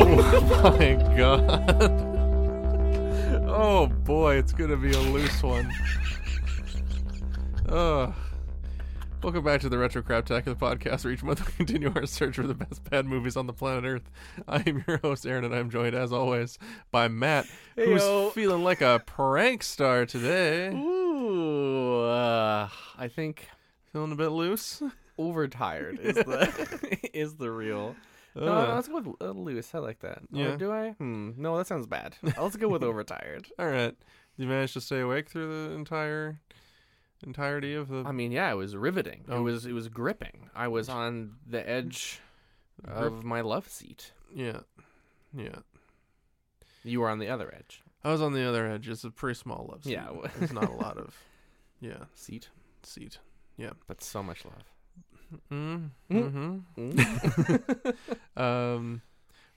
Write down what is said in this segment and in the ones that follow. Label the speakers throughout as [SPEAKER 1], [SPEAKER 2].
[SPEAKER 1] my god. Oh boy, it's gonna be a loose one. Ugh. Welcome back to the Retro Craptacular podcast, where each month we continue our search for the best bad movies on the planet Earth. I am your host, Aaron, and I'm joined, as always, by Matt, who's
[SPEAKER 2] Heyo.
[SPEAKER 1] feeling like a prank star today.
[SPEAKER 2] Ooh, uh, I think
[SPEAKER 1] Feeling a bit loose?
[SPEAKER 2] overtired is the is the real. No,
[SPEAKER 1] Ugh.
[SPEAKER 2] let's go with uh, loose. I like that.
[SPEAKER 1] Yeah.
[SPEAKER 2] Or do I? Hmm. No, that sounds bad. Let's go with overtired.
[SPEAKER 1] All right. You managed to stay awake through the entire entirety of the
[SPEAKER 2] I mean, yeah, it was riveting. It
[SPEAKER 1] Oh.
[SPEAKER 2] was it was gripping. I was on the edge of my love seat.
[SPEAKER 1] yeah, yeah.
[SPEAKER 2] You were on the other edge
[SPEAKER 1] I was on the other edge. It's a pretty small love seat.
[SPEAKER 2] Yeah, it wa-
[SPEAKER 1] it's not a lot of yeah
[SPEAKER 2] seat.
[SPEAKER 1] seat.
[SPEAKER 2] That's so much love.
[SPEAKER 1] Mm,
[SPEAKER 2] Mm.
[SPEAKER 1] hmm
[SPEAKER 2] Mm.
[SPEAKER 1] Um,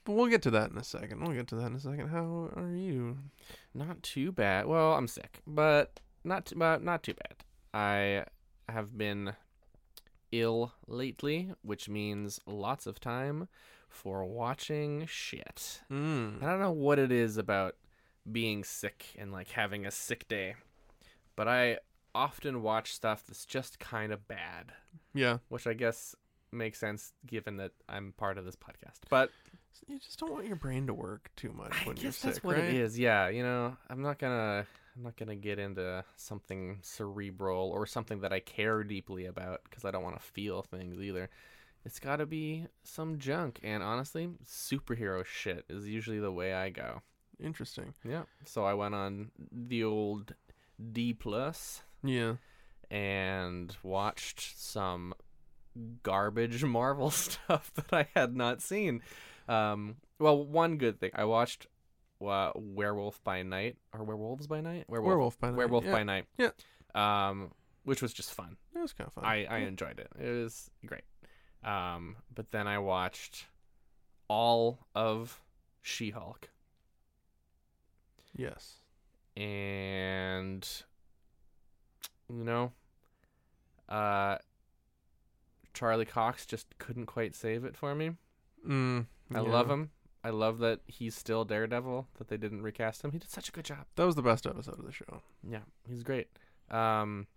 [SPEAKER 1] but we'll get to that in a second. We'll get to that in a second. How are you?
[SPEAKER 2] not too bad. Well, I'm sick, but not too, but not too bad. I have been ill lately, which means lots of time for watching shit. I
[SPEAKER 1] Mm.
[SPEAKER 2] don't know what it is about being sick and like having a sick day, but I often watch stuff that's just kind of bad,
[SPEAKER 1] Yeah,
[SPEAKER 2] which I guess makes sense given that I'm part of this podcast. But
[SPEAKER 1] you just don't want your brain to work too much
[SPEAKER 2] I
[SPEAKER 1] when
[SPEAKER 2] guess
[SPEAKER 1] you're sick,
[SPEAKER 2] that's what
[SPEAKER 1] right?
[SPEAKER 2] it is. Yeah, you know, I'm not gonna, I'm not gonna get into something cerebral or something that I care deeply about because I don't want to feel things either. It's got to be some junk, and honestly, superhero shit is usually the way I go.
[SPEAKER 1] Interesting.
[SPEAKER 2] Yeah. So I went on the old D plus
[SPEAKER 1] Yeah.
[SPEAKER 2] and watched some garbage Marvel stuff that I had not seen. Um, well, one good thing I watched uh, Werewolf by Night or Werewolves by Night, Werewolf,
[SPEAKER 1] Werewolf by the
[SPEAKER 2] Werewolf
[SPEAKER 1] yeah.
[SPEAKER 2] by Night.
[SPEAKER 1] Yeah.
[SPEAKER 2] Um, which was just fun.
[SPEAKER 1] It was kind of fun.
[SPEAKER 2] I, I enjoyed it. It was great. Um, but then I watched all of She-Hulk
[SPEAKER 1] yes.
[SPEAKER 2] and you know uh charlie cox just couldn't quite save it for me
[SPEAKER 1] Mm,
[SPEAKER 2] i love
[SPEAKER 1] yeah.
[SPEAKER 2] him i love that he's still daredevil that they didn't recast him he did such a good job
[SPEAKER 1] That was the best episode of the show.
[SPEAKER 2] yeah he's great um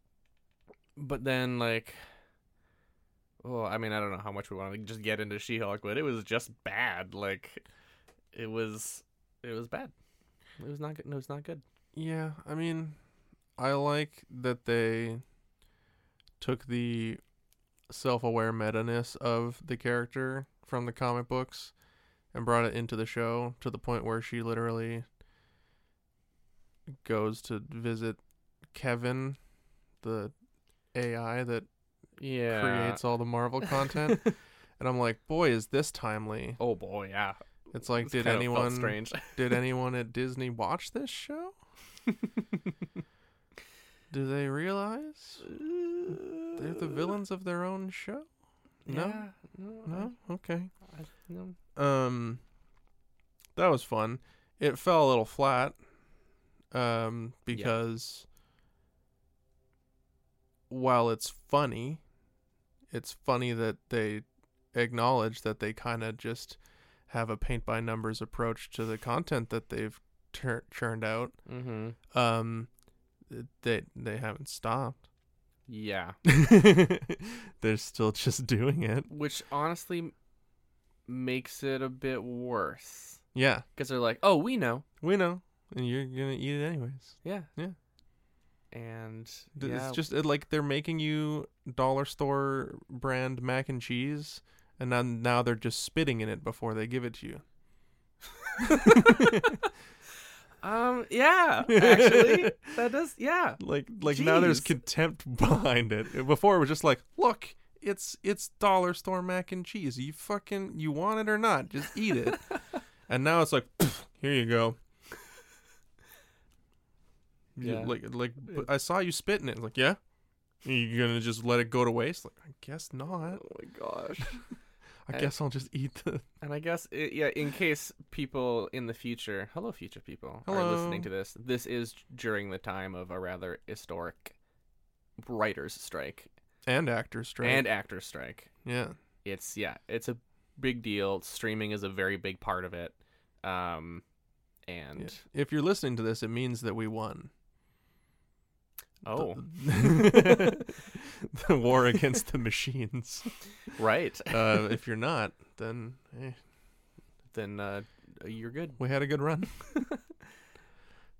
[SPEAKER 2] but then like oh i mean i don't know how much we want to just get into she-hulk but it was just bad like it was it was bad it was not good it was not good
[SPEAKER 1] Yeah, I mean, I like that they took the self-aware meta-ness of the character from the comic books and brought it into the show to the point where she literally goes to visit Kevin, the AI that
[SPEAKER 2] yeah
[SPEAKER 1] creates all the Marvel content. and I'm like, boy, is this timely.
[SPEAKER 2] Oh boy, yeah.
[SPEAKER 1] It's like,
[SPEAKER 2] This
[SPEAKER 1] did
[SPEAKER 2] kind of felt
[SPEAKER 1] anyone
[SPEAKER 2] strange?
[SPEAKER 1] did anyone at Disney watch this show? Do they realize they're the villains of their own show? No?
[SPEAKER 2] Yeah, no,
[SPEAKER 1] No? Okay.
[SPEAKER 2] I, I, no.
[SPEAKER 1] Um that was fun. It fell a little flat um because while it's funny, it's funny that they acknowledge that they kind of just have a paint by numbers approach to the content that they've tur- churned out.
[SPEAKER 2] Mm-hmm.
[SPEAKER 1] Um they they haven't stopped.
[SPEAKER 2] Yeah,
[SPEAKER 1] They're still just doing it.
[SPEAKER 2] which honestly m- makes it a bit worse
[SPEAKER 1] Yeah,
[SPEAKER 2] because they're like, "Oh, we know."
[SPEAKER 1] we know, and you're gonna eat it anyways.
[SPEAKER 2] Yeah.
[SPEAKER 1] Yeah.
[SPEAKER 2] And
[SPEAKER 1] Th-
[SPEAKER 2] yeah,
[SPEAKER 1] It's just it, like they're making you dollar store brand mac and cheese, and then now they're just spitting in it before they give it to you.
[SPEAKER 2] um, yeah, actually, that does, yeah,
[SPEAKER 1] Like like now there's
[SPEAKER 2] Jeez.
[SPEAKER 1] contempt behind it. Before it was just like, look, it's it's dollar store mac and cheese. You fucking you want it or not, just eat it. and now it's like, "Pff, here you go. You-
[SPEAKER 2] Yeah.
[SPEAKER 1] Like like but I saw you spitting it. It's like yeah. You gonna just let it go to waste? Like I guess not.
[SPEAKER 2] Oh my gosh.
[SPEAKER 1] I
[SPEAKER 2] I-
[SPEAKER 1] guess I'll just eat the.
[SPEAKER 2] And I guess, i yeah, in case people in the future, hello, future people, are
[SPEAKER 1] Hello.
[SPEAKER 2] listening to this, this is during the time of a rather historic writer's strike
[SPEAKER 1] And actors strike.
[SPEAKER 2] and actor strike.
[SPEAKER 1] yeah,
[SPEAKER 2] It's, yeah, it's a big deal. Streaming is a very big part of it. Um, and
[SPEAKER 1] Yeah. If you're listening to this, it means that we won.
[SPEAKER 2] oh,
[SPEAKER 1] The, the war against the machines.
[SPEAKER 2] right,
[SPEAKER 1] Uh, if you're not, then eh,
[SPEAKER 2] then uh, you're good.
[SPEAKER 1] we had a good run.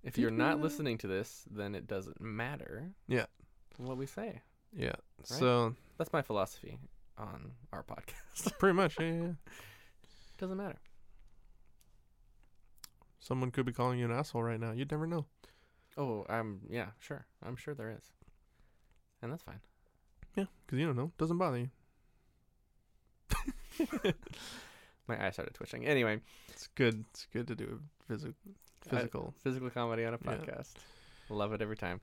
[SPEAKER 2] If you're not listening to this, then it doesn't matter.
[SPEAKER 1] Yeah.
[SPEAKER 2] What we say.
[SPEAKER 1] Yeah. So
[SPEAKER 2] That's my philosophy on our podcast.
[SPEAKER 1] pretty much, yeah, yeah, yeah.
[SPEAKER 2] doesn't matter.
[SPEAKER 1] Someone could be calling you an asshole right now. You'd never know.
[SPEAKER 2] Oh, I'm yeah, sure. I'm sure there is, and that's fine.
[SPEAKER 1] Yeah, because you don't know. Doesn't bother you.
[SPEAKER 2] My eye started twitching. Anyway,
[SPEAKER 1] It's good. It's good to do a physical.
[SPEAKER 2] I-
[SPEAKER 1] Physical.
[SPEAKER 2] physical comedy on a
[SPEAKER 1] Yeah.
[SPEAKER 2] podcast. Love it every time.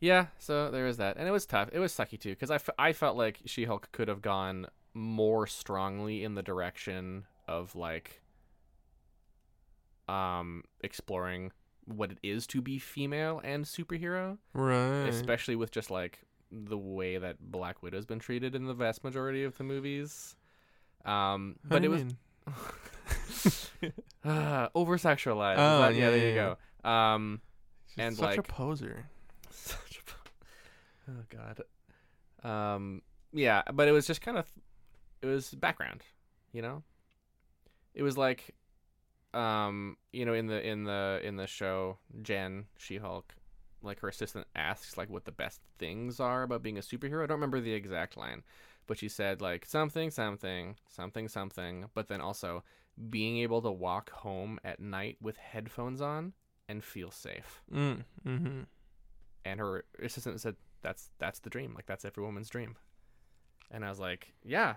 [SPEAKER 2] Yeah, so there is that, and it was tough. It was sucky too, because I, f- I felt like She Hulk could have gone more strongly in the direction of like, um, exploring what it is to be female and superhero,
[SPEAKER 1] right.
[SPEAKER 2] especially with just like the way that Black Widow's been treated in the vast majority of the movies. Um,
[SPEAKER 1] How
[SPEAKER 2] but
[SPEAKER 1] do
[SPEAKER 2] it
[SPEAKER 1] you
[SPEAKER 2] was
[SPEAKER 1] mean?
[SPEAKER 2] uh, over sexualized.
[SPEAKER 1] Oh,
[SPEAKER 2] yeah,
[SPEAKER 1] yeah,
[SPEAKER 2] there you
[SPEAKER 1] yeah, yeah.
[SPEAKER 2] go. Um,
[SPEAKER 1] She's
[SPEAKER 2] and,
[SPEAKER 1] such a
[SPEAKER 2] like-
[SPEAKER 1] poser.
[SPEAKER 2] such a po- oh god um yeah but it was just kind of it was background you know it was like um you know in the in the in the show jen she-hulk like her assistant asks like what the best things are about being a superhero i don't remember the exact line but she said like something something something something but then also being able to walk home at night with headphones on and feel safe
[SPEAKER 1] Mm, mm-hmm.
[SPEAKER 2] and her assistant said that's that's the dream like that's every woman's dream and i was like yeah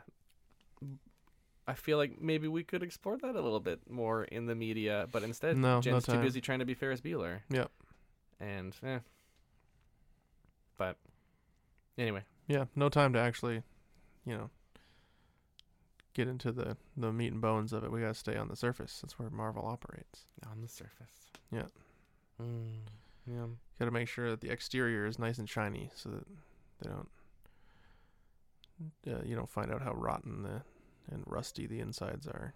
[SPEAKER 2] i feel like maybe we could explore that a little bit more in the media but instead
[SPEAKER 1] No, no
[SPEAKER 2] jen's too
[SPEAKER 1] time.
[SPEAKER 2] busy trying to be ferris bueller
[SPEAKER 1] Yep.
[SPEAKER 2] and eh. but anyway
[SPEAKER 1] Yeah, no time to actually, you know, get into the the meat and bones of it. We gotta stay on the surface. That's where Marvel operates.
[SPEAKER 2] on the surface
[SPEAKER 1] Yeah.
[SPEAKER 2] mm, yeah
[SPEAKER 1] Gotta make sure that the exterior is nice and shiny, so that they don't, uh, you don't find out how rotten the and rusty the insides are.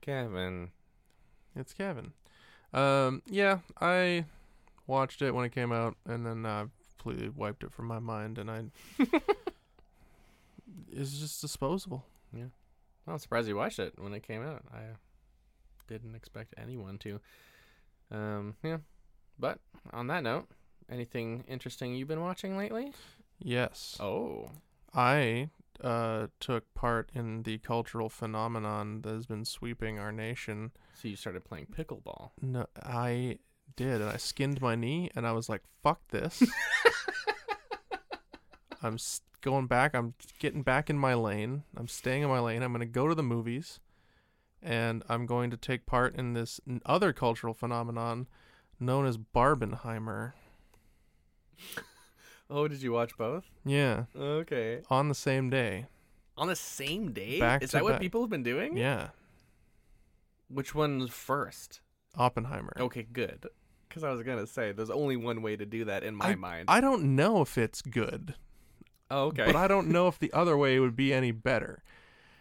[SPEAKER 2] kevin
[SPEAKER 1] It's Kevin. Um, yeah, I watched it when it came out, and then I completely wiped it from my mind, and I. it's just disposable.
[SPEAKER 2] Well, I'm surprised you watched it when it came out. I didn't expect anyone to. Um, yeah. But on that note, anything interesting you've been watching lately?
[SPEAKER 1] Yes.
[SPEAKER 2] Oh,
[SPEAKER 1] I uh, took part in the cultural phenomenon that has been sweeping our nation.
[SPEAKER 2] so you started playing pickleball.
[SPEAKER 1] No, I did, and I skinned my knee, and I was like, "Fuck this! I'm s- going back. I'm getting back in my lane. I'm staying in my lane. I'm going to go to the movies, and I'm going to take part in this n- other cultural phenomenon known as Barbenheimer.
[SPEAKER 2] Oh, did you watch both?
[SPEAKER 1] Yeah,
[SPEAKER 2] Okay.
[SPEAKER 1] on the same day.
[SPEAKER 2] On the same day?
[SPEAKER 1] Back
[SPEAKER 2] Is
[SPEAKER 1] to
[SPEAKER 2] that what
[SPEAKER 1] back.
[SPEAKER 2] people have been doing?
[SPEAKER 1] Yeah,
[SPEAKER 2] Which one's first?
[SPEAKER 1] Oppenheimer.
[SPEAKER 2] Okay, good. Because I was going to say, there's only one way to do that in my mind.
[SPEAKER 1] I don't know if it's good.
[SPEAKER 2] oh, okay.
[SPEAKER 1] but I don't know if the other way would be any better.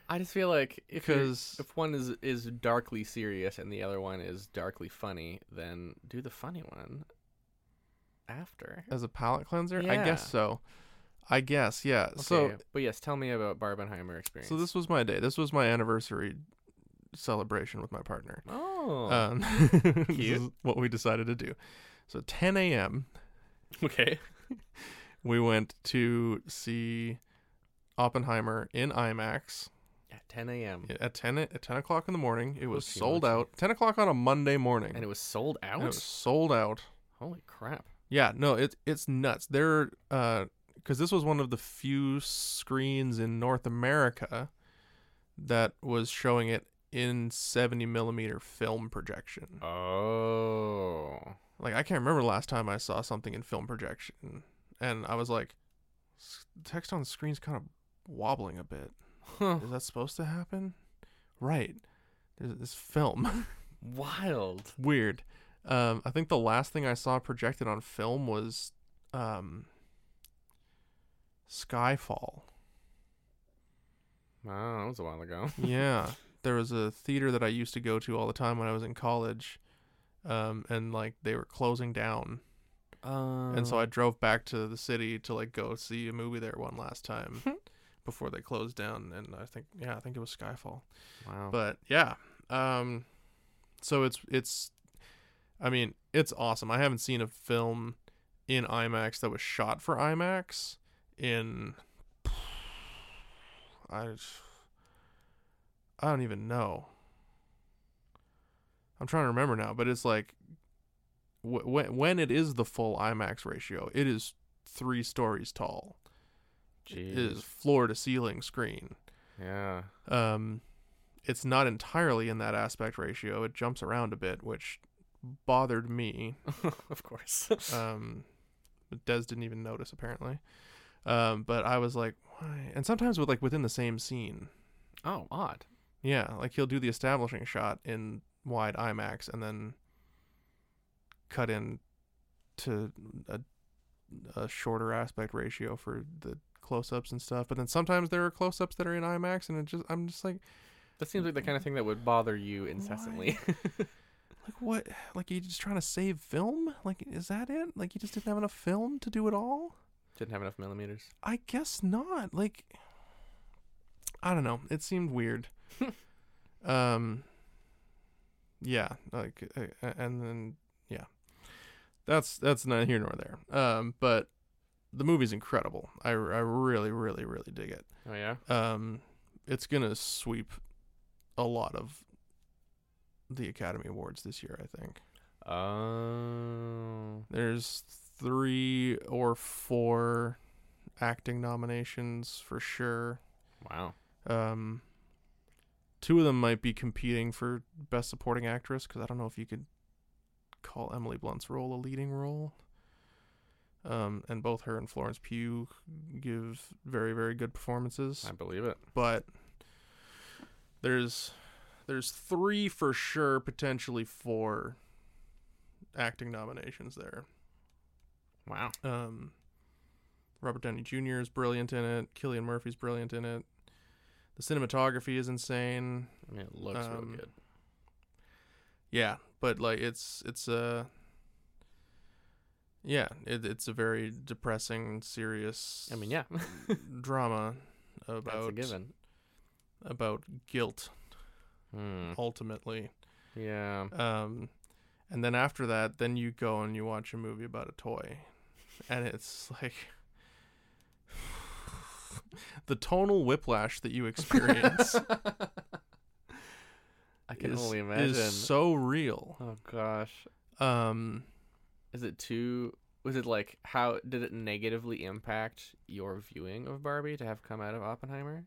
[SPEAKER 2] I just feel like if you're-
[SPEAKER 1] 'Cause-
[SPEAKER 2] if one is is darkly serious and the other one is darkly funny, then do the funny one after.
[SPEAKER 1] As a palate cleanser, I guess
[SPEAKER 2] Yeah.
[SPEAKER 1] so. I guess, yeah. So,
[SPEAKER 2] Okay, but yes, tell me about Barbenheimer experience.
[SPEAKER 1] so this was my day. This was my anniversary celebration with my partner.
[SPEAKER 2] oh
[SPEAKER 1] Um, this
[SPEAKER 2] Cute.
[SPEAKER 1] is what we decided to do. So, 10 a.m.
[SPEAKER 2] okay
[SPEAKER 1] we went to see Oppenheimer in IMAX
[SPEAKER 2] at 10 a.m.
[SPEAKER 1] at 10 at 10 o'clock in the morning. It was
[SPEAKER 2] Okie
[SPEAKER 1] sold
[SPEAKER 2] dokie.
[SPEAKER 1] out. 10 o'clock on a Monday morning.
[SPEAKER 2] and it was sold out.
[SPEAKER 1] And it was sold out.
[SPEAKER 2] Holy crap!
[SPEAKER 1] Yeah, no, it's it's nuts. There, because this was one of the few screens in North America that was showing it in 70 millimeter film projection.
[SPEAKER 2] Oh,
[SPEAKER 1] Like I can't remember the last time I saw something in film projection, and I was like, "S- text on the screen's kind of wobbling a bit.
[SPEAKER 2] huh.
[SPEAKER 1] Is that supposed to happen? Right. There's this film.
[SPEAKER 2] wild!
[SPEAKER 1] Weird. Um, I think the last thing I saw projected on film was um, Skyfall.
[SPEAKER 2] Oh, that was a while ago.
[SPEAKER 1] Yeah. there was a theater that I used to go to all the time when I was in college, um, and like they were closing down,
[SPEAKER 2] Um,
[SPEAKER 1] and so I drove back to the city to like go see a movie there one last time before they closed down, and I think yeah, I think it was Skyfall.
[SPEAKER 2] wow.
[SPEAKER 1] But yeah, um, so it's it's, I mean, it's awesome. I haven't seen a film in IMAX that was shot for IMAX in, I, I don't even know. I'm trying to remember now, but it's like, wh- when when it is the full IMAX ratio, it is three stories tall. It
[SPEAKER 2] Jeez.
[SPEAKER 1] is floor to ceiling screen
[SPEAKER 2] Yeah.
[SPEAKER 1] um, it's not entirely in that aspect ratio. It jumps around a bit, which bothered me.
[SPEAKER 2] of course.
[SPEAKER 1] Um, but Des didn't even notice apparently. Um, but I was like, why? And sometimes with like within the same scene,
[SPEAKER 2] oh, odd.
[SPEAKER 1] yeah, like he'll do the establishing shot in wide IMAX and then cut in to a, a shorter aspect ratio for the close-ups and stuff. But then sometimes there are close-ups that are in IMAX, and it just I'm just like.
[SPEAKER 2] That seems like the kind of thing that would bother you incessantly.
[SPEAKER 1] Like what? Like you just trying to save film? Like is that it? Like you just didn't have enough film to do it all?
[SPEAKER 2] Didn't have enough millimeters.
[SPEAKER 1] I guess not. Like I don't know. It seemed weird. um yeah, like uh, uh, and then yeah. That's that's neither here nor there. Um but the movie's incredible. I, I really really really dig it
[SPEAKER 2] Oh yeah.
[SPEAKER 1] um, it's gonna sweep a lot of the Academy Awards this year. I think
[SPEAKER 2] Oh.
[SPEAKER 1] there's three or four acting nominations for sure.
[SPEAKER 2] Wow.
[SPEAKER 1] Um, two of them might be competing for Best Supporting Actress because I don't know if you could call Emily Blunt's role a leading role. Um, and both her and Florence Pugh give very, very good performances
[SPEAKER 2] I believe it.
[SPEAKER 1] but there's there's three for sure, potentially four acting nominations there.
[SPEAKER 2] Wow.
[SPEAKER 1] Um, Robert Downey Jr. is brilliant in it. Killian Murphy's brilliant in it. The cinematography is insane.
[SPEAKER 2] I mean, it looks
[SPEAKER 1] Um,
[SPEAKER 2] real good.
[SPEAKER 1] Yeah, but like it's it's a yeah, it, it's a very depressing, serious
[SPEAKER 2] I mean, yeah.
[SPEAKER 1] drama
[SPEAKER 2] That's a
[SPEAKER 1] about
[SPEAKER 2] given.
[SPEAKER 1] about guilt
[SPEAKER 2] Hmm.
[SPEAKER 1] ultimately.
[SPEAKER 2] Yeah.
[SPEAKER 1] Um, and then after that, then you go and you watch a movie about a toy, and it's like the tonal whiplash that you experience
[SPEAKER 2] I can
[SPEAKER 1] is,
[SPEAKER 2] only imagine.
[SPEAKER 1] is so real.
[SPEAKER 2] oh gosh.
[SPEAKER 1] Um,
[SPEAKER 2] Is it too? Was it like how did it negatively impact your viewing of Barbie to have come out of Oppenheimer?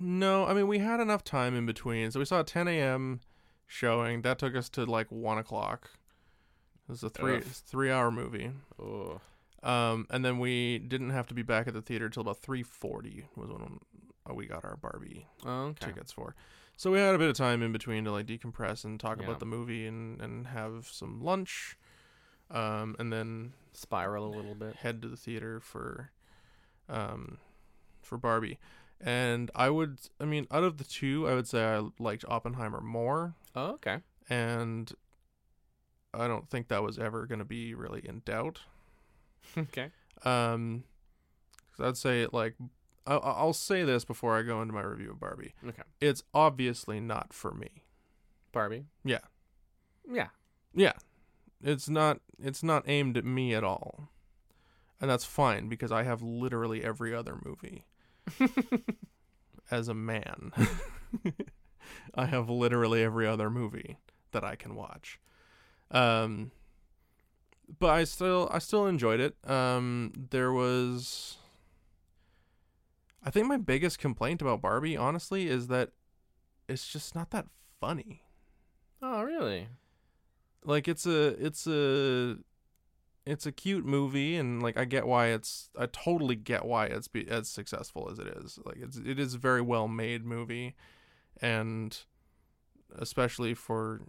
[SPEAKER 1] no, I mean we had enough time in between, so we saw a 10 a.m. showing that took us to like one o'clock. It was a three
[SPEAKER 2] Ugh.
[SPEAKER 1] three hour movie.
[SPEAKER 2] Oh,
[SPEAKER 1] Um, and then we didn't have to be back at the theater till about three forty was when uh, we got our Barbie
[SPEAKER 2] okay.
[SPEAKER 1] tickets for. So we had a bit of time in between to like decompress and talk
[SPEAKER 2] Yeah.
[SPEAKER 1] about the movie and and have some lunch, um, and then
[SPEAKER 2] Spiral a little bit.
[SPEAKER 1] head to the theater for, um, for Barbie. And I would, I mean, out of the two, I would say I liked Oppenheimer more,
[SPEAKER 2] Oh, okay.
[SPEAKER 1] and I don't think that was ever going to be really in doubt.
[SPEAKER 2] okay.
[SPEAKER 1] Um, 'cause I'd say like, I- I- I'll say this before I go into my review of Barbie.
[SPEAKER 2] Okay.
[SPEAKER 1] It's obviously not for me.
[SPEAKER 2] Barbie.
[SPEAKER 1] Yeah.
[SPEAKER 2] Yeah.
[SPEAKER 1] Yeah. It's not it's not aimed at me at all. And that's fine because I have literally every other movie as a man. I have literally every other movie that I can watch. Um but I still I still enjoyed it. Um there was I think my biggest complaint about Barbie honestly is that it's just not that funny
[SPEAKER 2] oh, really?
[SPEAKER 1] like it's a it's a it's a cute movie and like I get why it's I totally get why it's be as successful as it is. Like it's it is a very well made movie and especially for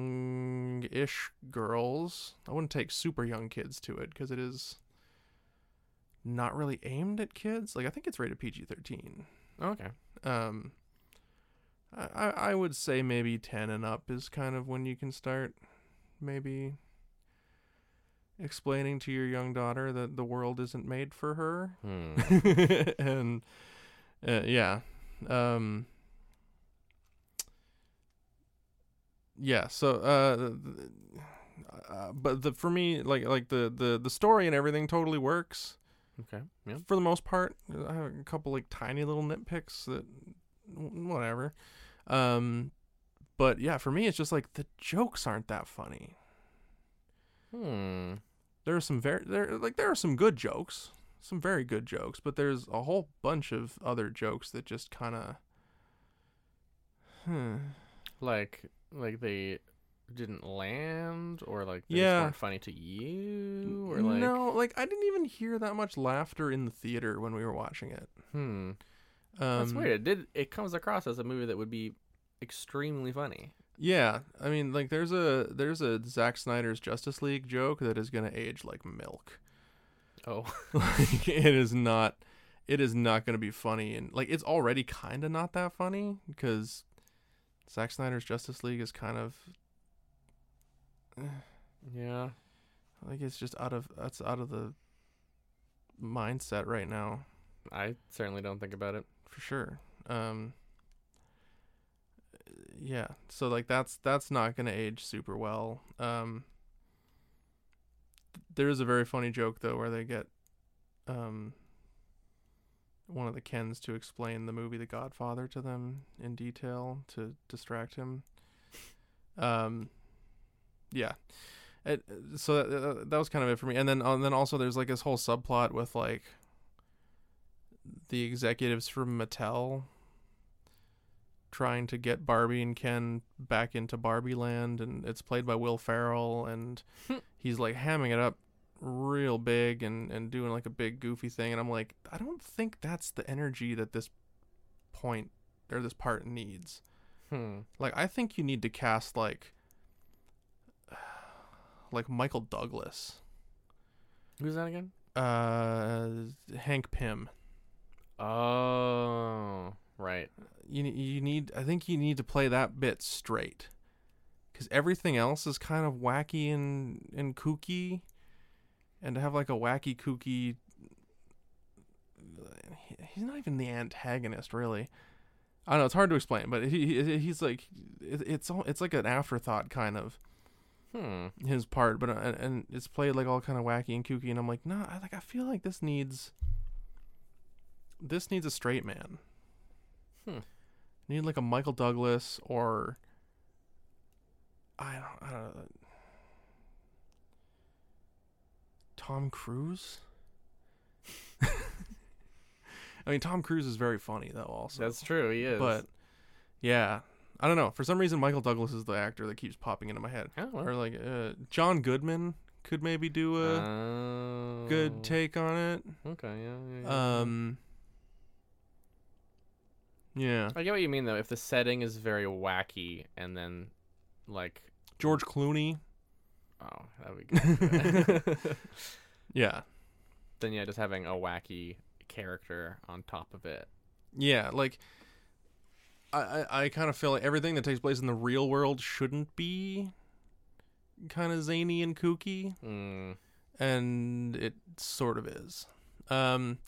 [SPEAKER 1] young-ish girls. I wouldn't take super young kids to it cuz it is not really aimed at kids. Like I think it's rated PG-13
[SPEAKER 2] Okay.
[SPEAKER 1] um I, I I would say maybe ten and up is kind of when you can start, maybe explaining to your young daughter that the world isn't made for her,
[SPEAKER 2] Hmm.
[SPEAKER 1] and uh, yeah, um, yeah. So, uh, th- th- uh, but the for me, like like the the the story and everything totally works
[SPEAKER 2] Okay. Yeah.
[SPEAKER 1] for the most part. I have a couple like tiny little nitpicks that w- whatever. Um but yeah, for me it's just like the jokes aren't that funny.
[SPEAKER 2] Hmm.
[SPEAKER 1] There are some very there like there are some good jokes, some very good jokes, but there's a whole bunch of other jokes that just kind of hmm.
[SPEAKER 2] Like, like they didn't land, or like they
[SPEAKER 1] Yeah.
[SPEAKER 2] just weren't funny to you, or like,
[SPEAKER 1] no, like I didn't even hear that much laughter in the theater when we were watching it.
[SPEAKER 2] hmm.
[SPEAKER 1] Um,
[SPEAKER 2] That's weird. It did. It comes across as a movie that would be extremely funny.
[SPEAKER 1] Yeah, I mean, like there's a there's a Zack Snyder's Justice League joke that is gonna age like milk.
[SPEAKER 2] Oh.
[SPEAKER 1] like it is not it is not going to be funny and like it's already kind of not that funny because Zack Snyder's Justice League is kind of
[SPEAKER 2] Yeah.
[SPEAKER 1] like it's just out of that's out of the mindset right now
[SPEAKER 2] I certainly don't think about it.
[SPEAKER 1] for sure um yeah so like that's that's not going to age super well um there is a very funny joke though where they get um one of the Kens to explain the movie The Godfather to them in detail to distract him. Um, yeah, it, so that, uh, that was kind of it for me. And then and then also there's like this whole subplot with like the executives from Mattel trying to get Barbie and Ken back into Barbie Land, and it's played by Will Ferrell, and he's like hamming it up real big and and doing like a big goofy thing and I'm like I don't think that's the energy that this point or this part needs.
[SPEAKER 2] Hmm.
[SPEAKER 1] Like I think you need to cast like like Michael Douglas,
[SPEAKER 2] Who's that again?
[SPEAKER 1] uh Hank Pym.
[SPEAKER 2] Oh, right.
[SPEAKER 1] You ne- you need I think you need to play that bit straight. Cuz everything else is kind of wacky and and kooky and to have like a wacky kooky he- he's not even the antagonist really i don't know it's hard to explain but he, he he's like it, it's all it's like an afterthought kind of
[SPEAKER 2] Hmm.
[SPEAKER 1] his part but uh, and, and it's played like all kind of wacky and kooky and i'm like no i like i feel like this needs this needs a straight man
[SPEAKER 2] Hmm.
[SPEAKER 1] need like a michael douglas or i don't i don't know tom cruise i mean tom cruise is very funny though also
[SPEAKER 2] That's true. He is.
[SPEAKER 1] but yeah i don't know for some reason michael douglas is the actor that keeps popping into my head
[SPEAKER 2] oh, well.
[SPEAKER 1] or like uh, John Goodman could maybe do a
[SPEAKER 2] Oh.
[SPEAKER 1] good take on it.
[SPEAKER 2] Okay. Yeah. yeah, yeah.
[SPEAKER 1] Um, yeah,
[SPEAKER 2] I get what you mean though. If the setting is very wacky, and then like,
[SPEAKER 1] George Clooney.
[SPEAKER 2] oh, that'd be good.
[SPEAKER 1] Yeah,
[SPEAKER 2] then yeah, just having a wacky character on top of it.
[SPEAKER 1] yeah, like. I, I, I kind of feel like everything that takes place in the real world shouldn't be kind of zany and kooky,
[SPEAKER 2] Mm.
[SPEAKER 1] and it sort of is. Um,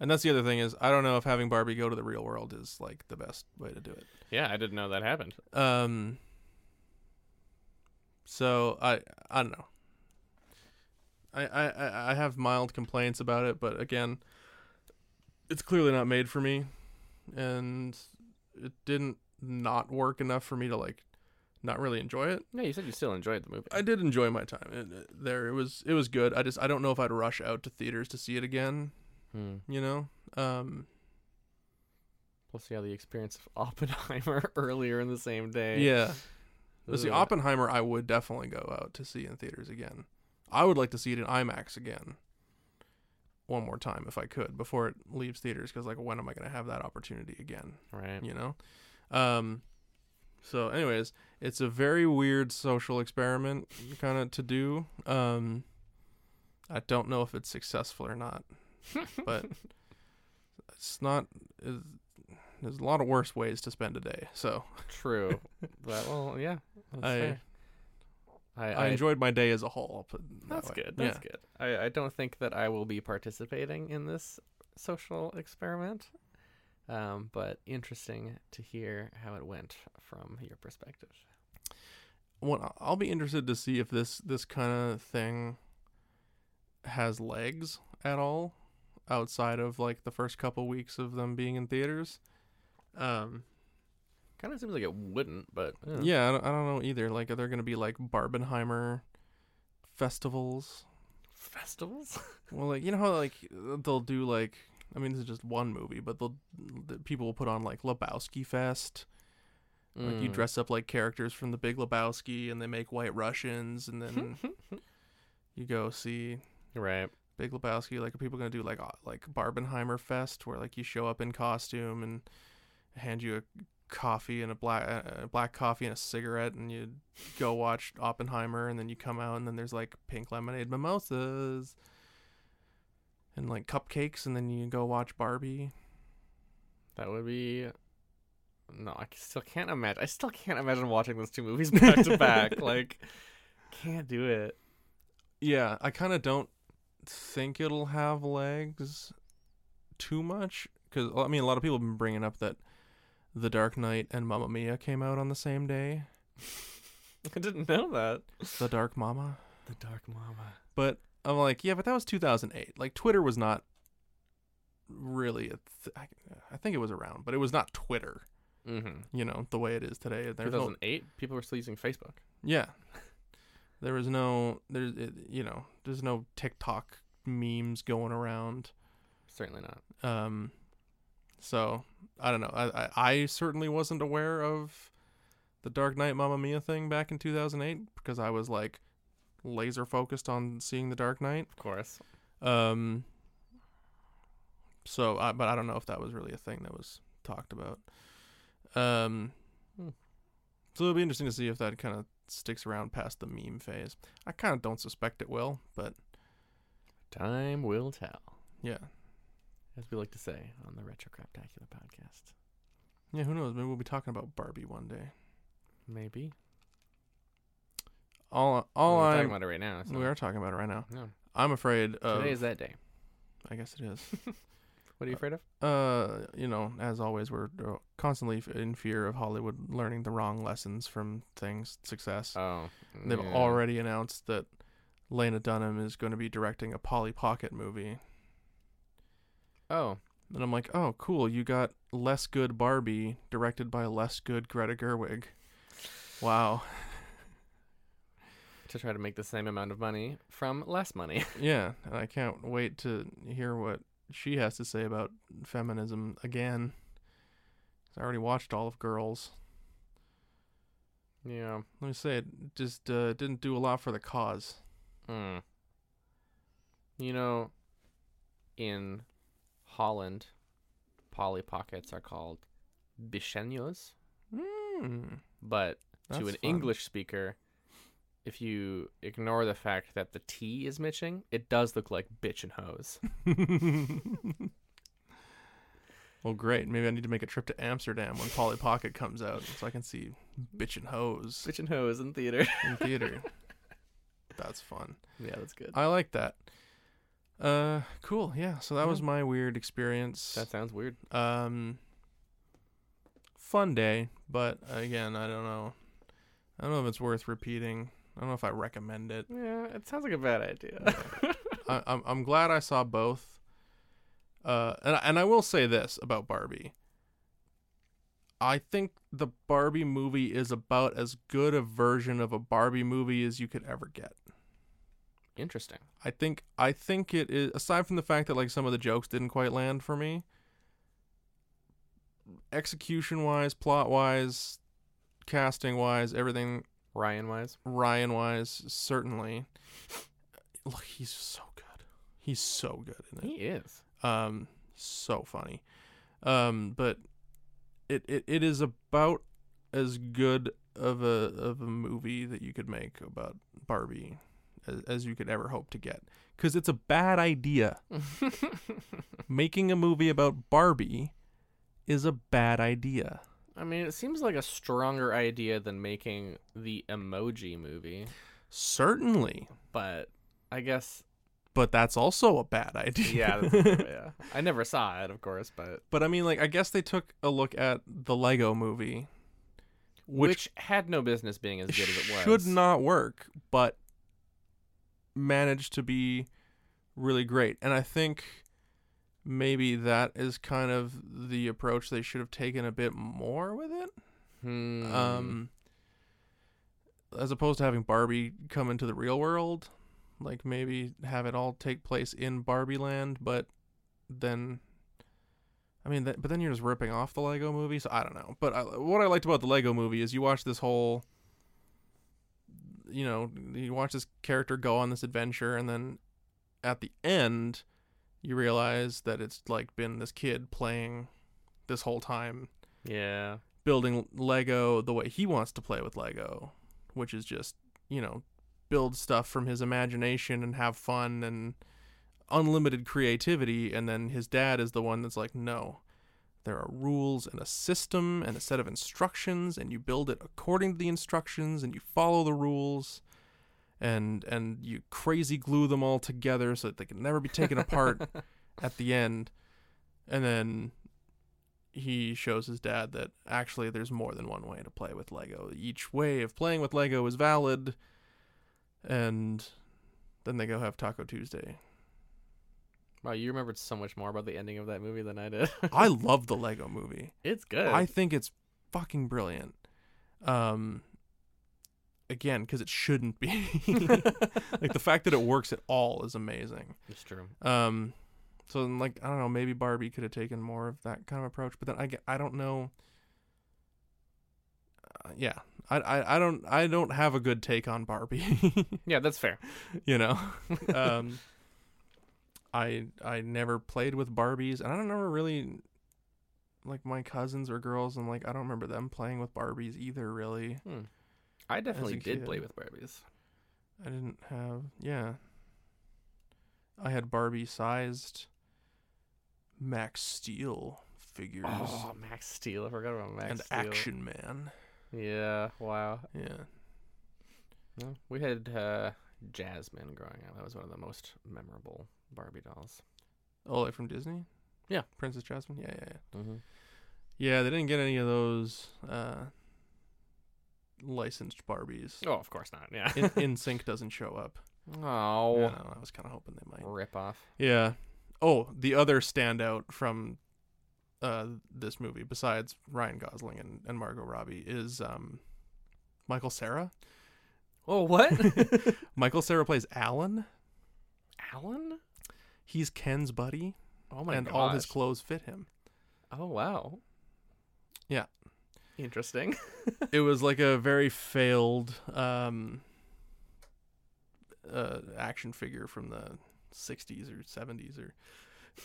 [SPEAKER 1] and that's the other thing is I don't know if having Barbie go to the real world is like the best way to do it.
[SPEAKER 2] Yeah, I didn't know that happened.
[SPEAKER 1] Um. So I I don't know. I I I- I have mild complaints about it, but again, it's clearly not made for me, and it didn't not work enough for me to like not really enjoy it.
[SPEAKER 2] Yeah, you said you still enjoyed the movie.
[SPEAKER 1] I did enjoy my time it, it- there. It was it was good. I just I don't know if I'd rush out to theaters to see it again.
[SPEAKER 2] Hmm.
[SPEAKER 1] You know. Um.
[SPEAKER 2] Plus, you had the experience of Oppenheimer earlier in the same day.
[SPEAKER 1] Yeah. Let's see,
[SPEAKER 2] Ugh.
[SPEAKER 1] Oppenheimer, I would definitely go out to see in theaters again. I would like to see it in IMAX again, one more time if I could before it leaves theaters. Because like, when am I going to have that opportunity again?
[SPEAKER 2] Right.
[SPEAKER 1] You know. Um. So, anyways, it's a very weird social experiment, kind of to do. Um. I don't know if it's successful or not, but it's not. It, There's a lot of worse ways to spend a day. So
[SPEAKER 2] True. but well, yeah. That's
[SPEAKER 1] I-
[SPEAKER 2] fair. I,
[SPEAKER 1] I, enjoyed my day as a whole. I'll put it that
[SPEAKER 2] That's
[SPEAKER 1] way.
[SPEAKER 2] good. That's
[SPEAKER 1] yeah.
[SPEAKER 2] good. I, I don't think that I will be participating in this social experiment, um, but interesting to hear how it went from your perspective.
[SPEAKER 1] What I'll be interested to see if this this kind of thing has legs at all outside of like the first couple weeks of them being in theaters. Um,
[SPEAKER 2] Kind of seems like it wouldn't, but uh,
[SPEAKER 1] yeah, I don't, I don't know either. Like, are there going to be like Barbenheimer festivals?
[SPEAKER 2] festivals.
[SPEAKER 1] Well, like you know how like they'll do like I mean this is just one movie, but they'll the people will put on like Lebowski Fest. Like you
[SPEAKER 2] Mm.
[SPEAKER 1] dress up like characters from The Big Lebowski, and they make White Russians, and
[SPEAKER 2] Hmm.
[SPEAKER 1] then you go see
[SPEAKER 2] right.
[SPEAKER 1] Big Lebowski. Like are people gonna do like uh, like Barbenheimer Fest, where like you show up in costume and hand you a coffee and a black uh, black coffee and a cigarette and you go watch Oppenheimer and then you come out and then there's like pink lemonade mimosas and like cupcakes and then you go watch Barbie.
[SPEAKER 2] That would be. No, I c- still can't imagine. I still can't imagine watching those two movies back to back. Like, can't do it.
[SPEAKER 1] Yeah, I kind of don't think it'll have legs too much cuz I mean a lot of people have been bringing up that The Dark Knight and Mamma Mia came out on the same day.
[SPEAKER 2] I didn't know that.
[SPEAKER 1] The Dark Mama.
[SPEAKER 2] The Dark Mama.
[SPEAKER 1] But I'm like, yeah, but that was 2008. Like Twitter was not really a th- I, I think it was around, but it was not Twitter,
[SPEAKER 2] Mm-hmm.
[SPEAKER 1] you know, the way it is today. There's no
[SPEAKER 2] 2008. People were still using Facebook.
[SPEAKER 1] Yeah. There was no there's it, you know, there's no TikTok memes going around.
[SPEAKER 2] Certainly not.
[SPEAKER 1] Um so I don't know. I I, I certainly wasn't aware of the Dark Knight Mamma Mia thing back in 2008 because I was like laser focused on seeing the Dark Knight.
[SPEAKER 2] Of course.
[SPEAKER 1] Um. So, I, but I don't know if that was really a thing that was talked about. Um.
[SPEAKER 2] Hmm.
[SPEAKER 1] So it'll be interesting to see if that kind of sticks around past the meme phase. I kind of don't suspect it will, but
[SPEAKER 2] Time will tell,
[SPEAKER 1] yeah,
[SPEAKER 2] as we like to say on the Retro Craptacular podcast.
[SPEAKER 1] yeah. Who knows? Maybe we'll be talking about Barbie one day.
[SPEAKER 2] Maybe.
[SPEAKER 1] All, all
[SPEAKER 2] Well, we're
[SPEAKER 1] I'm.
[SPEAKER 2] talking about it right now. So.
[SPEAKER 1] we are talking about it right now.
[SPEAKER 2] No.
[SPEAKER 1] I'm afraid. Of,
[SPEAKER 2] Today is that day.
[SPEAKER 1] I guess it is.
[SPEAKER 2] What are you
[SPEAKER 1] Uh,
[SPEAKER 2] afraid of?
[SPEAKER 1] uh, you know, as always, we're uh, constantly f- in fear of Hollywood learning the wrong lessons from things, success.
[SPEAKER 2] Oh,
[SPEAKER 1] They've
[SPEAKER 2] yeah.
[SPEAKER 1] already announced that Lena Dunham is going to be directing a Polly Pocket movie.
[SPEAKER 2] Oh,
[SPEAKER 1] And I'm like, oh, cool. You got Less Good Barbie, directed by Less Good Greta Gerwig. Wow.
[SPEAKER 2] to try to make the same amount of money from less money.
[SPEAKER 1] yeah. And I can't wait to hear what she has to say about feminism again. 'Cause I already watched all of Girls.
[SPEAKER 2] yeah.
[SPEAKER 1] Let me say it just uh, didn't do a lot for the cause.
[SPEAKER 2] Mm. You know, in Holland, Polly Pockets are called bichenios,
[SPEAKER 1] Mm,
[SPEAKER 2] but
[SPEAKER 1] that's
[SPEAKER 2] to an
[SPEAKER 1] fun.
[SPEAKER 2] English speaker, if you ignore the fact that the T is mitching, it does look like bitch and hose.
[SPEAKER 1] well, great. Maybe I need to make a trip to Amsterdam when Polly Pocket comes out so I can see Bitch and Hose
[SPEAKER 2] bitch and hose in theater.
[SPEAKER 1] in theater. That's fun.
[SPEAKER 2] yeah, that's good.
[SPEAKER 1] I like that. Uh, cool. Yeah. So that was
[SPEAKER 2] Yeah.
[SPEAKER 1] my weird experience.
[SPEAKER 2] That sounds weird.
[SPEAKER 1] um, fun day, but again, I don't know. I don't know if it's worth repeating. I don't know if I recommend it.
[SPEAKER 2] Yeah, it sounds like a bad idea.
[SPEAKER 1] I, I'm I'm glad I saw both. Uh, and I- and I will say this about Barbie. I think the Barbie movie is about as good a version of a Barbie movie as you could ever get.
[SPEAKER 2] Interesting.
[SPEAKER 1] I think I think it is aside from the fact that like some of the jokes didn't quite land for me. Execution wise, plot wise, casting wise, everything
[SPEAKER 2] Ryan wise.
[SPEAKER 1] Ryan wise certainly. Look, he's so good. He's so good in it
[SPEAKER 2] He is.
[SPEAKER 1] um so funny um but it, it it is about as good of a of a movie that you could make about barbie as, as you could ever hope to get because it's a bad idea making a movie about barbie is a bad idea.
[SPEAKER 2] I mean, it seems like a stronger idea than making the emoji movie,
[SPEAKER 1] Certainly,
[SPEAKER 2] but I guess
[SPEAKER 1] but that's also a bad idea.
[SPEAKER 2] yeah, that's true, yeah. I never saw it, of course, but
[SPEAKER 1] but I mean, like, I guess they took a look at the Lego movie,
[SPEAKER 2] which,
[SPEAKER 1] which,
[SPEAKER 2] had no business being as good as it was.
[SPEAKER 1] should not work, but managed to be really great. And I think maybe that is kind of the approach they should have taken a bit more with it.
[SPEAKER 2] Hmm.
[SPEAKER 1] Um, as opposed to having Barbie come into the real world, like maybe have it all take place in Barbie Land, but then, I mean, that, but then you're just ripping off the Lego movie. So I don't know. But I, what I liked about the Lego movie is you watch this whole, you know, you watch this character go on this adventure, and then at the end, you realize that it's like been this kid playing this whole time
[SPEAKER 2] yeah.
[SPEAKER 1] building Lego the way he wants to play with Lego, which is just, you know, build stuff from his imagination and have fun and unlimited creativity. And then his dad is the one that's like, no, there are rules and a system and a set of instructions, and you build it according to the instructions and you follow the rules. And and you crazy glue them all together so that they can never be taken apart at the end. And then he shows his dad that actually there's more than one way to play with Lego. Each way of playing with Lego is valid. And then they go have Taco Tuesday.
[SPEAKER 2] Wow, you remembered so much more about the ending of that movie than I did.
[SPEAKER 1] I love the Lego movie.
[SPEAKER 2] it's good.
[SPEAKER 1] I think it's fucking brilliant. Um again cuz it shouldn't be. like the fact that it works at all is amazing.
[SPEAKER 2] it's true.
[SPEAKER 1] Um, so then, like I don't know, maybe Barbie could have taken more of that kind of approach, but then I get, I don't know. Uh, yeah, I, I I don't I don't have a good take on Barbie,
[SPEAKER 2] Yeah, that's fair.
[SPEAKER 1] you know. Um, I I never played with Barbies, and I don't ever really like my cousins or girls, and like I don't remember them playing with Barbies either. Really,
[SPEAKER 2] Hmm. I definitely did
[SPEAKER 1] kid.
[SPEAKER 2] play with Barbies.
[SPEAKER 1] I didn't have yeah. I had Barbie sized Max Steel figures
[SPEAKER 2] Oh, Max Steel. I forgot about Max
[SPEAKER 1] and
[SPEAKER 2] Steel.
[SPEAKER 1] Action Man.
[SPEAKER 2] Yeah, wow.
[SPEAKER 1] Yeah.
[SPEAKER 2] No, we had uh, Jasmine growing up. That was one of the most memorable Barbie dolls.
[SPEAKER 1] Oh, like from Disney?
[SPEAKER 2] Yeah.
[SPEAKER 1] Princess Jasmine? Yeah, yeah, yeah.
[SPEAKER 2] Mm-hmm.
[SPEAKER 1] Yeah, they didn't get any of those uh licensed Barbies.
[SPEAKER 2] Oh, of course not. Yeah.
[SPEAKER 1] In InSync doesn't show up. I
[SPEAKER 2] oh,
[SPEAKER 1] don't know, I was kind of hoping they might.
[SPEAKER 2] rip off.
[SPEAKER 1] Yeah. Oh, the other standout from uh, this movie, besides Ryan Gosling and, and Margot Robbie, is um, Michael Sarah.
[SPEAKER 2] Oh, what?
[SPEAKER 1] Michael Sarah plays Alan.
[SPEAKER 2] Alan?
[SPEAKER 1] He's Ken's buddy,
[SPEAKER 2] Oh my
[SPEAKER 1] and
[SPEAKER 2] god.
[SPEAKER 1] all his clothes fit him.
[SPEAKER 2] Oh wow.
[SPEAKER 1] Yeah.
[SPEAKER 2] Interesting.
[SPEAKER 1] it was like a very failed um, uh, action figure from the 60s or 70s or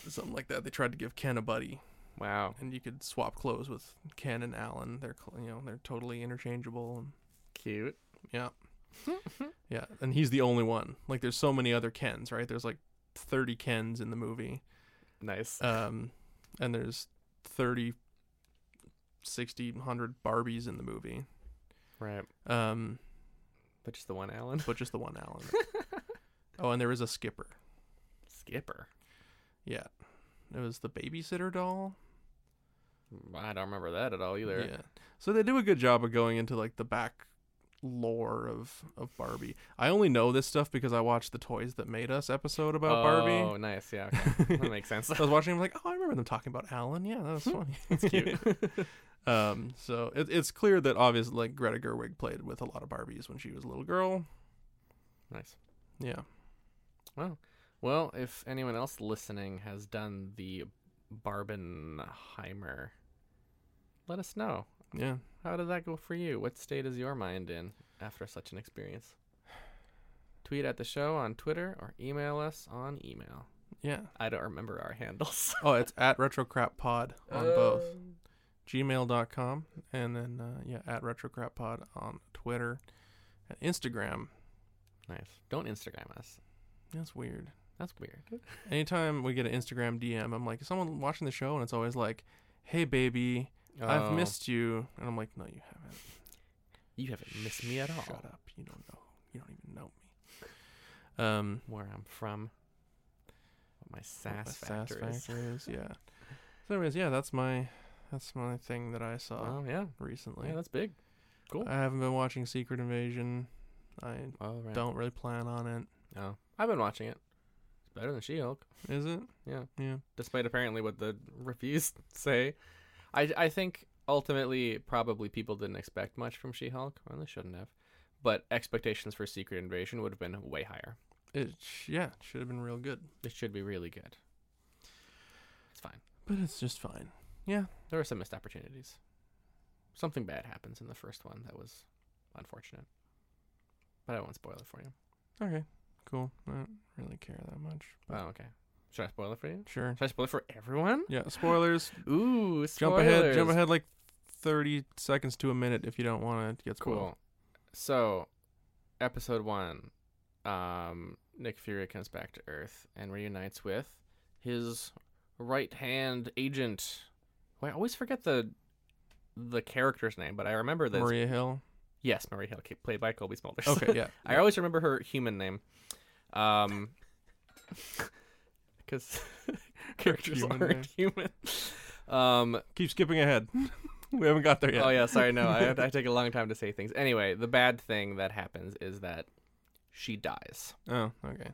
[SPEAKER 1] something like that. They tried to give Ken a buddy.
[SPEAKER 2] Wow.
[SPEAKER 1] and you could swap clothes with Ken and Alan. They're cl- you know they're totally interchangeable. And,
[SPEAKER 2] Cute.
[SPEAKER 1] yeah, yeah, and he's the only one. Like there's so many other Kens, right? There's like 30 Kens in the movie,
[SPEAKER 2] Nice.
[SPEAKER 1] um, and there's 30, 60, 100 Barbies in the movie,
[SPEAKER 2] right.
[SPEAKER 1] um,
[SPEAKER 2] But just the one Alan.
[SPEAKER 1] but just the one Alan. oh, and there is a Skipper.
[SPEAKER 2] Skipper.
[SPEAKER 1] Yeah, it was the babysitter doll.
[SPEAKER 2] I don't remember that at all either.
[SPEAKER 1] Yeah. So they do a good job of going into like the back lore of of Barbie. I only know this stuff because I watched the Toys That Made Us episode about
[SPEAKER 2] Oh,
[SPEAKER 1] Barbie.
[SPEAKER 2] nice. Yeah. Okay. that makes sense.
[SPEAKER 1] I was watching. I'm like, oh, I remember them talking about Alan. Yeah, that was funny.
[SPEAKER 2] That's cute.
[SPEAKER 1] um, so it, it's clear that obviously, like Greta Gerwig played with a lot of Barbies when she was a little girl.
[SPEAKER 2] nice.
[SPEAKER 1] Yeah.
[SPEAKER 2] Well, if anyone else listening has done the Barbenheimer, let us know.
[SPEAKER 1] Yeah.
[SPEAKER 2] How did that go for you? What state is your mind in after such an experience? Tweet at the show on Twitter or email us on email.
[SPEAKER 1] Yeah.
[SPEAKER 2] I don't remember our handles. Um,
[SPEAKER 1] Oh, it's at RetroCrapPod on
[SPEAKER 2] Oh.
[SPEAKER 1] both gmail.com and then uh, yeah at RetroCrapPod on Twitter and Instagram.
[SPEAKER 2] Nice. Don't Instagram us.
[SPEAKER 1] That's weird.
[SPEAKER 2] That's weird.
[SPEAKER 1] Anytime we get an Instagram DM, I'm like, is someone watching the show? And it's always like, hey baby, I've
[SPEAKER 2] Oh,
[SPEAKER 1] missed you, and I'm like, no, you haven't.
[SPEAKER 2] You haven't missed me at all.
[SPEAKER 1] Shut up, you don't know, you don't even know me. Um,
[SPEAKER 2] Where I'm from. What
[SPEAKER 1] what
[SPEAKER 2] my
[SPEAKER 1] my
[SPEAKER 2] sass factor is.
[SPEAKER 1] factor is, yeah. So, anyways, yeah, that's my that's my thing that I saw
[SPEAKER 2] Oh yeah,
[SPEAKER 1] recently.
[SPEAKER 2] yeah, that's big. cool.
[SPEAKER 1] I haven't been watching Secret Invasion. I
[SPEAKER 2] All right.
[SPEAKER 1] don't really plan on it.
[SPEAKER 2] No, Oh, I've been watching it. It's better than She-Hulk,
[SPEAKER 1] Is it?
[SPEAKER 2] Yeah.
[SPEAKER 1] Yeah.
[SPEAKER 2] despite apparently what the reviews say. I I think ultimately probably people didn't expect much from She-Hulk, and they shouldn't have. But expectations for Secret Invasion would have been way higher.
[SPEAKER 1] It sh- yeah should have been real good,
[SPEAKER 2] It should be really good. It's fine.
[SPEAKER 1] but it's just fine.
[SPEAKER 2] There were some missed opportunities. Something bad happens in the first one that was unfortunate. But I won't spoil it for you.
[SPEAKER 1] Okay, cool. I don't really care that much. but
[SPEAKER 2] Oh, okay. Should I spoil it for you?
[SPEAKER 1] Sure.
[SPEAKER 2] Should I spoil it for everyone?
[SPEAKER 1] Yeah. Spoilers.
[SPEAKER 2] Ooh,
[SPEAKER 1] Jump ahead. Jump
[SPEAKER 2] spoilers.
[SPEAKER 1] ahead like thirty seconds to a minute if you don't want to get spoiled.
[SPEAKER 2] Cool. So, episode one, um, Nick Fury comes back to Earth and reunites with his right hand agent. Who I always forget the the character's name, but I remember that. it's-
[SPEAKER 1] Maria Hill.
[SPEAKER 2] Yes, Marie Hill, ca- played by Colby Smulders.
[SPEAKER 1] Okay. Yeah.
[SPEAKER 2] I always remember her human name, um, because characters
[SPEAKER 1] Human
[SPEAKER 2] aren't human. Um,
[SPEAKER 1] Keep skipping ahead. we haven't got there yet.
[SPEAKER 2] Oh yeah, sorry. No, I, I take a long time to say things. Anyway, the bad thing that happens is that she dies,
[SPEAKER 1] Oh, okay.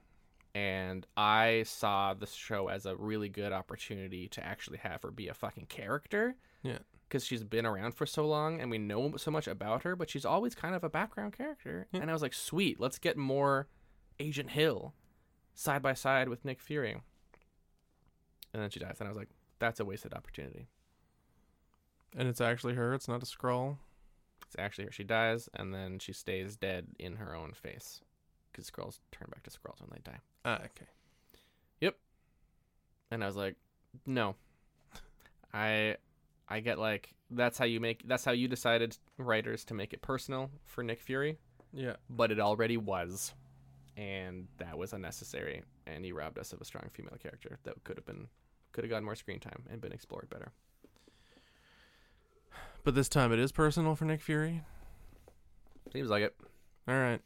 [SPEAKER 2] and I saw this show as a really good opportunity to actually have her be a fucking character.
[SPEAKER 1] Yeah.
[SPEAKER 2] Because she's been around for so long, and we know so much about her, but she's always kind of a background character.
[SPEAKER 1] Yeah.
[SPEAKER 2] And I was like, sweet, let's get more Agent Hill side by side with Nick Fury. And then she dies, and I was like, that's a wasted opportunity.
[SPEAKER 1] And it's actually her. It's not a scroll.
[SPEAKER 2] It's actually her. She dies, and then she stays dead in her own face. Because Skrulls turn back to Skrulls when they die.
[SPEAKER 1] Ah, okay.
[SPEAKER 2] And I was like, no. I I get like that's how you make that's how you decided writers to make it personal for Nick Fury,
[SPEAKER 1] Yeah.
[SPEAKER 2] but it already was. And that was unnecessary. And he robbed us of a strong female character that could have been could have gotten more screen time and been explored better.
[SPEAKER 1] But this time it is personal for Nick Fury.
[SPEAKER 2] Seems like it.
[SPEAKER 1] All right.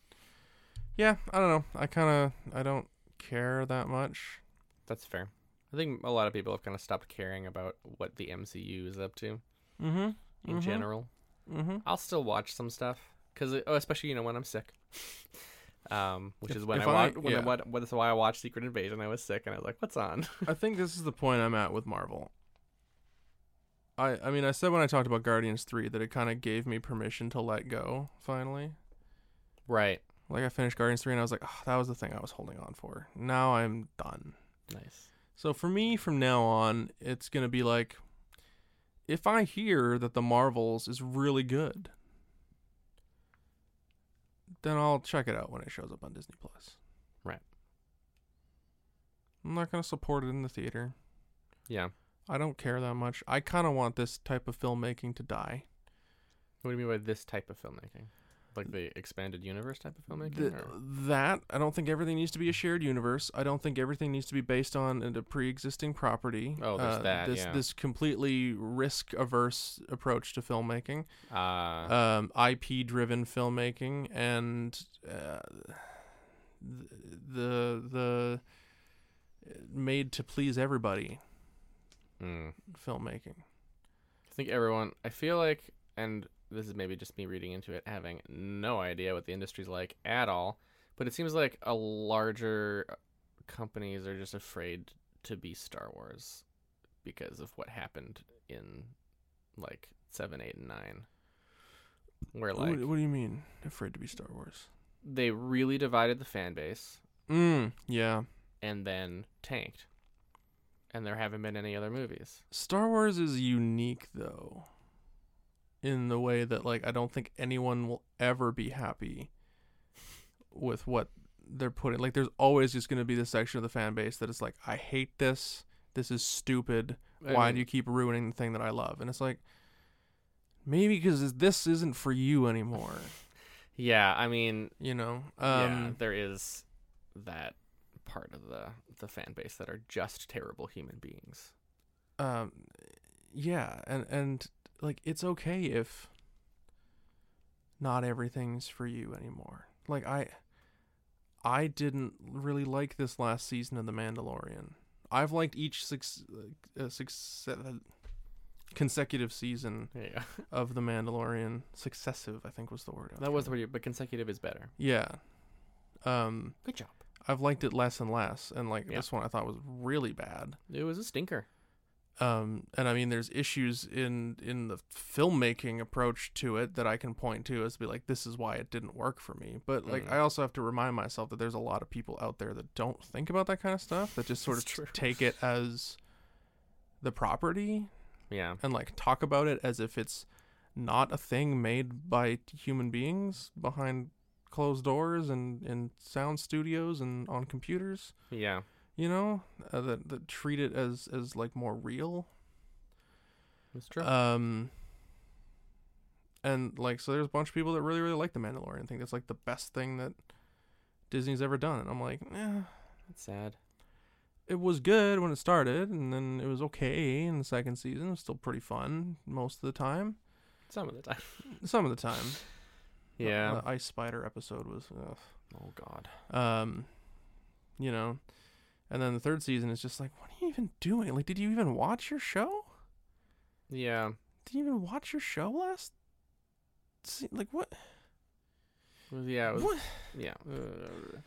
[SPEAKER 1] Yeah, I don't know. I kind of I don't care that much.
[SPEAKER 2] That's fair. I think a lot of people have kind of stopped caring about what the MCU is up to
[SPEAKER 1] Mhm.
[SPEAKER 2] in
[SPEAKER 1] Mhm.
[SPEAKER 2] general.
[SPEAKER 1] Mhm.
[SPEAKER 2] I'll still watch some stuff because oh, especially you know when I'm sick, um, which
[SPEAKER 1] If-
[SPEAKER 2] is when
[SPEAKER 1] if
[SPEAKER 2] I,
[SPEAKER 1] I-
[SPEAKER 2] watch when I
[SPEAKER 1] yeah.
[SPEAKER 2] wa- well, that's why I watched Secret Invasion. I was sick and I was like, "What's on?"
[SPEAKER 1] I think this is the point I'm at with Marvel. I I mean I said when I talked about Guardians 3 that it kind of gave me permission to let go finally.
[SPEAKER 2] Right.
[SPEAKER 1] Like I finished Guardians 3 and I was like, oh, that was the thing I was holding on for. Now I'm done.
[SPEAKER 2] Nice.
[SPEAKER 1] So for me from now on, it's going to be like if I hear that the Marvels is really good, then I'll check it out when it shows up on Disney Plus.
[SPEAKER 2] Right.
[SPEAKER 1] I'm not going to support it in the theater.
[SPEAKER 2] Yeah.
[SPEAKER 1] I don't care that much. I kind of want this type of filmmaking to die.
[SPEAKER 2] What do you mean by this type of filmmaking? Like the expanded universe type of filmmaking?
[SPEAKER 1] Th-
[SPEAKER 2] or-
[SPEAKER 1] that I don't think everything needs to be a shared universe. I don't think everything needs to be based on a pre-existing property. Uh,
[SPEAKER 2] Oh, there's that,
[SPEAKER 1] This
[SPEAKER 2] yeah.
[SPEAKER 1] this completely risk-averse approach to filmmaking,
[SPEAKER 2] uh,
[SPEAKER 1] um, IP-driven filmmaking, and uh, th- the the uh, made to please everybody
[SPEAKER 2] mm.
[SPEAKER 1] filmmaking.
[SPEAKER 2] I think everyone. I feel like, and this is maybe just me reading into it, having no idea what the industry's like at all. But it seems like a larger uh, companies are just afraid to be Star Wars because of what happened in like seven, eight, and nine, where like
[SPEAKER 1] what, what do you mean afraid to be Star Wars?
[SPEAKER 2] they really divided the fan base
[SPEAKER 1] Mm, yeah.
[SPEAKER 2] and then tanked, and there haven't been any other movies.
[SPEAKER 1] Star Wars is unique though in the way that like I don't think anyone will ever be happy with what they're putting like there's always just going to be this section of the fan base that is like I hate this this is stupid why do you keep ruining the thing that I love and it's like maybe cuz this isn't for you anymore
[SPEAKER 2] Yeah, I mean,
[SPEAKER 1] you know
[SPEAKER 2] yeah,
[SPEAKER 1] um
[SPEAKER 2] there is that part of the the fan base that are just terrible human beings.
[SPEAKER 1] um yeah, and and like it's okay if not everything's for you anymore. Like I I didn't really like this last season of The Mandalorian. I've liked each six, uh, six uh, consecutive season
[SPEAKER 2] There you go.
[SPEAKER 1] of The Mandalorian. Successive, I think was the word. I
[SPEAKER 2] that was the
[SPEAKER 1] trying-
[SPEAKER 2] word, you- but consecutive is better.
[SPEAKER 1] yeah. Um,
[SPEAKER 2] Good job.
[SPEAKER 1] I've liked it less and less, and like
[SPEAKER 2] Yeah.
[SPEAKER 1] this one I thought was really bad.
[SPEAKER 2] It was a stinker.
[SPEAKER 1] Um, and I mean, there's issues in in the filmmaking approach to it that I can point to as be like, this is why it didn't work for me. But like,
[SPEAKER 2] Mm.
[SPEAKER 1] I also have to remind myself that there's a lot of people out there that don't think about that kind of stuff that just sort of
[SPEAKER 2] It's true.
[SPEAKER 1] take it as the property
[SPEAKER 2] Yeah.
[SPEAKER 1] and like talk about it as if it's not a thing made by human beings behind closed doors and in sound studios and on computers
[SPEAKER 2] Yeah.
[SPEAKER 1] you know uh, that, that treat it as as like more real
[SPEAKER 2] It's true.
[SPEAKER 1] um and like so there's a bunch of people that really really like the mandalorian think that's like the best thing that disney's ever done and i'm like eh,
[SPEAKER 2] It's sad.
[SPEAKER 1] it was good when it started and then it was okay in the second season it was still pretty fun most of the time
[SPEAKER 2] Some of the time.
[SPEAKER 1] some of the time The-
[SPEAKER 2] Yeah.
[SPEAKER 1] the ice spider episode was ugh.
[SPEAKER 2] oh God.
[SPEAKER 1] um you know and then the third season is just like what are you even doing like did you even watch your show
[SPEAKER 2] Yeah.
[SPEAKER 1] did you even watch your show last se- like what
[SPEAKER 2] Well, Yeah. It was,
[SPEAKER 1] what
[SPEAKER 2] Yeah. Uh,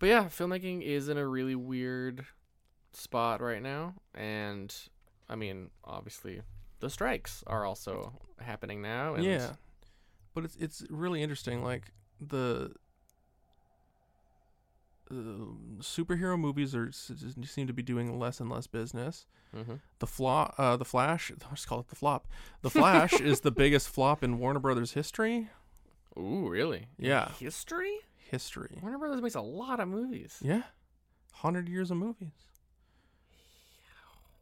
[SPEAKER 2] But yeah, filmmaking is in a really weird spot right now, and I mean, obviously, the strikes are also happening now. And
[SPEAKER 1] yeah but it's it's really interesting like the uh, superhero movies are s- s- seem to be doing less and less business
[SPEAKER 2] Mhm.
[SPEAKER 1] the flaw uh the flash i just call it the flop the flash is the biggest flop in warner brothers history
[SPEAKER 2] Ooh, really?
[SPEAKER 1] Yeah.
[SPEAKER 2] History?
[SPEAKER 1] history
[SPEAKER 2] Warner Brothers makes a lot of movies.
[SPEAKER 1] yeah 100 years of movies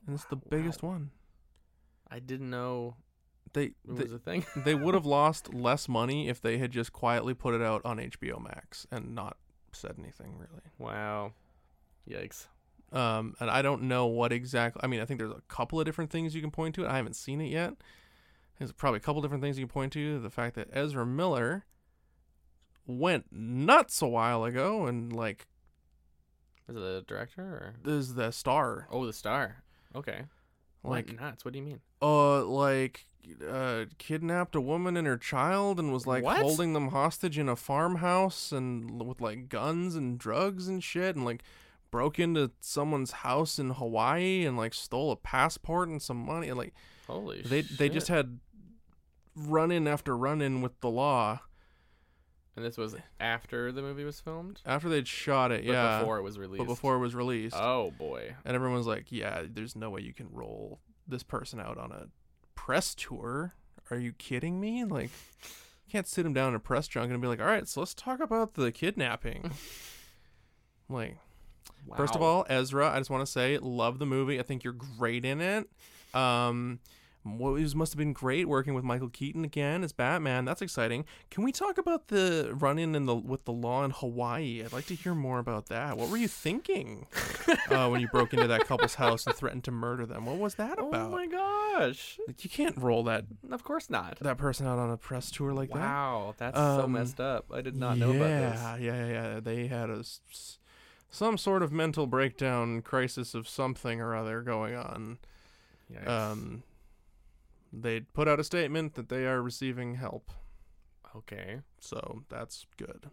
[SPEAKER 1] and it's the biggest one
[SPEAKER 2] I didn't know
[SPEAKER 1] they
[SPEAKER 2] it
[SPEAKER 1] they,
[SPEAKER 2] was a thing.
[SPEAKER 1] they would have lost less money if they had just quietly put it out on HBO Max and not said anything really.
[SPEAKER 2] wow. Yikes.
[SPEAKER 1] Um, and I don't know what exactly. I mean, I think there's a couple of different things you can point to. I haven't seen it yet. There's probably a couple different things you can point to. The fact that Ezra Miller went nuts a while ago and like
[SPEAKER 2] Is it the director or?
[SPEAKER 1] is the star
[SPEAKER 2] Oh, the star. Okay.
[SPEAKER 1] like
[SPEAKER 2] Went nuts. What do you mean?
[SPEAKER 1] uh like uh kidnapped a woman and her child and was like
[SPEAKER 2] What?
[SPEAKER 1] holding them hostage in a farmhouse and l- with like guns and drugs and shit and like broke into someone's house in Hawaii and like stole a passport and some money and like
[SPEAKER 2] Holy.
[SPEAKER 1] they they just
[SPEAKER 2] shit.
[SPEAKER 1] had run in after run in with the law
[SPEAKER 2] And this was after the movie was filmed.
[SPEAKER 1] after they'd shot it
[SPEAKER 2] But
[SPEAKER 1] yeah
[SPEAKER 2] Before it was released.
[SPEAKER 1] but before it was released
[SPEAKER 2] Oh boy.
[SPEAKER 1] and everyone's like yeah there's no way you can roll this person out on a press tour are you kidding me like you can't sit him down in a press junk and be like all right so let's talk about the kidnapping like first of
[SPEAKER 2] Wow.
[SPEAKER 1] all ezra i just want to say love the movie i think you're great in it um what it was- must have been great working with Michael Keaton again as Batman. That's exciting. Can we talk about the run-in in the with the law in Hawaii? I'd like to hear more about that. What were you thinking uh, when you broke into that couple's house and threatened to murder them? What was that
[SPEAKER 2] Oh
[SPEAKER 1] about?
[SPEAKER 2] my gosh.
[SPEAKER 1] Like, you can't roll that
[SPEAKER 2] Of course not.
[SPEAKER 1] that person out on a press tour like that.
[SPEAKER 2] Wow, that's so
[SPEAKER 1] Um,
[SPEAKER 2] messed up. I did not know about this.
[SPEAKER 1] yeah, yeah, yeah. They had a s- s- some sort of mental breakdown, crisis of something or other going on.
[SPEAKER 2] Yikes.
[SPEAKER 1] Um, they put out a statement that they are receiving help,
[SPEAKER 2] okay.
[SPEAKER 1] so that's good.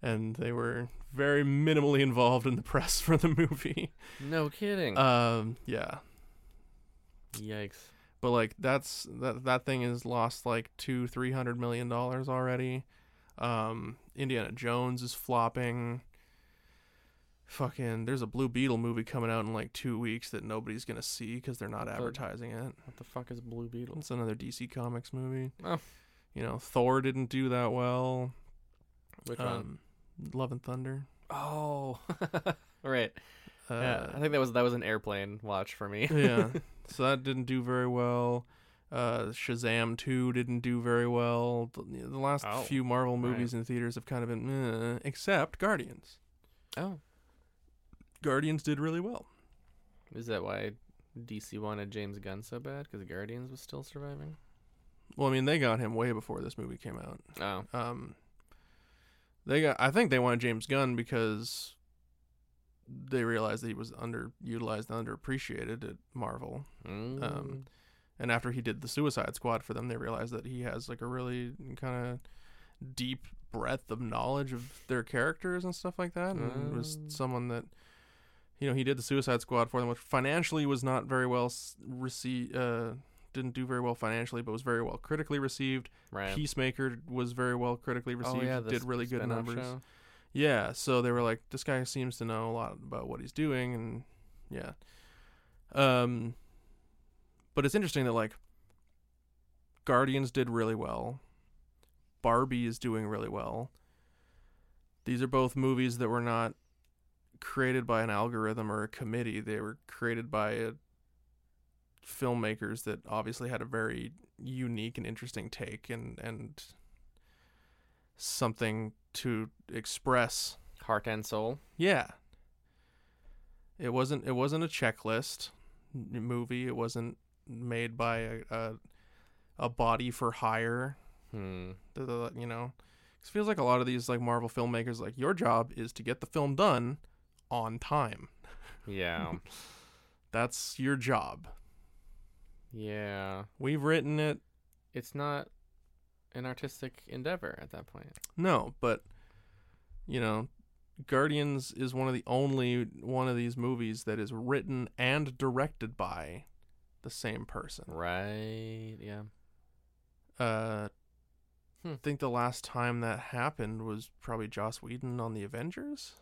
[SPEAKER 1] And they were very minimally involved in the press for the movie.
[SPEAKER 2] No kidding.
[SPEAKER 1] Um, yeah,
[SPEAKER 2] Yikes.
[SPEAKER 1] but like that's that that thing is lost like two three hundred million dollars already. Um, Indiana Jones is flopping. Fucking, there's a Blue Beetle movie coming out in like two weeks that nobody's gonna see because they're not
[SPEAKER 2] What the-
[SPEAKER 1] advertising it.
[SPEAKER 2] What the fuck is Blue Beetle?
[SPEAKER 1] It's another DC Comics movie.
[SPEAKER 2] Oh.
[SPEAKER 1] You know, Thor didn't do that well.
[SPEAKER 2] Which one?
[SPEAKER 1] Um, Love and Thunder.
[SPEAKER 2] Oh. right.
[SPEAKER 1] Uh,
[SPEAKER 2] yeah, I think that was that was an airplane watch for me.
[SPEAKER 1] yeah. So that didn't do very well. Uh, Shazam 2 didn't do very well. The, the last
[SPEAKER 2] Oh,
[SPEAKER 1] few Marvel
[SPEAKER 2] right.
[SPEAKER 1] movies in theaters have kind of been, eh, except Guardians.
[SPEAKER 2] oh,
[SPEAKER 1] Guardians did really well.
[SPEAKER 2] is that why DC wanted James Gunn so bad because Guardians was still surviving.
[SPEAKER 1] Well, I mean, they got him way before this movie came out.
[SPEAKER 2] Oh,
[SPEAKER 1] Um, they got. I think they wanted James Gunn because they realized that he was underutilized and underappreciated at Marvel.
[SPEAKER 2] mm.
[SPEAKER 1] Um, And after he did the Suicide Squad for them, they realized that he has like a really kind of deep breadth of knowledge of their characters and stuff like that. And was
[SPEAKER 2] Mm.
[SPEAKER 1] someone that, you know, he did the Suicide Squad for them, which financially was not very well received. Uh, didn't do very well financially, but was very well critically received.
[SPEAKER 2] right. Oh,
[SPEAKER 1] Peacemaker was very well critically received.
[SPEAKER 2] the
[SPEAKER 1] did
[SPEAKER 2] s-
[SPEAKER 1] really good
[SPEAKER 2] spin-off
[SPEAKER 1] numbers.
[SPEAKER 2] show.
[SPEAKER 1] Yeah, so they were like, this guy seems to know a lot about what he's doing, and yeah. Um, but it's interesting that like Guardians did really well. Barbie is doing really well. These are both movies that were not created by an algorithm or a committee. They were created by a, filmmakers that obviously had a very unique and interesting take and and something to express.
[SPEAKER 2] Heart and Soul.
[SPEAKER 1] Yeah. It wasn't it wasn't a checklist n- movie. It wasn't made by a a, a body for hire.
[SPEAKER 2] Hmm.
[SPEAKER 1] The- the- you know, 'Cause it feels like a lot of these like Marvel filmmakers like your job is to get the film done on time.
[SPEAKER 2] Yeah.
[SPEAKER 1] That's your job.
[SPEAKER 2] yeah.
[SPEAKER 1] We've written it.
[SPEAKER 2] It's not an artistic endeavor at that point.
[SPEAKER 1] No, but you know, Guardians is one of the only one of these movies that is written and directed by the same person.
[SPEAKER 2] Right. Yeah.
[SPEAKER 1] Uh,
[SPEAKER 2] Hmm.
[SPEAKER 1] I think the last time that happened was probably Joss Whedon on the Avengers,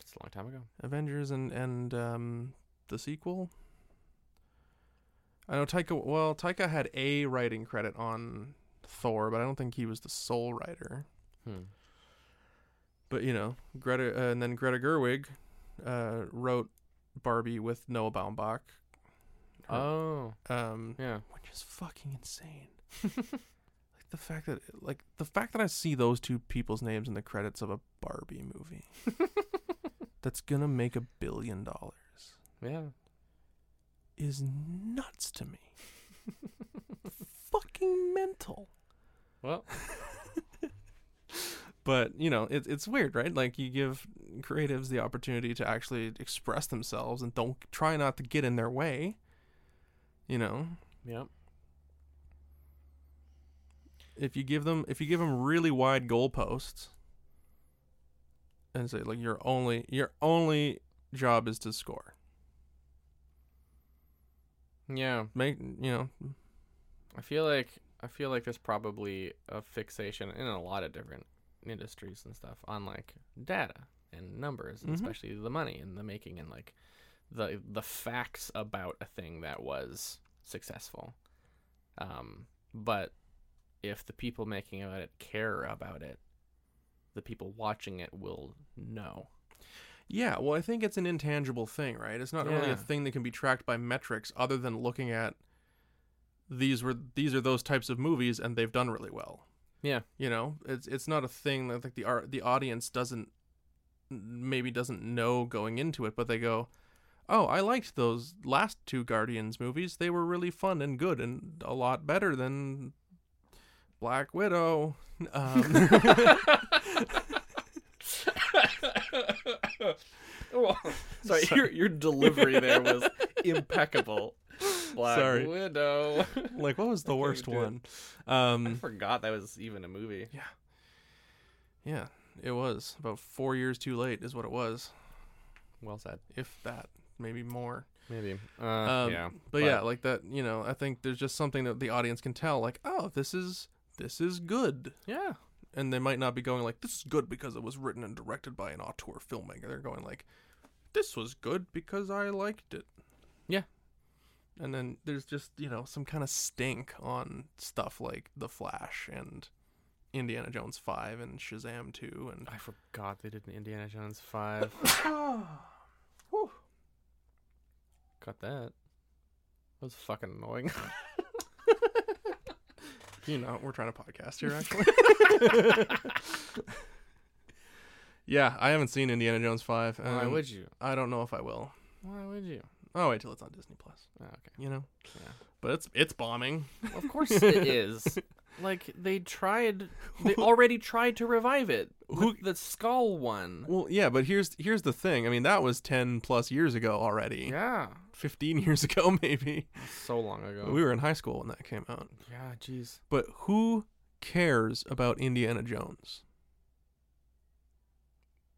[SPEAKER 2] It's a long time ago.
[SPEAKER 1] Avengers, and and um, the sequel. I know Taika. Well, Taika had a writing credit on Thor, but I don't think he was the sole writer.
[SPEAKER 2] Hmm.
[SPEAKER 1] But you know, Greta, uh, and then Greta Gerwig, uh, wrote Barbie with Noah Baumbach. Her-
[SPEAKER 2] Oh.
[SPEAKER 1] um,
[SPEAKER 2] Yeah.
[SPEAKER 1] which is fucking insane. like the fact that like the fact that I see those two people's names in the credits of a Barbie movie that's gonna make a billion dollars
[SPEAKER 2] yeah.
[SPEAKER 1] is nuts to me. fucking mental.
[SPEAKER 2] Well.
[SPEAKER 1] But you know, it, it's weird, right? Like you give creatives the opportunity to actually express themselves and don't try not to get in their way. You know,
[SPEAKER 2] Yep.
[SPEAKER 1] if you give them if you give them really wide goalposts and say like your only your only job is to score
[SPEAKER 2] Yeah.
[SPEAKER 1] make you know
[SPEAKER 2] I feel like I feel like there's probably a fixation in a lot of different industries and stuff on like data and numbers, and
[SPEAKER 1] Mhm.
[SPEAKER 2] especially the money and the making and like the the facts about a thing that was successful. Um, but if the people making about it care about it, the people watching it will know.
[SPEAKER 1] yeah well i think it's an intangible thing right it's not really
[SPEAKER 2] Yeah.
[SPEAKER 1] a thing that can be tracked by metrics other than looking at these were these are those types of movies and they've done really well
[SPEAKER 2] Yeah.
[SPEAKER 1] you know it's it's not a thing that like the art the audience doesn't maybe doesn't know going into it but they go oh i liked those last two guardians movies they were really fun and good and a lot better than black widow um,
[SPEAKER 2] Well, sorry, Your, your delivery there was impeccable. Black
[SPEAKER 1] Sorry.
[SPEAKER 2] Widow.
[SPEAKER 1] like what was the
[SPEAKER 2] we
[SPEAKER 1] worst
[SPEAKER 2] do it.
[SPEAKER 1] one
[SPEAKER 2] I
[SPEAKER 1] um
[SPEAKER 2] forgot that was even a movie.
[SPEAKER 1] yeah it was about four years too late is what it was
[SPEAKER 2] Well said.
[SPEAKER 1] if that maybe more
[SPEAKER 2] Maybe. Uh,
[SPEAKER 1] Um,
[SPEAKER 2] yeah.
[SPEAKER 1] but, yeah, like that, you know, I think there's just something that the audience can tell, like, oh, this is this is good,
[SPEAKER 2] Yeah.
[SPEAKER 1] and they might not be going like, this is good because it was written and directed by an auteur filmmaker. They're going like, this was good because I liked it.
[SPEAKER 2] Yeah.
[SPEAKER 1] And then there's just you know some kind of stink on stuff like The Flash and Indiana Jones Five and Shazam Two and
[SPEAKER 2] I forgot they did an Indiana Jones 5.
[SPEAKER 1] Whew.
[SPEAKER 2] Cut that. That was fucking annoying.
[SPEAKER 1] you know we're trying to podcast here actually. yeah, I haven't seen Indiana Jones Five.
[SPEAKER 2] Why
[SPEAKER 1] um,
[SPEAKER 2] Oh, would you?
[SPEAKER 1] I don't know if I will.
[SPEAKER 2] Why would you?
[SPEAKER 1] Oh, wait till it's on Disney Plus.
[SPEAKER 2] Oh, okay.
[SPEAKER 1] You know.
[SPEAKER 2] Yeah.
[SPEAKER 1] But it's it's bombing.
[SPEAKER 2] Of course it is. Like they tried, they already tried to revive it.
[SPEAKER 1] Who-
[SPEAKER 2] with the skull one?
[SPEAKER 1] Well, yeah, but here's here's the thing. I mean, that was ten plus years ago already.
[SPEAKER 2] Yeah,
[SPEAKER 1] Fifteen years ago, maybe.
[SPEAKER 2] so long ago.
[SPEAKER 1] We were in high school when that came out.
[SPEAKER 2] yeah, jeez.
[SPEAKER 1] But who cares about Indiana Jones?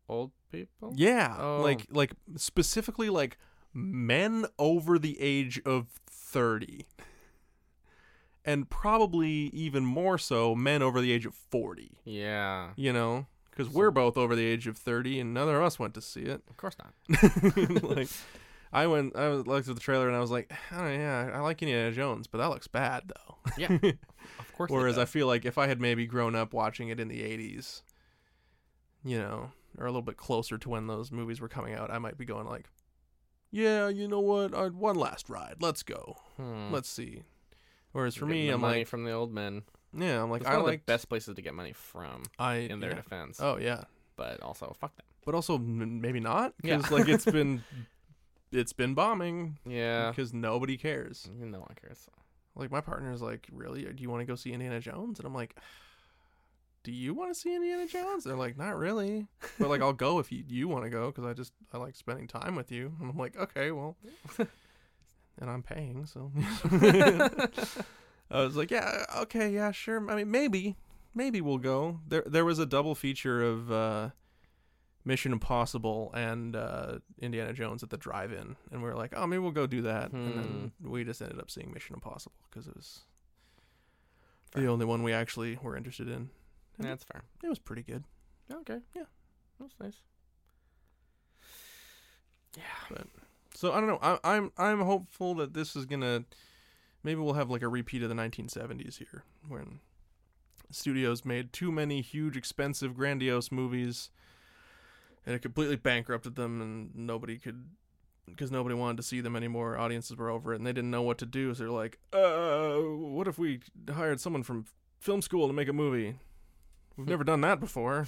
[SPEAKER 2] Old people.
[SPEAKER 1] Yeah,
[SPEAKER 2] Oh.
[SPEAKER 1] like like specifically like men over the age of 30. And probably even more so men over the age of 40,
[SPEAKER 2] Yeah.
[SPEAKER 1] you know? Cuz
[SPEAKER 2] So-
[SPEAKER 1] we're both over the age of 30 and neither of us went to see it.
[SPEAKER 2] Of course not.
[SPEAKER 1] like I went I was looked at the trailer and I was like, "Oh yeah, I like Indiana Jones, but that looks bad though."
[SPEAKER 2] Yeah. Of course. it
[SPEAKER 1] Whereas I
[SPEAKER 2] does.
[SPEAKER 1] feel like if I had maybe grown up watching it in the 80s, you know, or a little bit closer to when those movies were coming out, I might be going like, yeah, you know what? i one last ride. Let's go.
[SPEAKER 2] Hmm.
[SPEAKER 1] Let's see. Whereas for
[SPEAKER 2] Getting
[SPEAKER 1] me,
[SPEAKER 2] the
[SPEAKER 1] I'm
[SPEAKER 2] money
[SPEAKER 1] like,
[SPEAKER 2] from the old men.
[SPEAKER 1] yeah, I'm like,
[SPEAKER 2] It's
[SPEAKER 1] I
[SPEAKER 2] one of
[SPEAKER 1] like
[SPEAKER 2] the best places to get money from,
[SPEAKER 1] I
[SPEAKER 2] in their
[SPEAKER 1] yeah.
[SPEAKER 2] defense.
[SPEAKER 1] Oh yeah,
[SPEAKER 2] But also, fuck them.
[SPEAKER 1] but also m- maybe not
[SPEAKER 2] Yeah.
[SPEAKER 1] because like it's been it's been bombing
[SPEAKER 2] Yeah.
[SPEAKER 1] because nobody cares.
[SPEAKER 2] No one cares.
[SPEAKER 1] Like my partner's like, really? Do you want to go see Indiana Jones? And I'm like, do you want to see Indiana Jones? They're like, not really, but like I'll go if you you want to go because I just I like spending time with you. And I'm like, okay, well, and I'm paying, so I was like, yeah, okay, yeah, sure. I mean, maybe, maybe we'll go. There there was a double feature of uh, Mission Impossible and uh, Indiana Jones at the drive-in, and we were like, oh, maybe we'll go do that. And then we just ended up seeing Mission Impossible because it was the only one we actually were interested in. And
[SPEAKER 2] That's fair.
[SPEAKER 1] It was pretty good.
[SPEAKER 2] Okay.
[SPEAKER 1] Yeah.
[SPEAKER 2] That's nice.
[SPEAKER 1] So I don't know. I, I'm I'm hopeful that this is gonna. Maybe we'll have like a repeat of the 1970s here, when studios made too many huge, expensive, grandiose movies, and it completely bankrupted them, and nobody could, because nobody wanted to see them anymore. Audiences were over it, and they didn't know what to do. So they're like, "Uh, what if we hired someone from film school to make a movie? We've never done that before."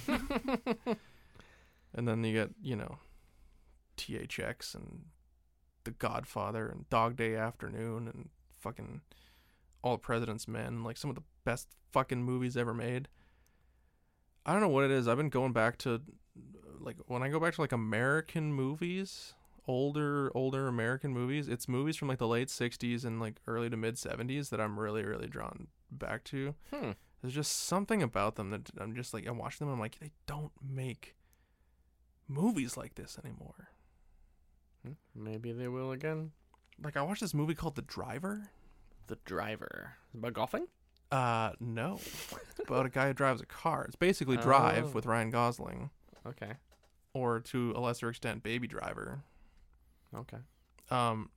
[SPEAKER 1] and then you get you know, THX and the Godfather and Dog Day Afternoon and fucking All the President's Men, like some of the best fucking movies ever made. I don't know what it is. I've been going back to like when I go back to like American movies, older older American movies, it's movies from like the late 60s and like early to mid 70s that I'm really really drawn back to.
[SPEAKER 2] Hmm.
[SPEAKER 1] There's just something about them that I'm just like I watch them and I'm like they don't make movies like this anymore.
[SPEAKER 2] Hmm, Maybe they will again.
[SPEAKER 1] Like I watched this movie called The Driver.
[SPEAKER 2] The driver. Is it about golfing?
[SPEAKER 1] Uh, no. It's about a guy who drives a car. It's basically Drive
[SPEAKER 2] Oh.
[SPEAKER 1] with Ryan Gosling,
[SPEAKER 2] Okay.
[SPEAKER 1] or to a lesser extent, Baby Driver.
[SPEAKER 2] Okay.
[SPEAKER 1] Um,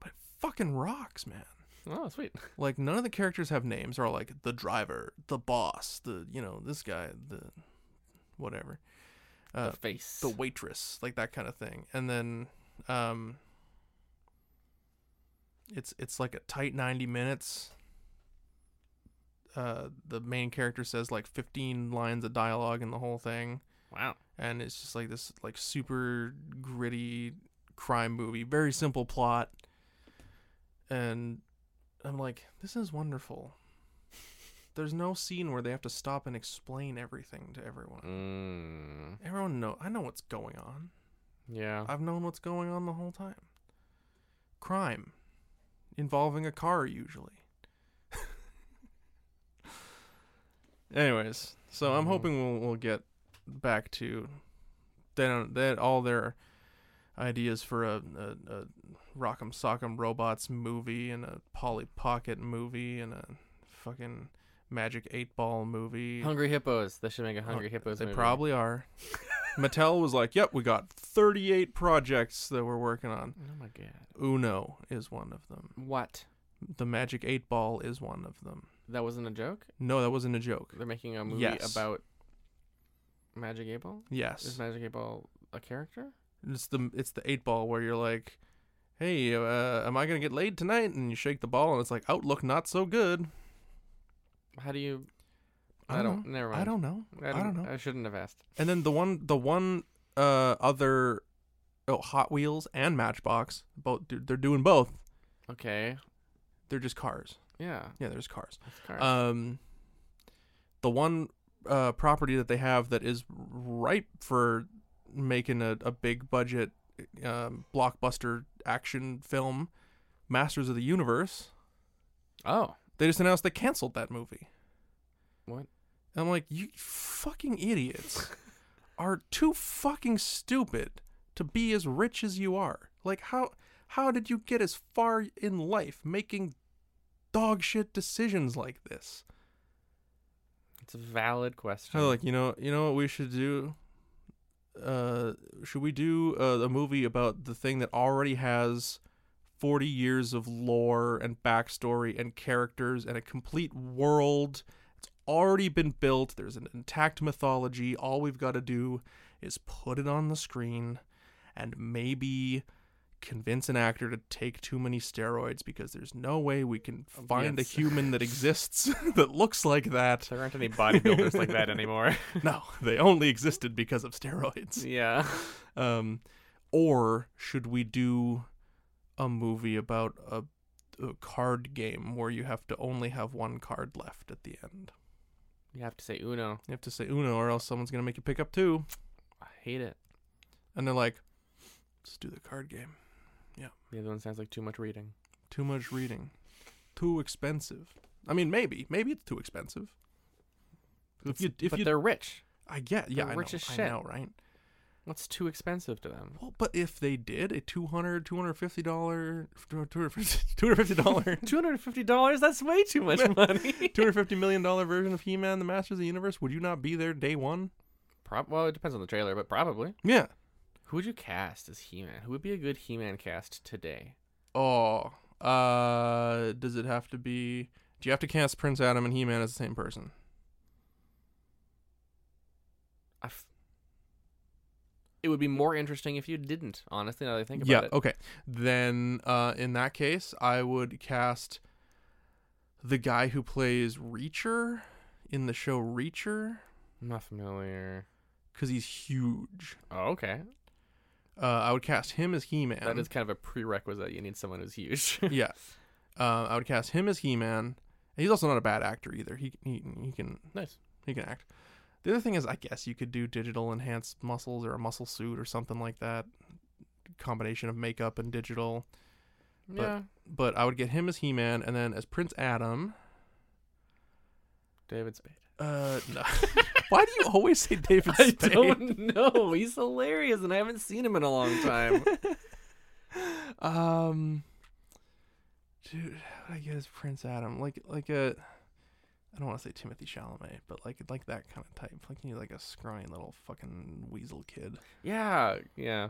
[SPEAKER 1] but it fucking rocks, man.
[SPEAKER 2] Oh, sweet.
[SPEAKER 1] Like none of the characters have names. They're all like the driver, the boss, the you know this guy, the whatever, Uh,
[SPEAKER 2] the face.
[SPEAKER 1] the waitress, like that kind of thing. And then, um, it's it's like a tight ninety minutes. Uh, the main character says like fifteen lines of dialogue in the whole thing.
[SPEAKER 2] wow.
[SPEAKER 1] and it's just like this like super gritty crime movie very simple plot and i'm like this is wonderful there's no scene where they have to stop and explain everything to everyone
[SPEAKER 2] Mm.
[SPEAKER 1] everyone know i know what's going on
[SPEAKER 2] Yeah.
[SPEAKER 1] i've known what's going on the whole time crime involving a car usually anyways so i'm
[SPEAKER 2] Mhm.
[SPEAKER 1] hoping we'll, we'll get back to they don't they had all their ideas for a, a, a rock'em sock'em robots movie and a polly pocket movie and a fucking magic eight ball movie
[SPEAKER 2] Hungry hippos. They should make a Hungry
[SPEAKER 1] Oh,
[SPEAKER 2] Hippos
[SPEAKER 1] they
[SPEAKER 2] movie.
[SPEAKER 1] probably are mattel was like yep we got 38 projects that we're working on
[SPEAKER 2] Oh my god.
[SPEAKER 1] uno is one of them
[SPEAKER 2] What?
[SPEAKER 1] the magic eight ball is one of them
[SPEAKER 2] That wasn't a joke.
[SPEAKER 1] no that wasn't a joke
[SPEAKER 2] They're making a movie
[SPEAKER 1] Yes.
[SPEAKER 2] about Magic Eight Ball. Is
[SPEAKER 1] yes
[SPEAKER 2] Magic Eight Ball a character?
[SPEAKER 1] It's the it's the eight ball where you're like, "Hey, uh, am I gonna get laid tonight?" And you shake the ball, and it's like, "Outlook not so good."
[SPEAKER 2] How do you?
[SPEAKER 1] I
[SPEAKER 2] I
[SPEAKER 1] don't
[SPEAKER 2] don't. Never mind.
[SPEAKER 1] I don't know. I don't
[SPEAKER 2] didn't-
[SPEAKER 1] know.
[SPEAKER 2] I shouldn't have asked.
[SPEAKER 1] And then the one the one uh, other oh Hot Wheels and Matchbox. Both dude, they're doing both.
[SPEAKER 2] Okay.
[SPEAKER 1] They're just cars.
[SPEAKER 2] Yeah.
[SPEAKER 1] Yeah, there's cars.
[SPEAKER 2] That's cars.
[SPEAKER 1] Um, the one uh, property that they have that is ripe for making a, a big budget um, blockbuster action film, Masters of the Universe.
[SPEAKER 2] oh.
[SPEAKER 1] They just announced they canceled that movie.
[SPEAKER 2] What?
[SPEAKER 1] I'm like, you fucking idiots are too fucking stupid to be as rich as you are. Like how how did you get as far in life making dog shit decisions like this?
[SPEAKER 2] It's a valid question.
[SPEAKER 1] Kind of like, you know, you know what we should do? Uh, should we do uh, a movie about the thing that already has 40 years of lore and backstory and characters and a complete world? It's already been built. There's an intact mythology. All we've got to do is put it on the screen and maybe convince an actor to take too many steroids because there's no way we can
[SPEAKER 2] Oh,
[SPEAKER 1] find
[SPEAKER 2] yes.
[SPEAKER 1] a human that exists that looks like that
[SPEAKER 2] there aren't any bodybuilders like that anymore.
[SPEAKER 1] no, they only existed because of steroids.
[SPEAKER 2] yeah.
[SPEAKER 1] Um, or should we do a movie about a, a card game where you have to only have one card left at the end?
[SPEAKER 2] You have to say Uno.
[SPEAKER 1] You have to say Uno, or else someone's gonna make you pick up two.
[SPEAKER 2] I hate it.
[SPEAKER 1] And they're like, "Let's do the card game.
[SPEAKER 2] The other one sounds like too much reading.
[SPEAKER 1] Too much reading, too expensive. I mean, maybe, maybe it's too expensive. If you, if
[SPEAKER 2] but
[SPEAKER 1] you,
[SPEAKER 2] they're rich.
[SPEAKER 1] I get, yeah,
[SPEAKER 2] they're
[SPEAKER 1] I know,
[SPEAKER 2] rich as
[SPEAKER 1] I
[SPEAKER 2] shit.
[SPEAKER 1] know, right?
[SPEAKER 2] What's too expensive to them?
[SPEAKER 1] Well, but if they did a 200 250 dollar 250 dollar
[SPEAKER 2] Two hundred and fifty dollars? That's way too much money.
[SPEAKER 1] 250 million dollar version of He-Man the Masters of the Universe, would you not be there day 1?
[SPEAKER 2] Prob- well, it depends on the trailer, but probably.
[SPEAKER 1] Yeah.
[SPEAKER 2] Who would you cast as He Man? Who would be a good He Man cast today?
[SPEAKER 1] Oh. Uh does it have to be do you have to cast Prince Adam and He-Man as the same person?
[SPEAKER 2] I f- it would be more interesting if you didn't, honestly, now that I think about
[SPEAKER 1] yeah, oh.
[SPEAKER 2] it.
[SPEAKER 1] okay. Then uh in that case, I would cast the guy who plays Reacher in the show Reacher
[SPEAKER 2] I'm not familiar.
[SPEAKER 1] cuz he's huge.
[SPEAKER 2] Oh, okay.
[SPEAKER 1] Uh, I would cast him as He-Man.
[SPEAKER 2] That is kind of a prerequisite. You need someone who's huge.
[SPEAKER 1] yeah. Uh, I would cast him as He Man. He's also not a bad actor either. He, he he can
[SPEAKER 2] nice.
[SPEAKER 1] he can act. The other thing is, I guess you could do digital enhanced muscles or a muscle suit or something like that, combination of makeup and digital. But-
[SPEAKER 2] yeah.
[SPEAKER 1] But I would get him as He Man, and then as Prince Adam.
[SPEAKER 2] David Spade.
[SPEAKER 1] Uh, no. Why do you always say David
[SPEAKER 2] I
[SPEAKER 1] Spade?
[SPEAKER 2] don't know. He's hilarious, and I haven't seen him in a long time.
[SPEAKER 1] Um, dude, how would I get as Prince Adam? Like, like a, I don't want to say Timothy Chalamet, but like, like that kind of type. Like, you know, like a scrawny little fucking weasel kid.
[SPEAKER 2] yeah, yeah.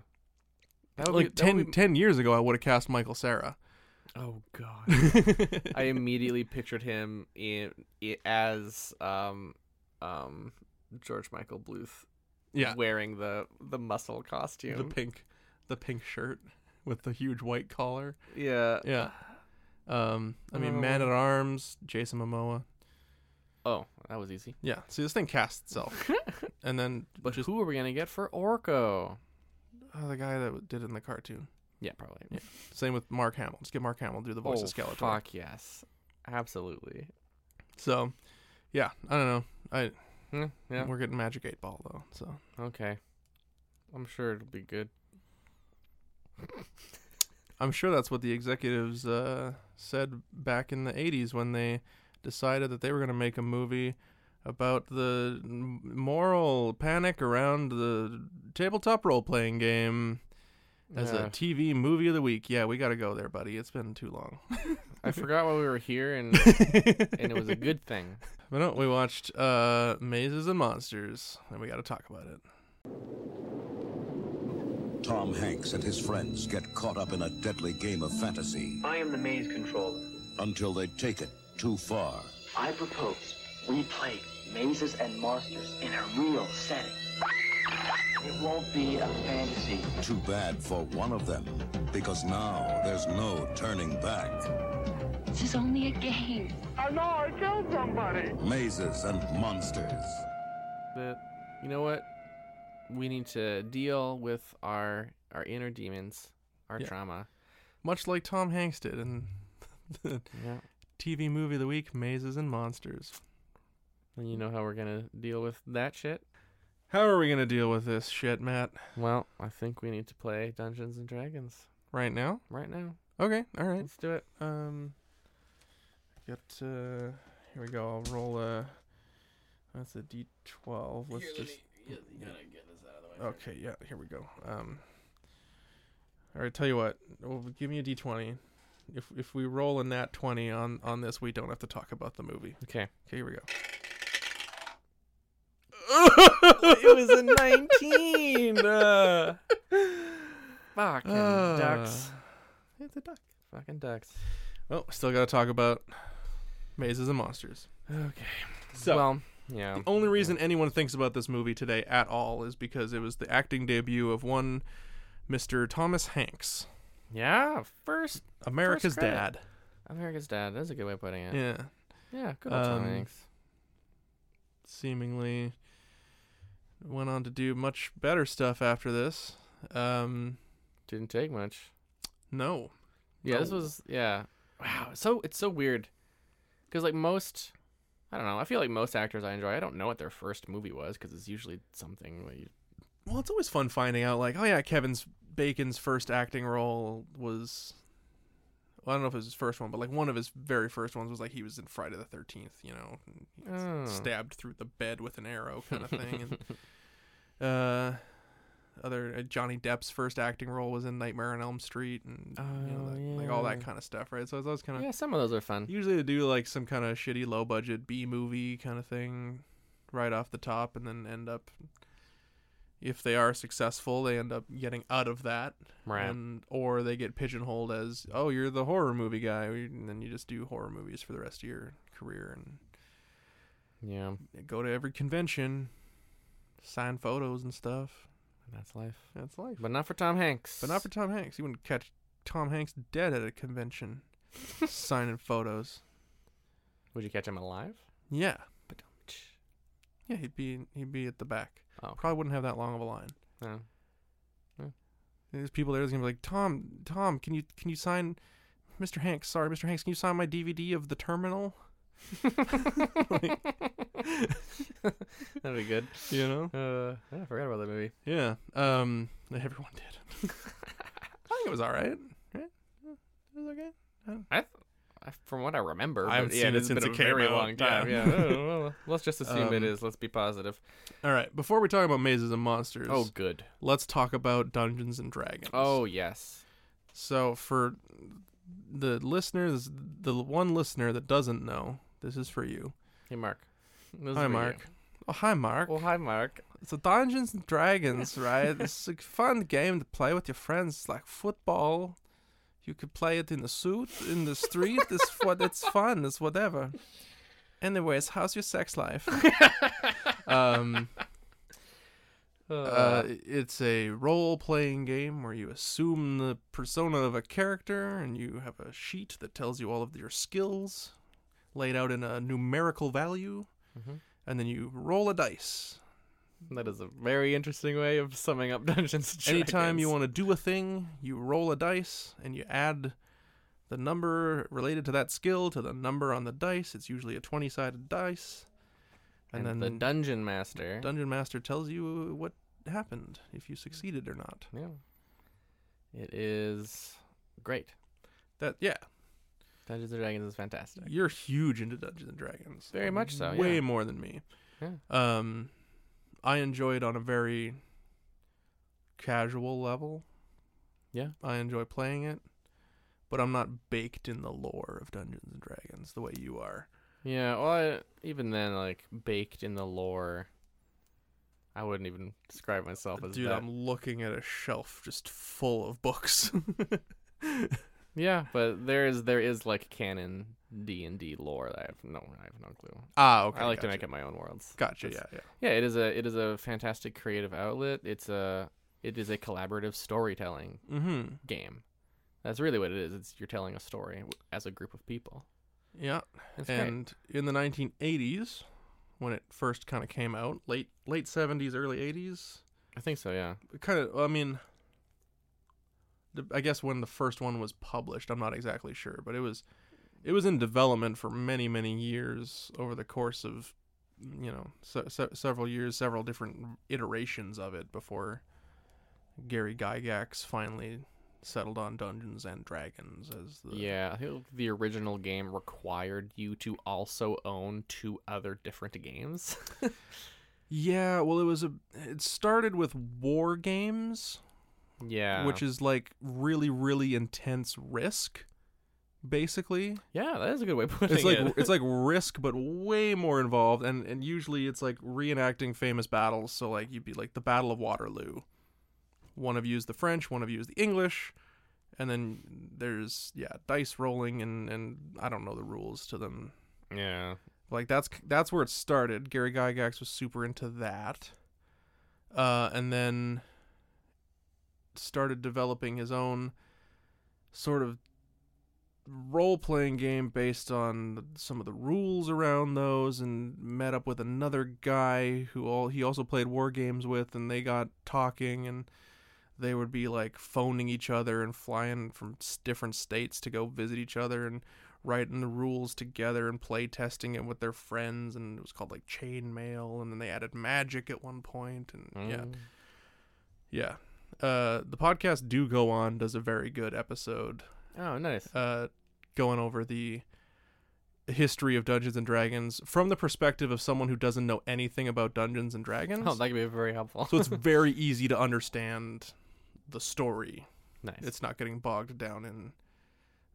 [SPEAKER 2] That would
[SPEAKER 1] Like
[SPEAKER 2] be, that
[SPEAKER 1] ten,
[SPEAKER 2] would
[SPEAKER 1] ten
[SPEAKER 2] be-
[SPEAKER 1] years ago, I would have cast Michael Sarah.
[SPEAKER 2] Oh God. I immediately pictured him in, i as um um George Michael Bluth
[SPEAKER 1] yeah,
[SPEAKER 2] wearing the the muscle costume.
[SPEAKER 1] the pink, the pink shirt with the huge white collar.
[SPEAKER 2] yeah.
[SPEAKER 1] Yeah. Um, I mean,
[SPEAKER 2] Oh.
[SPEAKER 1] Man at Arms, Jason Momoa.
[SPEAKER 2] Oh, that was easy.
[SPEAKER 1] Yeah, see, this thing casts itself, and then
[SPEAKER 2] But
[SPEAKER 1] just
[SPEAKER 2] who are we gonna get for Orko?
[SPEAKER 1] uh, the guy that did it in the cartoon.
[SPEAKER 2] Yeah, probably.
[SPEAKER 1] Yeah. Same with Mark Hamill. Let's get Mark Hamill to do the voice
[SPEAKER 2] oh,
[SPEAKER 1] of Skeletor.
[SPEAKER 2] fuck yes, absolutely.
[SPEAKER 1] So, yeah, I don't know. I
[SPEAKER 2] Hmm, yeah.
[SPEAKER 1] we're getting Magic Eight Ball though, so
[SPEAKER 2] Okay. I'm sure it'll be good.
[SPEAKER 1] I'm sure that's what the executives uh, said back in the '80s when they decided that they were going to make a movie about the m- moral panic around the tabletop role-playing game as
[SPEAKER 2] Yeah.
[SPEAKER 1] a TV movie of the week. Yeah, we got to go there, buddy. It's been too long.
[SPEAKER 2] I forgot why we were here, and and it was a good thing.
[SPEAKER 1] But no, we watched uh, Mazes and Monsters, and we got to talk about it.
[SPEAKER 3] Tom Hanks and his friends get caught up in a deadly game of fantasy
[SPEAKER 4] I am the maze controller.
[SPEAKER 3] until they take it too far.
[SPEAKER 4] I propose we play mazes and monsters in a real setting. It won't be a fantasy.
[SPEAKER 3] Too bad for one of them, because now there's no turning back.
[SPEAKER 5] This is only a game.
[SPEAKER 3] Mazes and monsters.
[SPEAKER 2] But you know what? we need to deal with our our inner demons, our
[SPEAKER 1] Yeah.
[SPEAKER 2] trauma.
[SPEAKER 1] Much like Tom Hanks did in the
[SPEAKER 2] Yeah.
[SPEAKER 1] TV movie of the week, Mazes and Monsters.
[SPEAKER 2] And you know how we're gonna deal with that shit?
[SPEAKER 1] How are we going to deal with this shit, Matt?
[SPEAKER 2] Well, I think we need to play Dungeons and Dragons
[SPEAKER 1] Right now?
[SPEAKER 2] right now.
[SPEAKER 1] Okay, all right.
[SPEAKER 2] Let's do it.
[SPEAKER 1] Um, got uh, here we go. I'll roll a. That's a D twelve. Let's just. Okay, yeah. Here we go. Um. All right. Tell you what. Well, give me a D twenty. If if we roll a nat twenty on on this, we don't have to talk about the movie.
[SPEAKER 2] Okay.
[SPEAKER 1] Okay, here we go.
[SPEAKER 2] it was a nineteen. Ah. uh, fucking ducks.
[SPEAKER 1] It's a duck.
[SPEAKER 2] Fucking ducks.
[SPEAKER 1] Oh, still got to talk about mazes and monsters.
[SPEAKER 2] Okay. oh.
[SPEAKER 1] So.
[SPEAKER 2] well, yeah.
[SPEAKER 1] The only reason anyone thinks about this movie today at all is because it was the acting debut of one Mr. Thomas Hanks,
[SPEAKER 2] Yeah. First,
[SPEAKER 1] America's
[SPEAKER 2] credit.
[SPEAKER 1] dad.
[SPEAKER 2] America's Dad. That's a good way of putting it.
[SPEAKER 1] Yeah.
[SPEAKER 2] Yeah, good old Tom
[SPEAKER 1] Um,
[SPEAKER 2] Hanks.
[SPEAKER 1] Seemingly went on to do much better stuff after this. Um,
[SPEAKER 2] Didn't take much.
[SPEAKER 1] no.
[SPEAKER 2] Yeah, this
[SPEAKER 1] No.
[SPEAKER 2] was yeah. Wow, it's so it's so weird because like most, I don't know. I feel like most actors I enjoy, I don't know what their first movie was because it's usually something that you,
[SPEAKER 1] Well, it's always fun finding out, like, oh yeah, Kevin's Bacon's first acting role was. Well, I don't know if it was his first one, but like one of his very first ones was like he was in Friday the Thirteenth, you know, and he gets
[SPEAKER 2] Oh.
[SPEAKER 1] stabbed through the bed with an arrow kind of thing. And uh, other uh, Johnny Depp's first acting role was in Nightmare on Elm Street, and you know,
[SPEAKER 2] Oh,
[SPEAKER 1] that- like all that
[SPEAKER 2] yeah.
[SPEAKER 1] kind of stuff, right? So it's always kind of
[SPEAKER 2] yeah, some of those are fun.
[SPEAKER 1] usually they do like some kind of shitty low budget B movie kind of thing right off the top and then end up if they are successful they end up getting out of that
[SPEAKER 2] Right.
[SPEAKER 1] and or they get pigeonholed as oh you're the horror movie guy and then you just do horror movies for the rest of your career and
[SPEAKER 2] yeah,
[SPEAKER 1] go to every convention sign photos and stuff
[SPEAKER 2] that's life.
[SPEAKER 1] that's life
[SPEAKER 2] But not for Tom Hanks.
[SPEAKER 1] but not for Tom Hanks you wouldn't catch Tom Hanks dead at a convention signing photos
[SPEAKER 2] Would you catch him alive?
[SPEAKER 1] yeah Yeah, he'd be he'd be at the back.
[SPEAKER 2] Oh.
[SPEAKER 1] Probably wouldn't have that long of a line.
[SPEAKER 2] No.
[SPEAKER 1] There's people there that's gonna be like, Tom, Tom, can you can you sign, Mr. Hanks? Sorry, Mr. Hanks, can you sign my DVD of The Terminal?
[SPEAKER 2] That'd be good.
[SPEAKER 1] You know?
[SPEAKER 2] Uh, I forgot about that movie.
[SPEAKER 1] Yeah. Um. Everyone did. I think it was all right. Right? It was okay.
[SPEAKER 2] I, th- I from what I remember,
[SPEAKER 1] I haven't
[SPEAKER 2] but yeah,
[SPEAKER 1] seen it
[SPEAKER 2] it's
[SPEAKER 1] since
[SPEAKER 2] been
[SPEAKER 1] it
[SPEAKER 2] a
[SPEAKER 1] came
[SPEAKER 2] very
[SPEAKER 1] out.
[SPEAKER 2] long time.
[SPEAKER 1] Yeah.
[SPEAKER 2] Yeah, I don't know. let's just assume
[SPEAKER 1] Um,
[SPEAKER 2] it is. Let's be positive.
[SPEAKER 1] All right. Before we talk about mazes and monsters,
[SPEAKER 2] Oh, good.
[SPEAKER 1] let's talk about Dungeons and Dragons.
[SPEAKER 2] Oh, yes.
[SPEAKER 1] So for the listeners, the one listener that doesn't know, this is for you.
[SPEAKER 2] Hey, Mark. This is
[SPEAKER 1] Hi,
[SPEAKER 2] for you.
[SPEAKER 1] Mark. Oh, hi, Mark.
[SPEAKER 2] Well, hi, Mark.
[SPEAKER 1] So Dungeons and Dragons, right? it's a fun game to play with your friends. It's like football. You could play it in the suit, in the street. it's what it's fun. It's whatever. Anyways, how's your sex life? um,
[SPEAKER 2] Uh,
[SPEAKER 1] uh, it's a role-playing game where you assume the persona of a character, and you have a sheet that tells you all of your skills, laid out in a numerical value,
[SPEAKER 2] Mhm.
[SPEAKER 1] and then you roll a dice.
[SPEAKER 2] that is a very interesting way of summing up Dungeons and Dragons.
[SPEAKER 1] Anytime you want to do a thing, you roll a dice and you add the number related to that skill to the number on the dice. It's usually a 20 sided dice. And,
[SPEAKER 2] And,
[SPEAKER 1] then
[SPEAKER 2] the Dungeon Master.
[SPEAKER 1] Dungeon Master tells you what happened, if you succeeded or not.
[SPEAKER 2] yeah. It is great.
[SPEAKER 1] That Yeah,
[SPEAKER 2] Dungeons and Dragons is fantastic.
[SPEAKER 1] you're huge into Dungeons and Dragons.
[SPEAKER 2] Very much so,
[SPEAKER 1] Way
[SPEAKER 2] yeah.
[SPEAKER 1] more than me.
[SPEAKER 2] Yeah.
[SPEAKER 1] Um, I enjoy it on a very casual level.
[SPEAKER 2] Yeah.
[SPEAKER 1] I enjoy playing it, but I'm not baked in the lore of Dungeons and Dragons the way you are.
[SPEAKER 2] Yeah, well, I, even then, like, baked in the lore, I wouldn't even describe myself as
[SPEAKER 1] Dude,
[SPEAKER 2] that.
[SPEAKER 1] I'm looking at a shelf just full of books.
[SPEAKER 2] Yeah, but there is there is like canon D and D lore that I have no I have no clue.
[SPEAKER 1] ah, okay.
[SPEAKER 2] I like to
[SPEAKER 1] gotcha.
[SPEAKER 2] make up my own worlds.
[SPEAKER 1] Gotcha.
[SPEAKER 2] That's-
[SPEAKER 1] yeah, yeah.
[SPEAKER 2] Yeah, it is a it is a fantastic creative outlet. It's a it is a collaborative storytelling
[SPEAKER 1] Mm-hmm.
[SPEAKER 2] game. That's really what it is. It's you're telling a story w- as a group of people.
[SPEAKER 1] Yeah.
[SPEAKER 2] It's great.
[SPEAKER 1] and in the 1980s, when it first kind of came out, late late 70s, early 80s,
[SPEAKER 2] I think so. Yeah.
[SPEAKER 1] kind of i mean the, i guess when the first one was published i'm not exactly sure but it was it was in development for many many years over the course of you know se- se- several years several different iterations of it before gary gygax finally settled on dungeons and dragons as the
[SPEAKER 2] Yeah, I think the original game required you to also own two other different games.
[SPEAKER 1] yeah well it was a it started with war games
[SPEAKER 2] yeah.
[SPEAKER 1] which is like really really intense risk basically
[SPEAKER 2] yeah, that is a good way of putting
[SPEAKER 1] it's like
[SPEAKER 2] it.
[SPEAKER 1] it's like risk but way more involved and and usually it's like reenacting famous battles so like you'd be like the battle of waterloo one of you is the french one of you is the english and then there's yeah dice rolling and and i don't know the rules to them
[SPEAKER 2] yeah.
[SPEAKER 1] like that's that's where it started gary gygax was super into that uh and then started developing his own sort of role-playing game based on the- some of the rules around those and met up with another guy who all he also played war games with and they got talking and they would be like phoning each other and flying from s- different states to go visit each other and writing the rules together and play testing it with their friends and it was called like chainmail and then they added magic at one point and yeah
[SPEAKER 2] Mm.
[SPEAKER 1] yeah uh the podcast do go on does a very good episode
[SPEAKER 2] Oh, nice.
[SPEAKER 1] uh, going over the history of Dungeons and Dragons from the perspective of someone who doesn't know anything about Dungeons and Dragons.
[SPEAKER 2] Oh, that could be very helpful.
[SPEAKER 1] so it's very easy to understand the story.
[SPEAKER 2] nice.
[SPEAKER 1] It's not getting bogged down in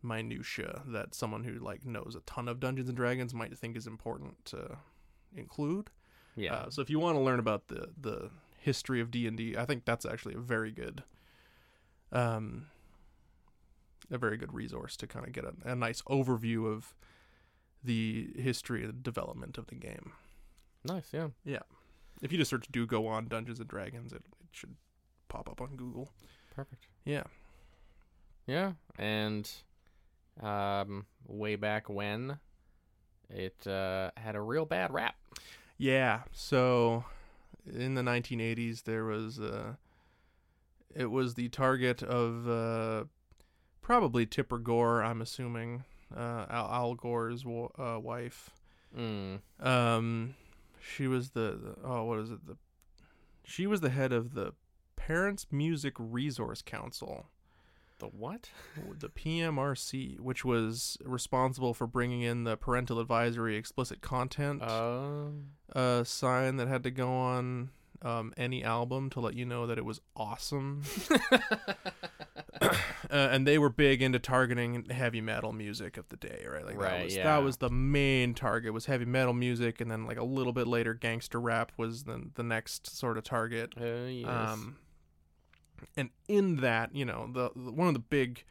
[SPEAKER 1] minutia that someone who like knows a ton of Dungeons and Dragons might think is important to include.
[SPEAKER 2] yeah.
[SPEAKER 1] Uh, so if you want to learn about the the history of D and D, I think that's actually a very good, um, a very good resource to kind of get a, a nice overview of the history and development of the game.
[SPEAKER 2] nice. Yeah.
[SPEAKER 1] If you just search "do go on Dungeons and Dragons," it, it should pop up on Google.
[SPEAKER 2] Perfect.
[SPEAKER 1] Yeah,
[SPEAKER 2] Yeah, and um, way back when, it uh, had a real bad rap.
[SPEAKER 1] yeah. So in the 1980s, there was uh, it was the target of uh, probably Tipper Gore. I'm assuming uh, Al, Al Gore's w- uh, wife. Hmm.
[SPEAKER 2] Mm.
[SPEAKER 1] Um, she was the, the- oh what is it the she was the head of the Parents Music Resource Council,
[SPEAKER 2] The what?
[SPEAKER 1] the PMRC, which was responsible for bringing in the parental advisory explicit content
[SPEAKER 2] Um.
[SPEAKER 1] uh, sign that had to go on um, any album to let you know that it was awesome. uh, and they were big into targeting heavy metal music of the day, right? Like that
[SPEAKER 2] Right,
[SPEAKER 1] was
[SPEAKER 2] yeah.
[SPEAKER 1] that was the main target was heavy metal music, and then like a little bit later, gangster rap was the the next sort of target.
[SPEAKER 2] oh, yes.
[SPEAKER 1] Um, and in that, you know, the, the one of the big,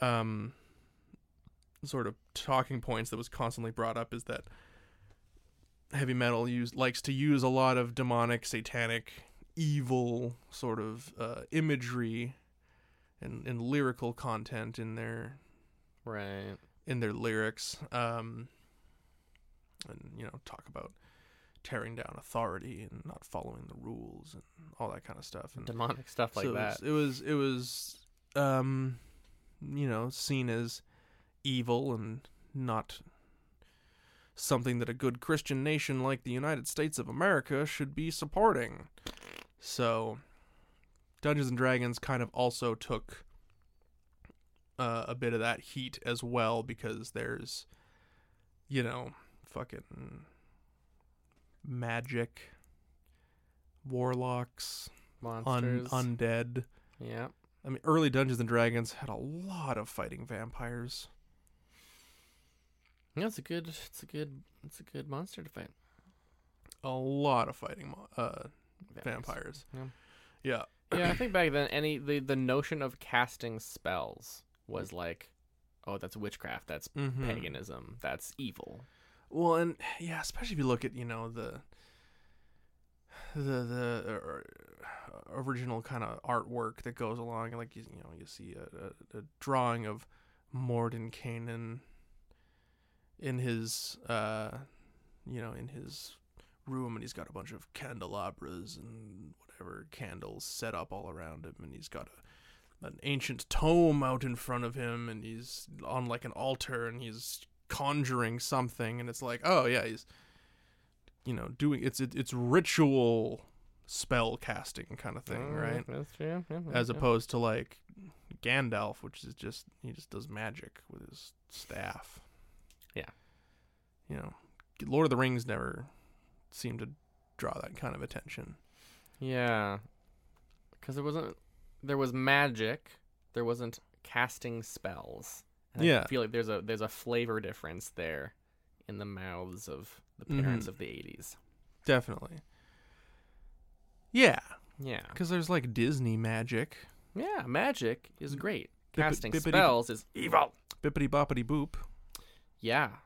[SPEAKER 1] um, sort of talking points that was constantly brought up is that heavy metal use likes to use a lot of demonic, satanic, evil sort of uh, imagery and and lyrical content in their
[SPEAKER 2] right.
[SPEAKER 1] in their lyrics um and you know talk about tearing down authority and not following the rules and all that kind of stuff and
[SPEAKER 2] Demonic stuff like
[SPEAKER 1] so
[SPEAKER 2] that.
[SPEAKER 1] It was, it was it was um you know, seen as evil and not something that a good Christian nation like the United States of America should be supporting. So Dungeons and Dragons kind of also took uh, a bit of that heat as well because there's you know, fucking magic warlocks un-
[SPEAKER 2] Monsters.
[SPEAKER 1] undead.
[SPEAKER 2] yeah.
[SPEAKER 1] I mean, early Dungeons and Dragons had a lot of fighting vampires.
[SPEAKER 2] Yeah, it's a good. It's a good. It's a good monster to fight.
[SPEAKER 1] A lot of fighting mo- uh, vampires.
[SPEAKER 2] Yeah.
[SPEAKER 1] Yeah.
[SPEAKER 2] yeah, I think back then, any the the notion of casting spells was like, oh, that's witchcraft. That's
[SPEAKER 1] Mhm.
[SPEAKER 2] paganism. That's evil.
[SPEAKER 1] Well, and yeah, especially if you look at you know the the the or, uh, original kind of artwork that goes along, like you, you know you see a, a, a drawing of Morden Kanan in his uh you know in his room and he's got a bunch of candelabras and whatever candles set up all around him and he's got a an ancient tome out in front of him and he's on like an altar and he's conjuring something and it's like oh yeah he's you know doing it's it, it's ritual spell casting kind of thing
[SPEAKER 2] Mm,
[SPEAKER 1] right
[SPEAKER 2] Oh, That's true. Yeah,
[SPEAKER 1] as
[SPEAKER 2] yeah.
[SPEAKER 1] opposed to like Gandalf, which is just he just does magic with his staff.
[SPEAKER 2] Yeah.
[SPEAKER 1] you know, Lord of the Rings never seemed to draw that kind of attention.
[SPEAKER 2] Yeah. Because there wasn't. There was magic. There wasn't casting spells. And I
[SPEAKER 1] Yeah.
[SPEAKER 2] feel like there's a there's a flavor difference there, in the mouths of the
[SPEAKER 1] Mhm.
[SPEAKER 2] parents of the '80s.
[SPEAKER 1] Definitely. Yeah,
[SPEAKER 2] Yeah.
[SPEAKER 1] because there's like Disney magic,
[SPEAKER 2] Yeah. Magic is great.
[SPEAKER 1] Bip-
[SPEAKER 2] Casting
[SPEAKER 1] bippity-
[SPEAKER 2] spells is evil.
[SPEAKER 1] bippity boppity boop.
[SPEAKER 2] Yeah.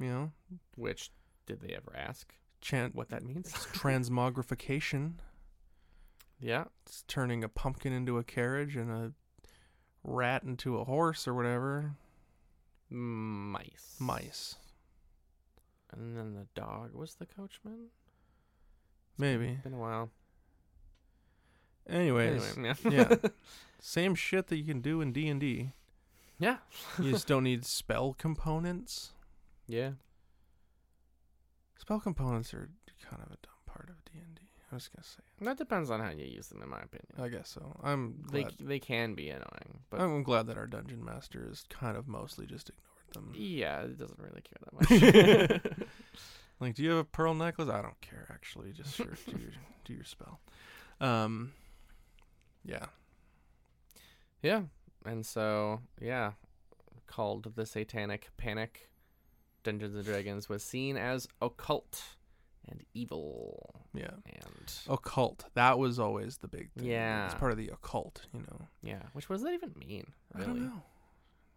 [SPEAKER 1] You know,
[SPEAKER 2] Which did they ever ask
[SPEAKER 1] chant
[SPEAKER 2] what that means?
[SPEAKER 1] transmogrification.
[SPEAKER 2] yeah.
[SPEAKER 1] It's turning a pumpkin into a carriage and a rat into a horse or whatever.
[SPEAKER 2] Mice.
[SPEAKER 1] Mice,
[SPEAKER 2] And then the dog was the coachman.
[SPEAKER 1] maybe.
[SPEAKER 2] Been a while.
[SPEAKER 1] Anyways,
[SPEAKER 2] Anyway, yeah.
[SPEAKER 1] yeah, same shit that you can do in D and D.
[SPEAKER 2] yeah.
[SPEAKER 1] You just don't need spell components.
[SPEAKER 2] Yeah.
[SPEAKER 1] Spell components are kind of a dumb part of D and D. I was gonna say.
[SPEAKER 2] That depends on how you use them, in my opinion.
[SPEAKER 1] I guess so. I'm
[SPEAKER 2] They
[SPEAKER 1] glad.
[SPEAKER 2] they can be annoying, but
[SPEAKER 1] I'm glad that our dungeon master is kind of mostly just ignored them.
[SPEAKER 2] yeah, it doesn't really care that much.
[SPEAKER 1] Like, do you have a pearl necklace? I don't care actually. Just sure, do your do your spell. Um. Yeah.
[SPEAKER 2] yeah, and so yeah, called the Satanic Panic. Dungeons and Dragons was seen as occult and evil,
[SPEAKER 1] Yeah.
[SPEAKER 2] and
[SPEAKER 1] Occult. That was always the big thing. It's
[SPEAKER 2] Yeah.
[SPEAKER 1] part of the occult. You know.
[SPEAKER 2] yeah, which what does that even mean?
[SPEAKER 1] I
[SPEAKER 2] Really,
[SPEAKER 1] don't know.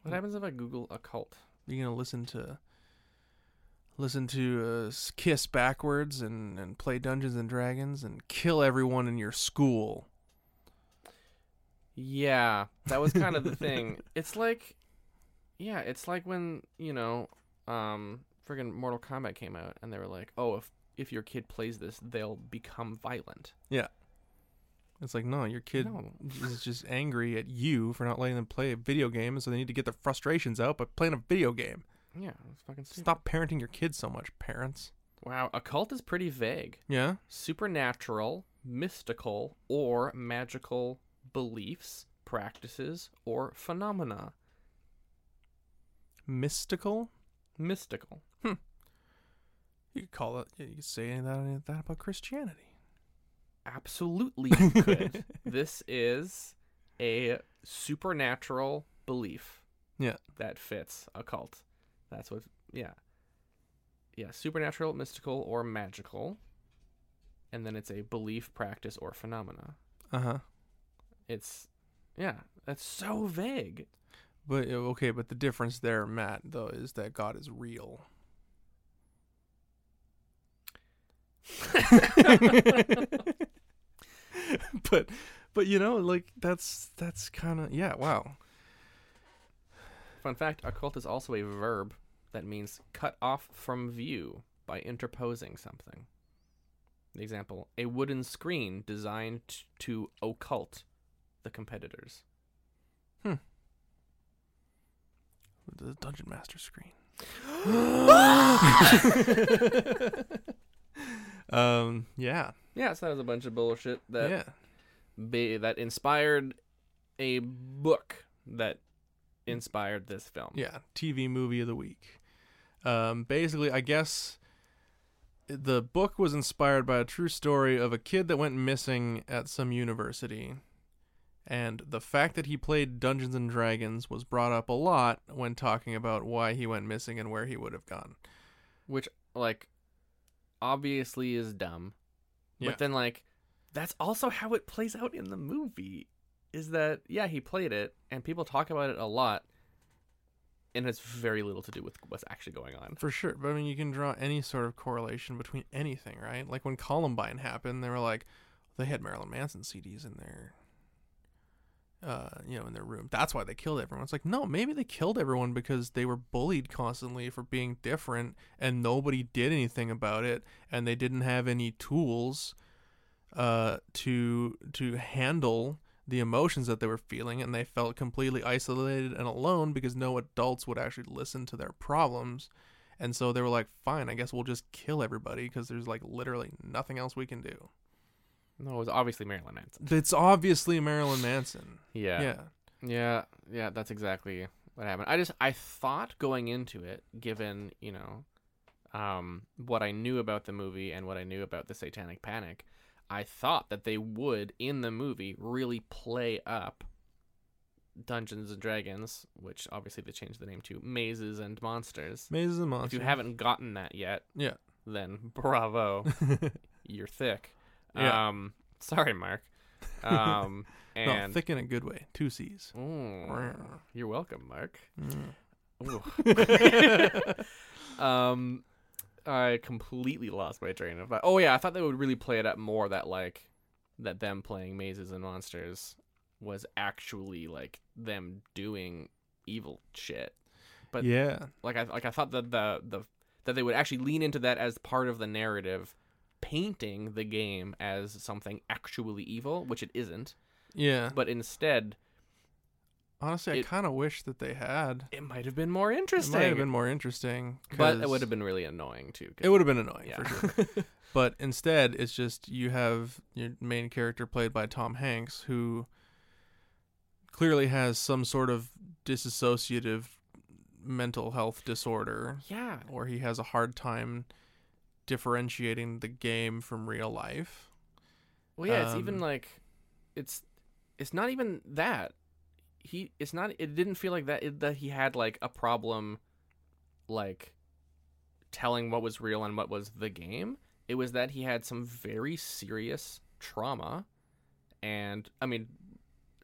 [SPEAKER 2] what happens if I Google occult?
[SPEAKER 1] You're gonna listen to listen to uh, s- Kiss backwards and and play Dungeons and Dragons and kill everyone in your school.
[SPEAKER 2] Yeah, that was kind of the thing. It's like, yeah, it's like when you know, um, friggin' Mortal Kombat came out, and they were like, oh, if if your kid plays this, they'll become violent.
[SPEAKER 1] It's like no, your kid
[SPEAKER 2] No.
[SPEAKER 1] is just angry at you for not letting them play a video game, and so they need to get their frustrations out by playing a video game.
[SPEAKER 2] Yeah, it's fucking stupid.
[SPEAKER 1] Stop parenting your kids so much, parents.
[SPEAKER 2] Wow, occult is pretty vague.
[SPEAKER 1] Yeah,
[SPEAKER 2] Supernatural, mystical, or magical beliefs, practices, or phenomena.
[SPEAKER 1] mystical.
[SPEAKER 2] Mystical.
[SPEAKER 1] You could call it. You could say any of that, any of that about Christianity.
[SPEAKER 2] Absolutely you could. this is a supernatural belief.
[SPEAKER 1] Yeah.
[SPEAKER 2] That fits occult. That's what yeah. Yeah, supernatural, mystical, or magical. And then it's a belief, practice, or phenomena.
[SPEAKER 1] Uh huh.
[SPEAKER 2] It's yeah, that's so vague.
[SPEAKER 1] But uh, okay, but the difference there, Matt, though, is that God is real. but but you know, like that's that's kind of yeah, wow.
[SPEAKER 2] Fun fact, occult is also a verb that means cut off from view by interposing something. Example, a wooden screen designed t- to occult the competitors.
[SPEAKER 1] The dungeon master screen. um yeah.
[SPEAKER 2] Yeah, so that was a bunch of bullshit that
[SPEAKER 1] yeah.
[SPEAKER 2] ba- that inspired a book that inspired this film.
[SPEAKER 1] Yeah, TV movie of the week. Um, basically, I guess the book was inspired by a true story of a kid that went missing at some university. And the fact that he played Dungeons and Dragons was brought up a lot when talking about why he went missing and where he would have gone.
[SPEAKER 2] Which like obviously is dumb.
[SPEAKER 1] Yeah.
[SPEAKER 2] But then like that's also how it plays out in the movie is that yeah, he played it and people talk about it a lot and it's very little to do with what's actually going on.
[SPEAKER 1] For sure. But I mean, you can draw any sort of correlation between anything, right? Like when Columbine happened, they were like, they had Marilyn Manson CDs in their uh, you know, in their room. That's why they killed everyone. It's like, no, maybe they killed everyone because they were bullied constantly for being different and nobody did anything about it and they didn't have any tools uh to to handle the emotions that they were feeling and they felt completely isolated and alone because no adults would actually listen to their problems. And so they were like, fine, I guess we'll just kill everybody because there's like literally nothing else we can do.
[SPEAKER 2] No, it was obviously Marilyn Manson.
[SPEAKER 1] It's obviously Marilyn Manson.
[SPEAKER 2] Yeah.
[SPEAKER 1] Yeah.
[SPEAKER 2] Yeah, yeah, that's exactly what happened. I just I thought going into it, given, you know, um what I knew about the movie and what I knew about the satanic panic, I thought that they would in the movie really play up Dungeons and Dragons, which obviously they changed the name to Mazes and Monsters.
[SPEAKER 1] Mazes and
[SPEAKER 2] If
[SPEAKER 1] Monsters.
[SPEAKER 2] you haven't gotten that yet,
[SPEAKER 1] Yeah.
[SPEAKER 2] then bravo, you're thick.
[SPEAKER 1] Yeah.
[SPEAKER 2] Um sorry, Mark. Um
[SPEAKER 1] no,
[SPEAKER 2] and
[SPEAKER 1] thick in a good way. Two C's.
[SPEAKER 2] Ooh,
[SPEAKER 1] Rawr.
[SPEAKER 2] you're welcome, Mark.
[SPEAKER 1] Mm.
[SPEAKER 2] Ooh. um, I completely lost my train of thought. Oh yeah, I thought they would really play it up more. That like that them playing mazes and monsters was actually like them doing evil shit. But-
[SPEAKER 1] yeah.
[SPEAKER 2] Like I like I thought that the the that they would actually lean into that as part of the narrative, painting the game as something actually evil, which it isn't.
[SPEAKER 1] Yeah.
[SPEAKER 2] But instead,
[SPEAKER 1] Honestly, I
[SPEAKER 2] it-
[SPEAKER 1] kind of wish that they had.
[SPEAKER 2] it might have been more
[SPEAKER 1] It
[SPEAKER 2] interesting.
[SPEAKER 1] might have been more interesting.
[SPEAKER 2] But
[SPEAKER 1] 'cause
[SPEAKER 2] it would have been really annoying too. 'cause-
[SPEAKER 1] It would have been annoying
[SPEAKER 2] yeah.
[SPEAKER 1] for sure. But instead, it's just you have your main character played by Tom Hanks, who clearly has some sort of disassociative mental health disorder,
[SPEAKER 2] yeah.
[SPEAKER 1] where he has a hard time differentiating the game from real life.
[SPEAKER 2] Well, yeah. It's even
[SPEAKER 1] Um,
[SPEAKER 2] like, it's, it's not even that. He, it's not. It didn't feel like that. It, that he had like a problem, like, telling what was real and what was the game. It was that he had some very serious trauma, and I mean,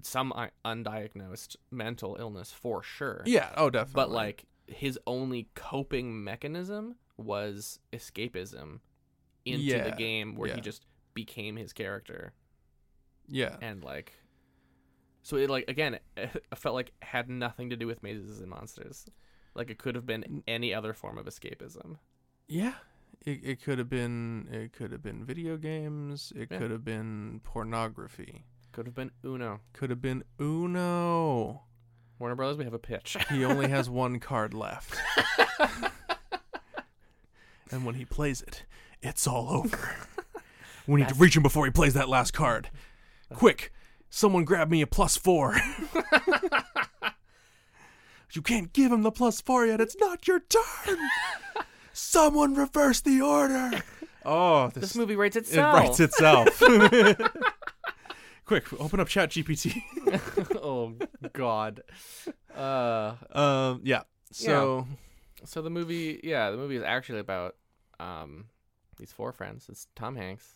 [SPEAKER 2] some i- undiagnosed mental illness for sure.
[SPEAKER 1] Yeah. Oh, definitely.
[SPEAKER 2] but like his only coping mechanism was escapism into the
[SPEAKER 1] Yeah,
[SPEAKER 2] game where
[SPEAKER 1] yeah. Uh.
[SPEAKER 2] he just became his character
[SPEAKER 1] yeah.
[SPEAKER 2] and like so it like again it felt like it had nothing to do with mazes and monsters like it could have been any other form of escapism
[SPEAKER 1] Yeah. It, it could have been it could have been video games. It
[SPEAKER 2] Yeah.
[SPEAKER 1] could have been pornography.
[SPEAKER 2] could have been uno
[SPEAKER 1] Could have been Uno.
[SPEAKER 2] warner brothers we have a pitch
[SPEAKER 1] He only has one card left. and when he plays it, it's all over. We need to reach him before he plays that last card. Quick, someone grab me a plus four. you can't give him the plus four yet. It's not your turn. Someone reverse the order. Oh, this,
[SPEAKER 2] this movie writes
[SPEAKER 1] it
[SPEAKER 2] itself
[SPEAKER 1] writes itself. Quick, open up Chat GPT.
[SPEAKER 2] oh god uh
[SPEAKER 1] Um, yeah. So
[SPEAKER 2] so the movie yeah the movie is actually about um these four friends it's tom hanks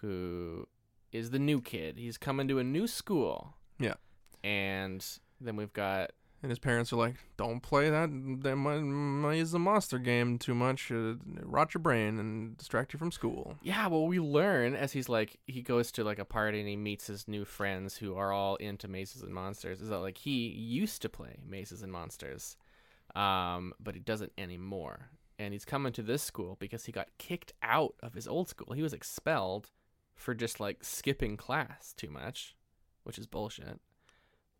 [SPEAKER 2] who is the new kid he's coming to a new school
[SPEAKER 1] Yeah.
[SPEAKER 2] and then we've got
[SPEAKER 1] And his parents are like, "Don't play that. That might, might use the monster game too much. Uh, rot your brain and distract you from school."
[SPEAKER 2] yeah well we learn as he's like he goes to like a party and he meets his new friends who are all into mazes and monsters is that like he used to play mazes and monsters um but he doesn't anymore and he's coming to this school because he got kicked out of his old school he was expelled for just like skipping class too much which is bullshit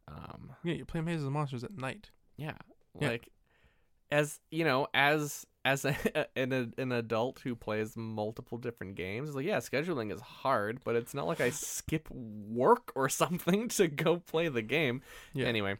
[SPEAKER 2] um
[SPEAKER 1] Yeah, you play Mazes and Monsters at night.
[SPEAKER 2] yeah,
[SPEAKER 1] Yeah.
[SPEAKER 2] like as you know, as as a, an an adult who plays multiple different games, it's like yeah, scheduling is hard, but it's not like I skip work or something to go play the game.
[SPEAKER 1] Yeah.
[SPEAKER 2] Anyway,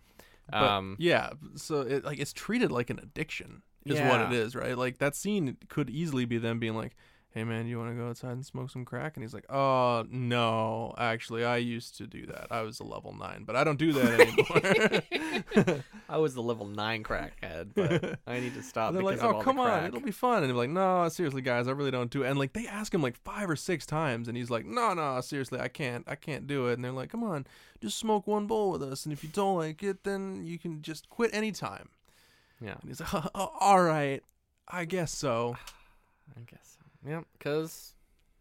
[SPEAKER 1] But,
[SPEAKER 2] um,
[SPEAKER 1] yeah, so it like it's treated like an addiction is what
[SPEAKER 2] Yeah.
[SPEAKER 1] it is, right? Like that scene could easily be them being like, "Hey man, you want to go outside and smoke some crack?" And he's like, "Oh no, actually, I used to do that. I was a level nine, but I don't do that anymore."
[SPEAKER 2] I was the level nine crackhead, but I need to stop.
[SPEAKER 1] And they're
[SPEAKER 2] because
[SPEAKER 1] like,
[SPEAKER 2] of
[SPEAKER 1] "Oh,
[SPEAKER 2] all
[SPEAKER 1] come
[SPEAKER 2] the
[SPEAKER 1] on,
[SPEAKER 2] crack."
[SPEAKER 1] it'll be fun." And they're like, "No, seriously, guys, I really don't do." It. And like they ask him like five or six times, and he's like, "No, no, seriously, I can't, I can't do it." And they're like, "Come on, just smoke one bowl with us, and if you don't like it, then you can just quit anytime."
[SPEAKER 2] Yeah,
[SPEAKER 1] And he's like, "Oh, "All right, I guess so."
[SPEAKER 2] I guess. So. Yeah, because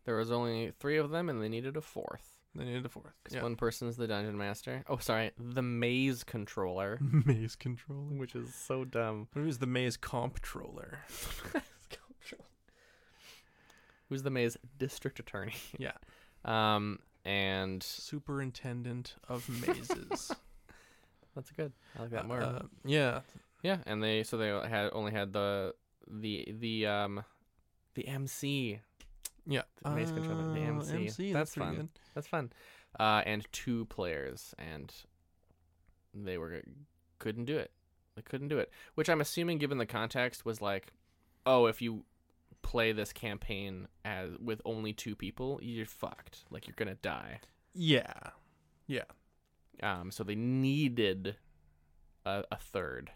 [SPEAKER 2] there was only three of them, and they needed a fourth.
[SPEAKER 1] They needed a fourth.
[SPEAKER 2] 'Cause
[SPEAKER 1] Yeah.
[SPEAKER 2] One person's the dungeon master. Oh, sorry, the maze controller,
[SPEAKER 1] Maze controller.
[SPEAKER 2] which is so dumb.
[SPEAKER 1] What was the maze comptroller?
[SPEAKER 2] Who's the maze district attorney?
[SPEAKER 1] Yeah.
[SPEAKER 2] Um, and
[SPEAKER 1] Superintendent of mazes.
[SPEAKER 2] that's good. I like that more.
[SPEAKER 1] Uh, yeah.
[SPEAKER 2] yeah, and they so they had only had the the the um the MC.
[SPEAKER 1] Yeah.
[SPEAKER 2] The maze controller, the
[SPEAKER 1] Uh,
[SPEAKER 2] MC. That's
[SPEAKER 1] pretty
[SPEAKER 2] fun. That's fun. Uh, and two players, and they were couldn't do it. They couldn't do it, which I'm assuming, given the context, was like, oh, if you play this campaign as with only two people, you're fucked. Like you're gonna die.
[SPEAKER 1] Yeah.
[SPEAKER 2] Um, so they needed a, a third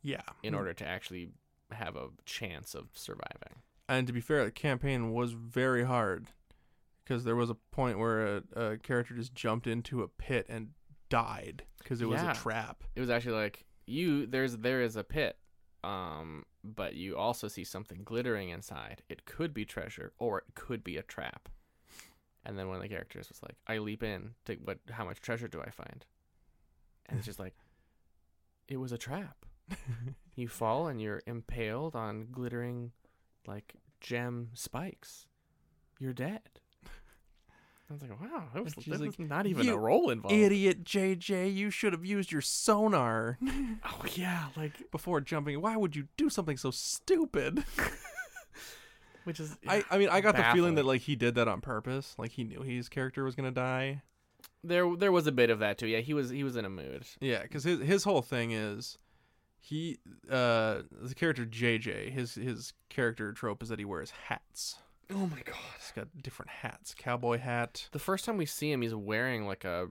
[SPEAKER 1] Yeah.
[SPEAKER 2] in order to actually have a chance of surviving.
[SPEAKER 1] And to be fair, the campaign was very hard because there was a point where a, a character just jumped into a pit and died because it was
[SPEAKER 2] Yeah.
[SPEAKER 1] a trap.
[SPEAKER 2] It was actually like you there's there is a pit, um, but you also see something glittering inside. It could be treasure or it could be a trap. And then one of the characters was like, "I leap in. To, what? How much treasure do I find?" And it's just like, it was a trap. you fall and you're impaled on glittering, like gem spikes. You're dead. I was like, wow, that was,
[SPEAKER 1] she's
[SPEAKER 2] that
[SPEAKER 1] like,
[SPEAKER 2] was not even a
[SPEAKER 1] "You
[SPEAKER 2] role involved.
[SPEAKER 1] Idiot JJ, you should have used your sonar
[SPEAKER 2] Oh yeah, like
[SPEAKER 1] before jumping. Why would you do something so stupid?
[SPEAKER 2] which is
[SPEAKER 1] I, I mean, I got the feeling
[SPEAKER 2] Baffling.
[SPEAKER 1] that like he did that on purpose. Like he knew his character was gonna die.
[SPEAKER 2] there there was a bit of that too. Yeah, he was he was in a mood.
[SPEAKER 1] Yeah, because his his whole thing is he uh the character JJ his his character trope is that he wears hats.
[SPEAKER 2] Oh my god.
[SPEAKER 1] He's got different hats: cowboy hat,
[SPEAKER 2] The first time we see him, he's wearing like a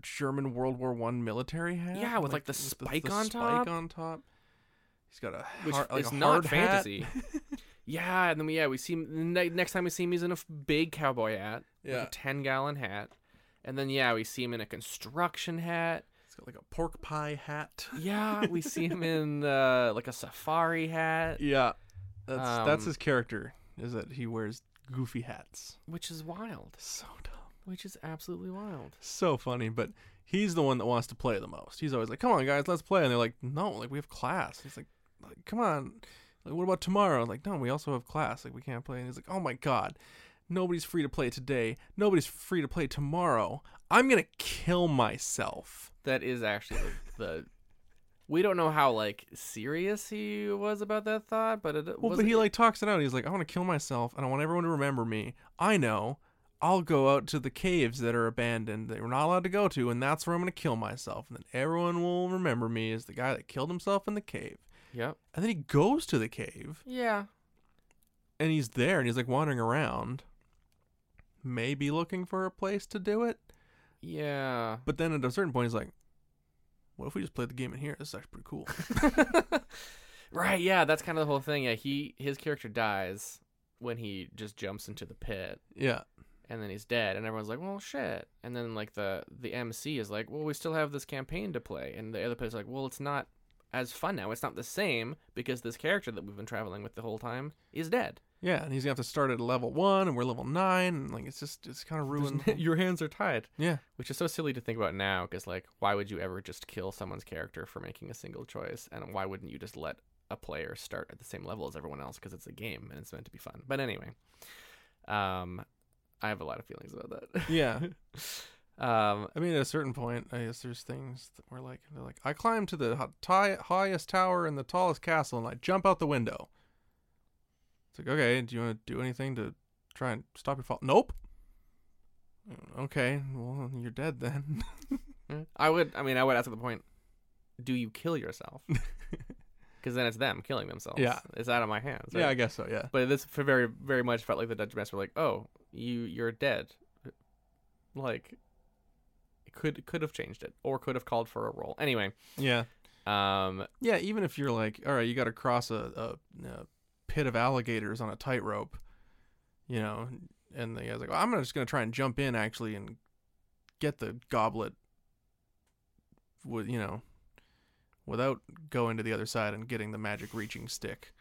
[SPEAKER 1] German World War One military hat.
[SPEAKER 2] Yeah, with, like, the spike on top.
[SPEAKER 1] Spike on top. He's got a
[SPEAKER 2] which
[SPEAKER 1] har- like
[SPEAKER 2] is
[SPEAKER 1] a hard
[SPEAKER 2] not
[SPEAKER 1] hat.
[SPEAKER 2] fantasy. yeah, and then we, yeah we see him, the ne- next time we see him, he's in a f- big cowboy hat, like
[SPEAKER 1] Yeah.
[SPEAKER 2] a ten gallon hat, and then yeah we see him in a construction hat.
[SPEAKER 1] He's got like a pork pie hat.
[SPEAKER 2] Yeah, we see him in uh, like a safari hat,
[SPEAKER 1] Yeah, that's that's
[SPEAKER 2] Um,
[SPEAKER 1] his character. Is that he wears goofy hats?
[SPEAKER 2] which is wild.
[SPEAKER 1] So dumb.
[SPEAKER 2] Which is absolutely wild.
[SPEAKER 1] so funny, but he's the one that wants to play the most. He's always like, "Come on, guys, let's play," and they're like, "No, like we have class." He's like, like, "Come on, like what about tomorrow?" like, "No, we also have class. Like we can't play." And he's like, "Oh my god, nobody's free to play today. Nobody's free to play tomorrow. I'm gonna kill myself."
[SPEAKER 2] That is actually the. the- we don't know how like serious he was about that thought, but it
[SPEAKER 1] Well,
[SPEAKER 2] was
[SPEAKER 1] but he like talks it out. He's like, "I want to kill myself, and I want everyone to remember me. I know." I'll go out to the caves that are abandoned that we're not allowed to go to, and that's where I'm going to kill myself. And then everyone will remember me as the guy that killed himself in the cave.
[SPEAKER 2] Yep.
[SPEAKER 1] And then he goes to the cave
[SPEAKER 2] Yeah.
[SPEAKER 1] and he's there and he's like wandering around, maybe looking for a place to do it.
[SPEAKER 2] Yeah.
[SPEAKER 1] But then at a certain point, he's like, what if we just played the game in here? This is actually pretty cool.
[SPEAKER 2] right. Yeah. That's kind of the whole thing. Yeah. He his character dies when he just jumps into the pit,
[SPEAKER 1] yeah.
[SPEAKER 2] and then he's dead, and everyone's like, "Well, shit." And then like the the MC is like, "Well, we still have this campaign to play," and the other player's like, "Well, it's not as fun now. It's not the same because this character that we've been traveling with the whole time is dead.
[SPEAKER 1] Yeah. And he's going to have to start at level one and we're level nine. And like, it's just, it's kind of
[SPEAKER 2] There's
[SPEAKER 1] ruined.
[SPEAKER 2] n- your hands are tied."
[SPEAKER 1] yeah.
[SPEAKER 2] which is so silly to think about now because like why would you ever just kill someone's character for making a single choice and why wouldn't you just let a player start at the same level as everyone else because it's a game and it's meant to be fun but anyway um i have a lot of feelings about that
[SPEAKER 1] Yeah.
[SPEAKER 2] um
[SPEAKER 1] I mean, at a certain point, I guess there's things that were like, they're like, I climbed to the ho- ti- highest tower in the tallest castle and I jump out the window. It's like, okay, do you want to do anything to try and stop your fall? Nope. Mm, Okay, well, you're dead then.
[SPEAKER 2] i would i mean i would ask at the point do you kill yourself because then it's them killing themselves
[SPEAKER 1] Yeah.
[SPEAKER 2] it's out of my hands
[SPEAKER 1] yeah,
[SPEAKER 2] right?
[SPEAKER 1] I guess so, yeah.
[SPEAKER 2] but this for very very much felt like the Dutch Master, like, oh, you you're dead. Like, it could could have changed it or could have called for a roll. Anyway,
[SPEAKER 1] Yeah.
[SPEAKER 2] um,
[SPEAKER 1] Yeah, even if you're like, all right, you got to cross a, a, a pit of alligators on a tightrope, you know, and the guy's like, well, I'm gonna- just going to try and jump in actually and get the goblet, with, you know, without going to the other side and getting the magic reaching stick.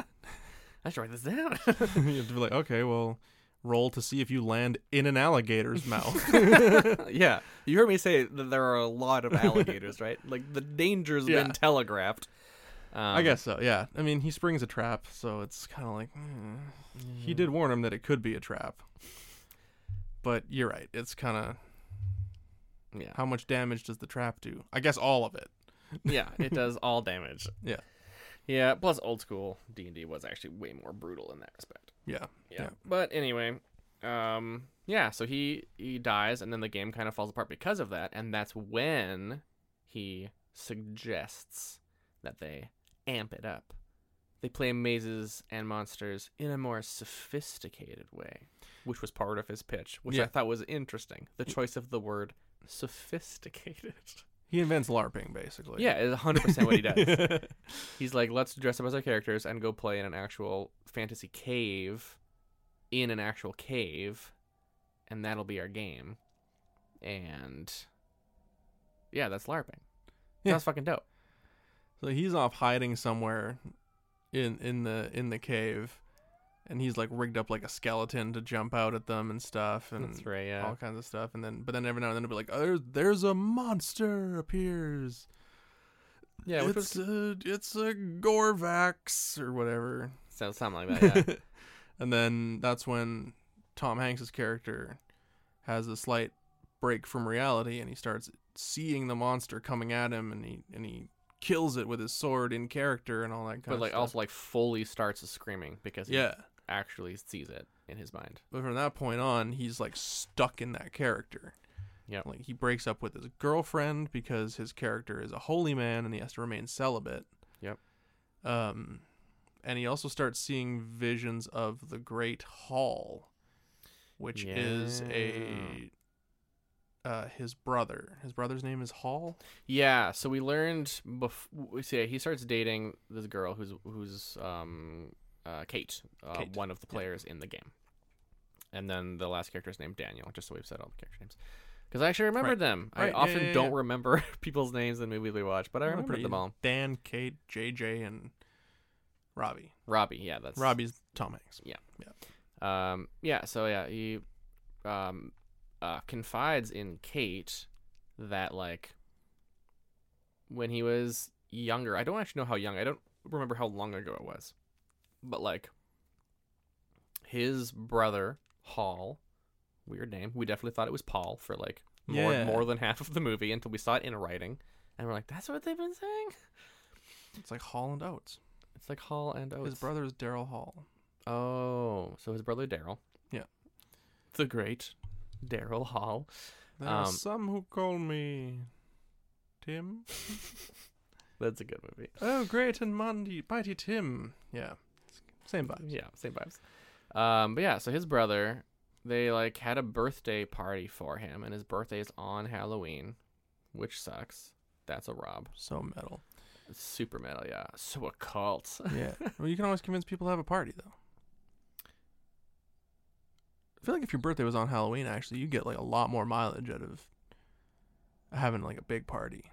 [SPEAKER 2] I should write this down.
[SPEAKER 1] you have to be like, okay, well, roll to see if you land in an alligator's mouth.
[SPEAKER 2] yeah, you heard me say that there are a lot of alligators, right? Like the danger's
[SPEAKER 1] Yeah.
[SPEAKER 2] been telegraphed. Um,
[SPEAKER 1] I guess so. Yeah. I mean, he springs a trap, so it's kind of like mm. he did warn him that it could be a trap. But you're right. It's kind of
[SPEAKER 2] Yeah,
[SPEAKER 1] how much damage does the trap do? I guess all of it.
[SPEAKER 2] yeah, it does all damage.
[SPEAKER 1] Yeah.
[SPEAKER 2] Yeah, plus old school D and D was actually way more brutal in that respect.
[SPEAKER 1] Yeah.
[SPEAKER 2] Yeah. But anyway, um, yeah. So he he dies, and then the game kind of falls apart because of that, and that's when he suggests that they amp it up. They play mazes and monsters in a more sophisticated way, which was part of his pitch, which I
[SPEAKER 1] Yeah.
[SPEAKER 2] thought was interesting. The choice of the word sophisticated.
[SPEAKER 1] He invents LARPing basically.
[SPEAKER 2] Yeah, it's 100% what he does. He's like, let's dress up as our characters and go play in an actual fantasy cave, in an actual cave, and that'll be our game. And yeah, that's LARPing.
[SPEAKER 1] Yeah.
[SPEAKER 2] That's fucking dope.
[SPEAKER 1] So he's off hiding somewhere in in the in the cave and he's like rigged up like a skeleton to jump out at them and stuff and
[SPEAKER 2] That's right, yeah.
[SPEAKER 1] all kinds of stuff and then but then every now and then it'll be like oh, there's, there's a monster appears.
[SPEAKER 2] Yeah, which
[SPEAKER 1] it's
[SPEAKER 2] was
[SPEAKER 1] a it's a Gorvax or whatever.
[SPEAKER 2] so- something like that. Oh, Yeah.
[SPEAKER 1] and then that's when Tom Hanks's character has a slight break from reality and he starts seeing the monster coming at him and he and he kills it with his sword in character and all that kind
[SPEAKER 2] but
[SPEAKER 1] of
[SPEAKER 2] like
[SPEAKER 1] stuff.
[SPEAKER 2] also like fully starts screaming because he
[SPEAKER 1] yeah
[SPEAKER 2] actually sees it in his mind.
[SPEAKER 1] but from that point on he's like stuck in that character
[SPEAKER 2] Yeah.
[SPEAKER 1] like he breaks up with his girlfriend because his character is a holy man and he has to remain celibate
[SPEAKER 2] Yep.
[SPEAKER 1] um and he also starts seeing visions of the great hall which is a uh his brother his brother's name is hall
[SPEAKER 2] Yeah, so we learned before. So yeah, he starts dating this girl who's who's um uh, Kate, uh,
[SPEAKER 1] Kate,
[SPEAKER 2] one of the players in the game, and then the last character is named Daniel. Just so we've said all the character names, because I actually remembered
[SPEAKER 1] Right.
[SPEAKER 2] them. I
[SPEAKER 1] Right, yeah,
[SPEAKER 2] often
[SPEAKER 1] yeah, yeah,
[SPEAKER 2] don't
[SPEAKER 1] yeah.
[SPEAKER 2] remember people's names in movies we watch, but I remembered them all.
[SPEAKER 1] dan kate jj and robbie
[SPEAKER 2] Robbie, yeah, that's
[SPEAKER 1] robbie's tom hanks
[SPEAKER 2] Um, yeah, so yeah, he um, uh, confides in Kate that like when he was younger, I don't actually know how young. I don't remember how long ago it was, but like his brother Hall, weird name. We definitely thought it was Paul for like more
[SPEAKER 1] Yeah.
[SPEAKER 2] more than half of the movie until we saw it in writing, and we're like, that's what they've been saying.
[SPEAKER 1] it's like hall and oates
[SPEAKER 2] It's like Hall and Oates.
[SPEAKER 1] his brother is daryl hall
[SPEAKER 2] Oh, so his brother Daryl.
[SPEAKER 1] Yeah.
[SPEAKER 2] The great Daryl Hall.
[SPEAKER 1] There are
[SPEAKER 2] Um,
[SPEAKER 1] some who call me Tim.
[SPEAKER 2] That's a good movie.
[SPEAKER 1] Oh, great and mighty, mighty Tim. Yeah, same vibes.
[SPEAKER 2] Yeah, same vibes. Um, but yeah, so his brother, they like had a birthday party for him, and his birthday is on Halloween, which sucks. That's a rob.
[SPEAKER 1] So metal.
[SPEAKER 2] It's super metal, yeah. So occult.
[SPEAKER 1] Yeah. well, you can always convince people to have a party, though. I feel like if your birthday was on Halloween, actually, you get like a lot more mileage out of having like a big party.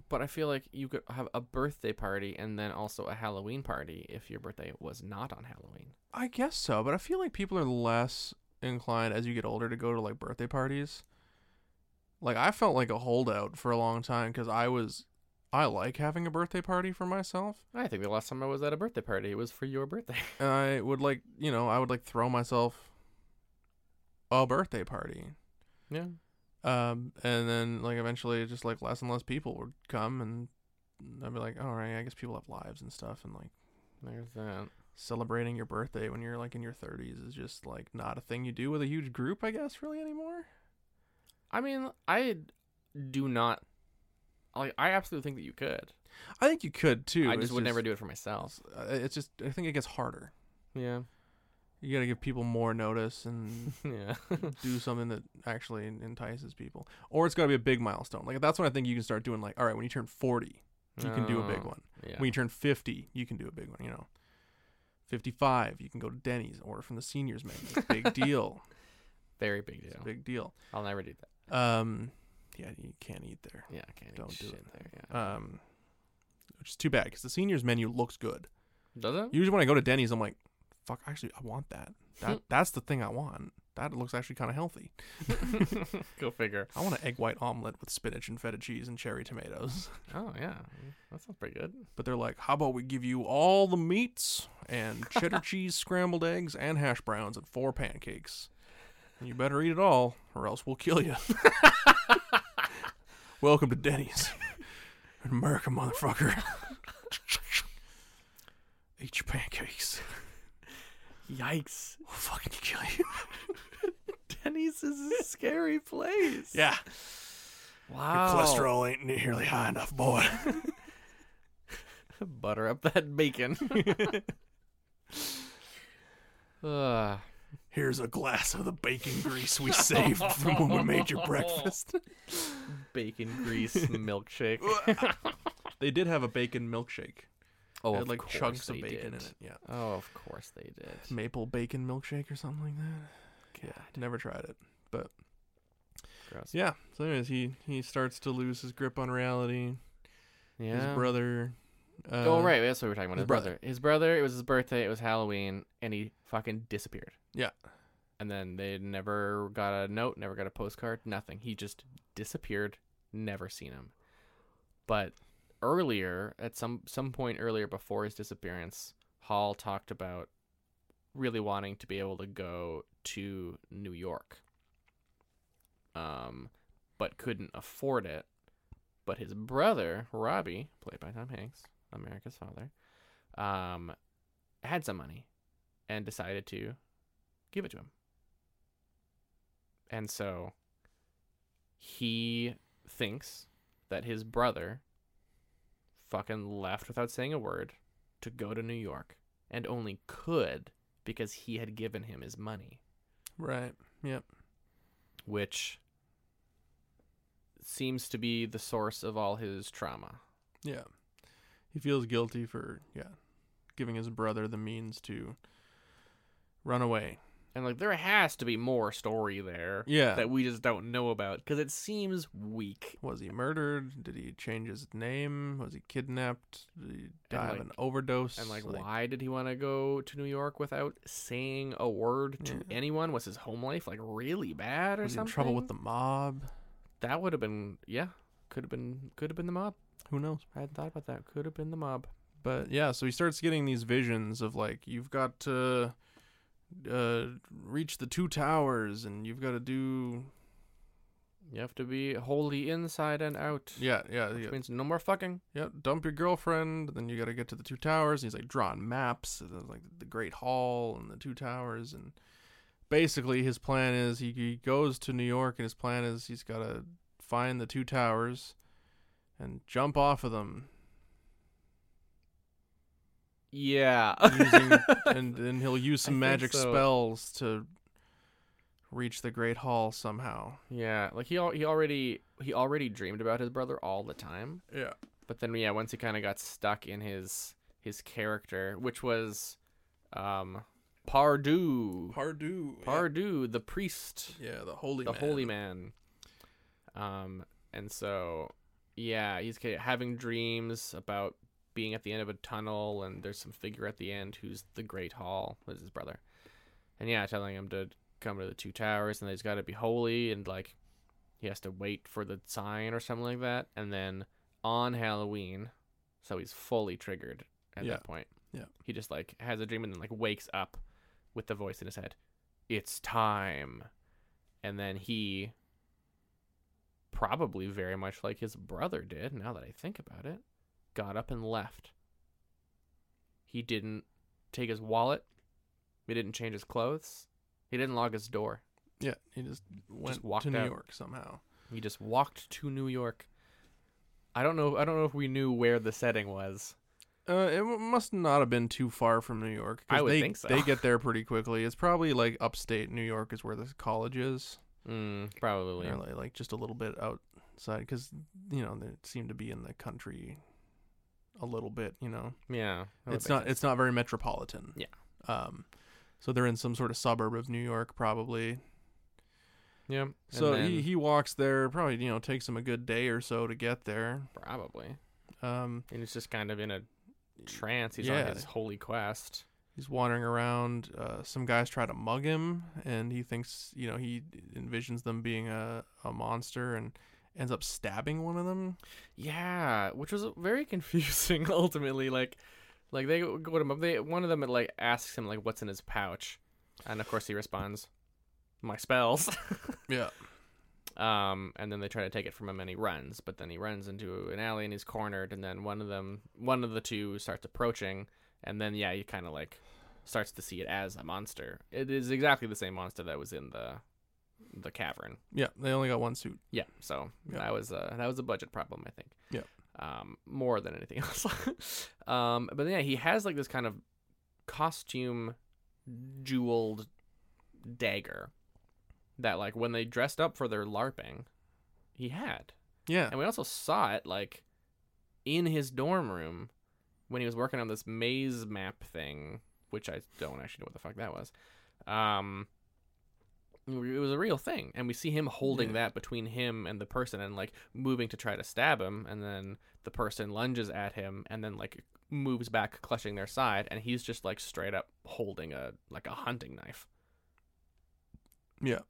[SPEAKER 2] but I feel like you could have a birthday party and then also a Halloween party if your birthday was not on Halloween.
[SPEAKER 1] I guess so, but I feel like people are less inclined as you get older to go to like birthday parties. Like I felt like a holdout for a long time because I was, I like having a birthday party for myself.
[SPEAKER 2] I think the last time I was at a birthday party, it was for your birthday.
[SPEAKER 1] and I would like, you know, I would like throw myself a birthday party.
[SPEAKER 2] yeah.
[SPEAKER 1] Um, and then like eventually just like less and less people would come and I'd be like, all right, I guess people have lives and stuff. And like
[SPEAKER 2] There's that.
[SPEAKER 1] celebrating your birthday when you're like in your thirties is just like not a thing you do with a huge group, I guess, really anymore.
[SPEAKER 2] I mean, I do not like. I absolutely think that you could.
[SPEAKER 1] I think you could too.
[SPEAKER 2] I
[SPEAKER 1] It's
[SPEAKER 2] just would never do it for myself.
[SPEAKER 1] uh, It's just, I think it gets harder.
[SPEAKER 2] Yeah,
[SPEAKER 1] You got to give people more notice and
[SPEAKER 2] yeah,
[SPEAKER 1] do something that actually en- entices people. Or it's got to be a big milestone. Like that's when I think you can start doing like, all right, when you turn 40, you can do a big
[SPEAKER 2] Oh,
[SPEAKER 1] one.
[SPEAKER 2] yeah.
[SPEAKER 1] When you turn 50, you can do a big one, you know. 55, you can go to Denny's or from the seniors menu. Big deal.
[SPEAKER 2] Very big
[SPEAKER 1] It's
[SPEAKER 2] deal.
[SPEAKER 1] a big deal.
[SPEAKER 2] I'll never do that.
[SPEAKER 1] Um yeah, you can't eat there.
[SPEAKER 2] Yeah, I can't
[SPEAKER 1] Don't
[SPEAKER 2] eat
[SPEAKER 1] do
[SPEAKER 2] shit
[SPEAKER 1] it.
[SPEAKER 2] there. Yeah.
[SPEAKER 1] Um which is too bad cuz the seniors menu looks good.
[SPEAKER 2] Does it?
[SPEAKER 1] Usually when I go to Denny's, I'm like, fuck, actually I want that. That that's the thing I want. That looks actually kind of healthy.
[SPEAKER 2] Go figure.
[SPEAKER 1] I want an egg white omelet with spinach and feta cheese and cherry tomatoes.
[SPEAKER 2] Oh yeah, that sounds pretty good.
[SPEAKER 1] But they're like, how about we give you all the meats and cheddar cheese, scrambled eggs, and hash browns and four pancakes. And you better eat it all, or else we'll kill you. Welcome to Denny's, in America, motherfucker. Eat your pancakes.
[SPEAKER 2] Yikes!
[SPEAKER 1] We'll fucking kill you.
[SPEAKER 2] Denny's is a scary place.
[SPEAKER 1] Yeah.
[SPEAKER 2] Wow.
[SPEAKER 1] Cholesterol ain't nearly high enough, boy.
[SPEAKER 2] Butter up that bacon. Ugh.
[SPEAKER 1] Here's a glass of the bacon grease we saved from when we made your breakfast.
[SPEAKER 2] bacon grease milkshake.
[SPEAKER 1] They did have a bacon milkshake.
[SPEAKER 2] oh,
[SPEAKER 1] It
[SPEAKER 2] of
[SPEAKER 1] had like
[SPEAKER 2] course
[SPEAKER 1] chunks of
[SPEAKER 2] they
[SPEAKER 1] bacon in
[SPEAKER 2] did.
[SPEAKER 1] it. Yeah.
[SPEAKER 2] Oh, of course they did.
[SPEAKER 1] Maple bacon milkshake or something like that. Yeah. Never tried it. But
[SPEAKER 2] Gross.
[SPEAKER 1] yeah. So anyways, he he starts to lose his grip on reality.
[SPEAKER 2] Yeah.
[SPEAKER 1] His brother uh,
[SPEAKER 2] oh right, that's what we were talking about.
[SPEAKER 1] his
[SPEAKER 2] His,
[SPEAKER 1] brother.
[SPEAKER 2] brother. His brother. It was his birthday. It was Halloween, and he fucking disappeared.
[SPEAKER 1] Yeah.
[SPEAKER 2] And then they never got a note, never got a postcard, nothing. He just disappeared. Never seen him. But earlier, at some some point earlier before his disappearance, Hall talked about really wanting to be able to go to New York. Um, but couldn't afford it. But his brother, Robbie, played by Tom Hanks, America's father, um, had some money and decided to give it to him. And so he thinks that his brother fucking left without saying a word to go to New York and only could because he had given him his money
[SPEAKER 1] Right. Yep.
[SPEAKER 2] which seems to be the source of all his trauma.
[SPEAKER 1] Yeah. He feels guilty for yeah, giving his brother the means to run away.
[SPEAKER 2] And like there has to be more story there
[SPEAKER 1] Yeah.
[SPEAKER 2] that we just don't know about cuz it seems weak.
[SPEAKER 1] Was he murdered? Did he change his name? Was he kidnapped? Did he die of
[SPEAKER 2] like-
[SPEAKER 1] an overdose?
[SPEAKER 2] And like, why did he want to go to New York without saying a word to anyone? Was his home life like really bad or
[SPEAKER 1] Was he in
[SPEAKER 2] something?
[SPEAKER 1] trouble with the mob?
[SPEAKER 2] That would have been yeah, could have been could have been the mob.
[SPEAKER 1] Who knows?
[SPEAKER 2] I hadn't thought about that. Could have been the mob.
[SPEAKER 1] But yeah, so he starts getting these visions of like you've got to uh, reach the two towers, and you've got to do
[SPEAKER 2] You have to be wholly inside and out.
[SPEAKER 1] yeah, yeah,
[SPEAKER 2] Which
[SPEAKER 1] yeah,
[SPEAKER 2] means no more fucking.
[SPEAKER 1] yeah. Dump your girlfriend, then you got to get to the two towers. And he's like drawing maps, and there's, like the Great Hall and the two towers, and basically his plan is he, he goes to New York, and his plan is he's got to find the two towers and jump off of them,
[SPEAKER 2] Yeah.
[SPEAKER 1] using, and and he'll use some
[SPEAKER 2] think
[SPEAKER 1] magic
[SPEAKER 2] so.
[SPEAKER 1] spells to reach the Great Hall somehow.
[SPEAKER 2] Yeah, like he al- he already he already dreamed about his brother all the time,
[SPEAKER 1] Yeah.
[SPEAKER 2] but then yeah, once he kind of got stuck in his his character, which was um Pardue.
[SPEAKER 1] Pardue.
[SPEAKER 2] Pardue the priest,
[SPEAKER 1] Yeah, the holy
[SPEAKER 2] the holy man. Um and so yeah, he's ca- having dreams about being at the end of a tunnel and there's some figure at the end who's the Great Hall, who's his brother. And yeah, telling him to come to the two towers and that he's got to be holy and like he has to wait for the sign or something like that. And then on Halloween, so he's fully triggered at
[SPEAKER 1] Yeah.
[SPEAKER 2] that point.
[SPEAKER 1] Yeah.
[SPEAKER 2] He just like has a dream and then like wakes up with the voice in his head. It's time. And then he probably very much like his brother did, now that I think about it, got up and left. He didn't take his wallet. He didn't change his clothes. He didn't log his door.
[SPEAKER 1] Yeah, he just went
[SPEAKER 2] walked
[SPEAKER 1] to New
[SPEAKER 2] out.
[SPEAKER 1] York somehow.
[SPEAKER 2] He just walked to New York. I don't know. I don't know if we knew where the setting was.
[SPEAKER 1] Uh, it w- must not have been too far from New York. 'cause
[SPEAKER 2] I would
[SPEAKER 1] they,
[SPEAKER 2] think so.
[SPEAKER 1] They get there pretty quickly. It's probably like upstate New York is where the college is,
[SPEAKER 2] Mm, probably.
[SPEAKER 1] or like, like just a little bit outside, because you know they seem to be in the country a little bit. You know,
[SPEAKER 2] Yeah. that would
[SPEAKER 1] it's
[SPEAKER 2] make
[SPEAKER 1] not
[SPEAKER 2] sense.
[SPEAKER 1] it's not very metropolitan.
[SPEAKER 2] Yeah.
[SPEAKER 1] Um, so they're in some sort of suburb of New York, probably.
[SPEAKER 2] Yeah. and
[SPEAKER 1] So he,
[SPEAKER 2] then-
[SPEAKER 1] he walks there. Probably you know takes him a good day or so to get there.
[SPEAKER 2] probably.
[SPEAKER 1] Um,
[SPEAKER 2] And he's just kind of in a trance. He's on
[SPEAKER 1] Yeah.
[SPEAKER 2] his holy quest.
[SPEAKER 1] He's wandering around. Uh, some guys try to mug him, and he thinks, you know, he envisions them being a, a monster and ends up stabbing one of them.
[SPEAKER 2] Yeah, which was very confusing ultimately. Like, like they go to him up. They one of them like asks him like what's in his pouch, and of course he responds, "My spells."
[SPEAKER 1] Yeah.
[SPEAKER 2] um, and then they try to take it from him, and he runs. But then he runs into an alley, and he's cornered. And then one of them, one of the two, starts approaching, and then yeah, he kind of like starts to see it as a monster. It is exactly the same monster that was in the the cavern.
[SPEAKER 1] Yeah. They only got one suit.
[SPEAKER 2] Yeah, so
[SPEAKER 1] Yeah.
[SPEAKER 2] that was a that was a budget problem, I think.
[SPEAKER 1] Yeah.
[SPEAKER 2] Um, more than anything else. um, but yeah, he has like this kind of costume jeweled dagger that like when they dressed up for their LARPing, he had.
[SPEAKER 1] Yeah.
[SPEAKER 2] And we also saw it like in his dorm room when he was working on this maze map thing, which I don't actually know what the fuck that was. Um it was a real thing and we see him holding
[SPEAKER 1] Yeah.
[SPEAKER 2] that between him and the person and like moving to try to stab him and then the person lunges at him and then like moves back clutching their side and he's just like straight up holding a like a hunting knife
[SPEAKER 1] Yeah.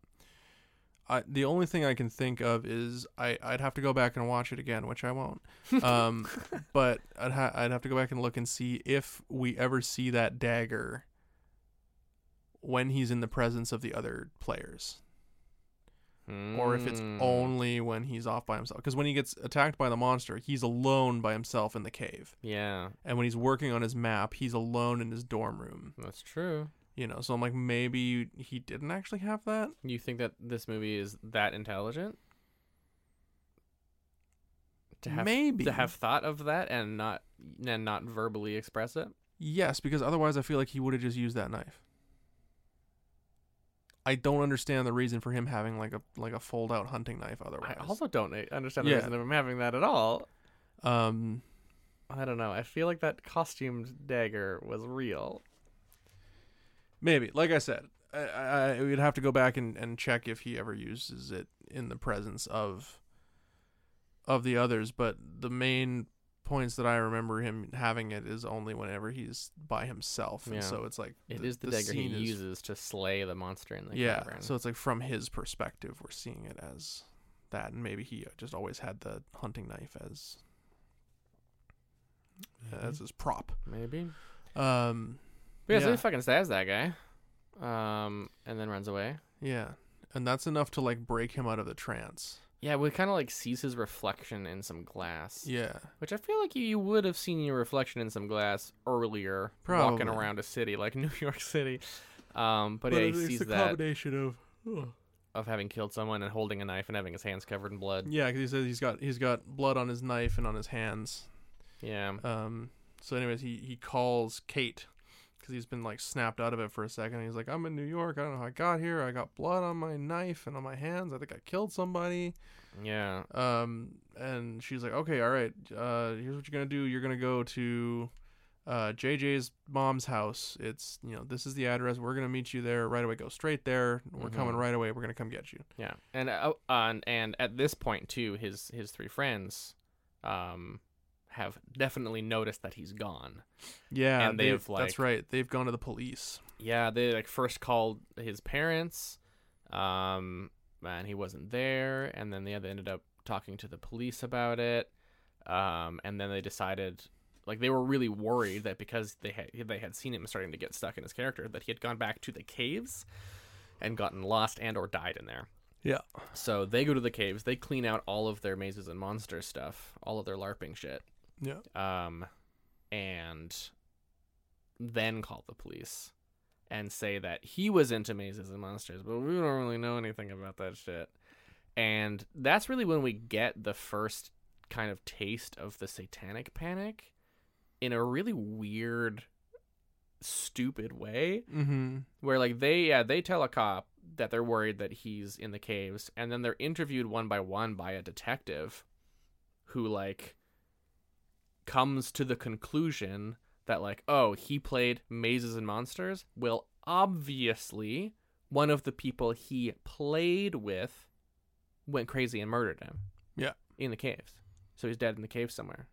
[SPEAKER 1] I, the only thing I can think of is I, I'd have to go back and watch it again, which I won't. Um, but I'd, ha- I'd have to go back and look and see if we ever see that dagger when he's in the presence of the other players, or if it's
[SPEAKER 2] Mm.
[SPEAKER 1] only when he's off by himself. Because when he gets attacked by the monster, he's alone by himself in the cave,
[SPEAKER 2] yeah
[SPEAKER 1] and when he's working on his map, he's alone in his dorm room.
[SPEAKER 2] that's true
[SPEAKER 1] You know, so I'm like, maybe he didn't actually have that.
[SPEAKER 2] You think that this movie is that intelligent? To have
[SPEAKER 1] Maybe.
[SPEAKER 2] to have thought of that and not and not verbally express it.
[SPEAKER 1] Yes, because otherwise I feel like he would have just used that knife. I don't understand the reason for him having like a like a fold out hunting knife
[SPEAKER 2] I
[SPEAKER 1] otherwise.
[SPEAKER 2] also don't i- understand the
[SPEAKER 1] Yeah.
[SPEAKER 2] reason of him having that at all.
[SPEAKER 1] um
[SPEAKER 2] I don't know. I feel like that costumed dagger was real.
[SPEAKER 1] maybe like I said, I, I I would have to go back and, and check if he ever uses it in the presence of of the others, but the main points that I remember him having it is only whenever he's by himself.
[SPEAKER 2] Yeah.
[SPEAKER 1] And so it's like
[SPEAKER 2] It is the, dagger he
[SPEAKER 1] scene is-
[SPEAKER 2] uses to slay the monster in the
[SPEAKER 1] yeah
[SPEAKER 2] cavern.
[SPEAKER 1] so it's like from his perspective we're seeing it as that and maybe he uh, just always had the hunting knife as as his prop
[SPEAKER 2] maybe.
[SPEAKER 1] um
[SPEAKER 2] But yeah, so
[SPEAKER 1] Yeah.
[SPEAKER 2] he fucking stabs that guy, um, and then runs away.
[SPEAKER 1] yeah and that's enough to like break him out of the trance
[SPEAKER 2] Yeah, we kind of like sees his reflection in some glass.
[SPEAKER 1] yeah
[SPEAKER 2] Which I feel like you, you would have seen your reflection in some glass earlier, walking
[SPEAKER 1] Probably.
[SPEAKER 2] around a city like New York City. Um, but, yeah, he sees that
[SPEAKER 1] combination of
[SPEAKER 2] of having killed someone and holding a knife and having his hands covered in blood.
[SPEAKER 1] yeah because he says he's got he's got blood on his knife and on his hands
[SPEAKER 2] Yeah,
[SPEAKER 1] um so anyways he he calls kate because he's been like snapped out of it for a second he's like i'm in new york i don't know how i got here i got blood on my knife and on my hands i think i killed somebody
[SPEAKER 2] yeah,
[SPEAKER 1] um and she's like okay all right uh here's what you're gonna do you're gonna go to uh jj's mom's house it's you know this is the address we're gonna meet you there right away go straight there we're
[SPEAKER 2] Mm-hmm.
[SPEAKER 1] coming right away we're gonna come get you
[SPEAKER 2] yeah. And uh, and and at this point too, his his three friends, um, have definitely noticed that he's gone.
[SPEAKER 1] yeah
[SPEAKER 2] And they've,
[SPEAKER 1] that's
[SPEAKER 2] like-
[SPEAKER 1] right they've gone to the police
[SPEAKER 2] Yeah, they like first called his parents, um, and he wasn't there, and then the other ended up talking to the police about it, um, and then they decided, like they were really worried that because they had they had seen him starting to get stuck in his character, that he had gone back to the caves, and gotten lost and or died in there.
[SPEAKER 1] yeah
[SPEAKER 2] So they go to the caves, they clean out all of their mazes and monster stuff, all of their LARPing shit,
[SPEAKER 1] yeah
[SPEAKER 2] um, and then call the police and say that he was into mazes and monsters, but we don't really know anything about that shit. And that's really when we get the first kind of taste of the satanic panic in a really weird, stupid way
[SPEAKER 1] mm-hmm
[SPEAKER 2] where like they yeah they tell a cop that they're worried that he's in the caves and then they're interviewed one by one by a detective who like comes to the conclusion that like oh he played mazes and monsters well obviously one of the people he played with went crazy and murdered him
[SPEAKER 1] yeah
[SPEAKER 2] in the caves so he's dead in the cave somewhere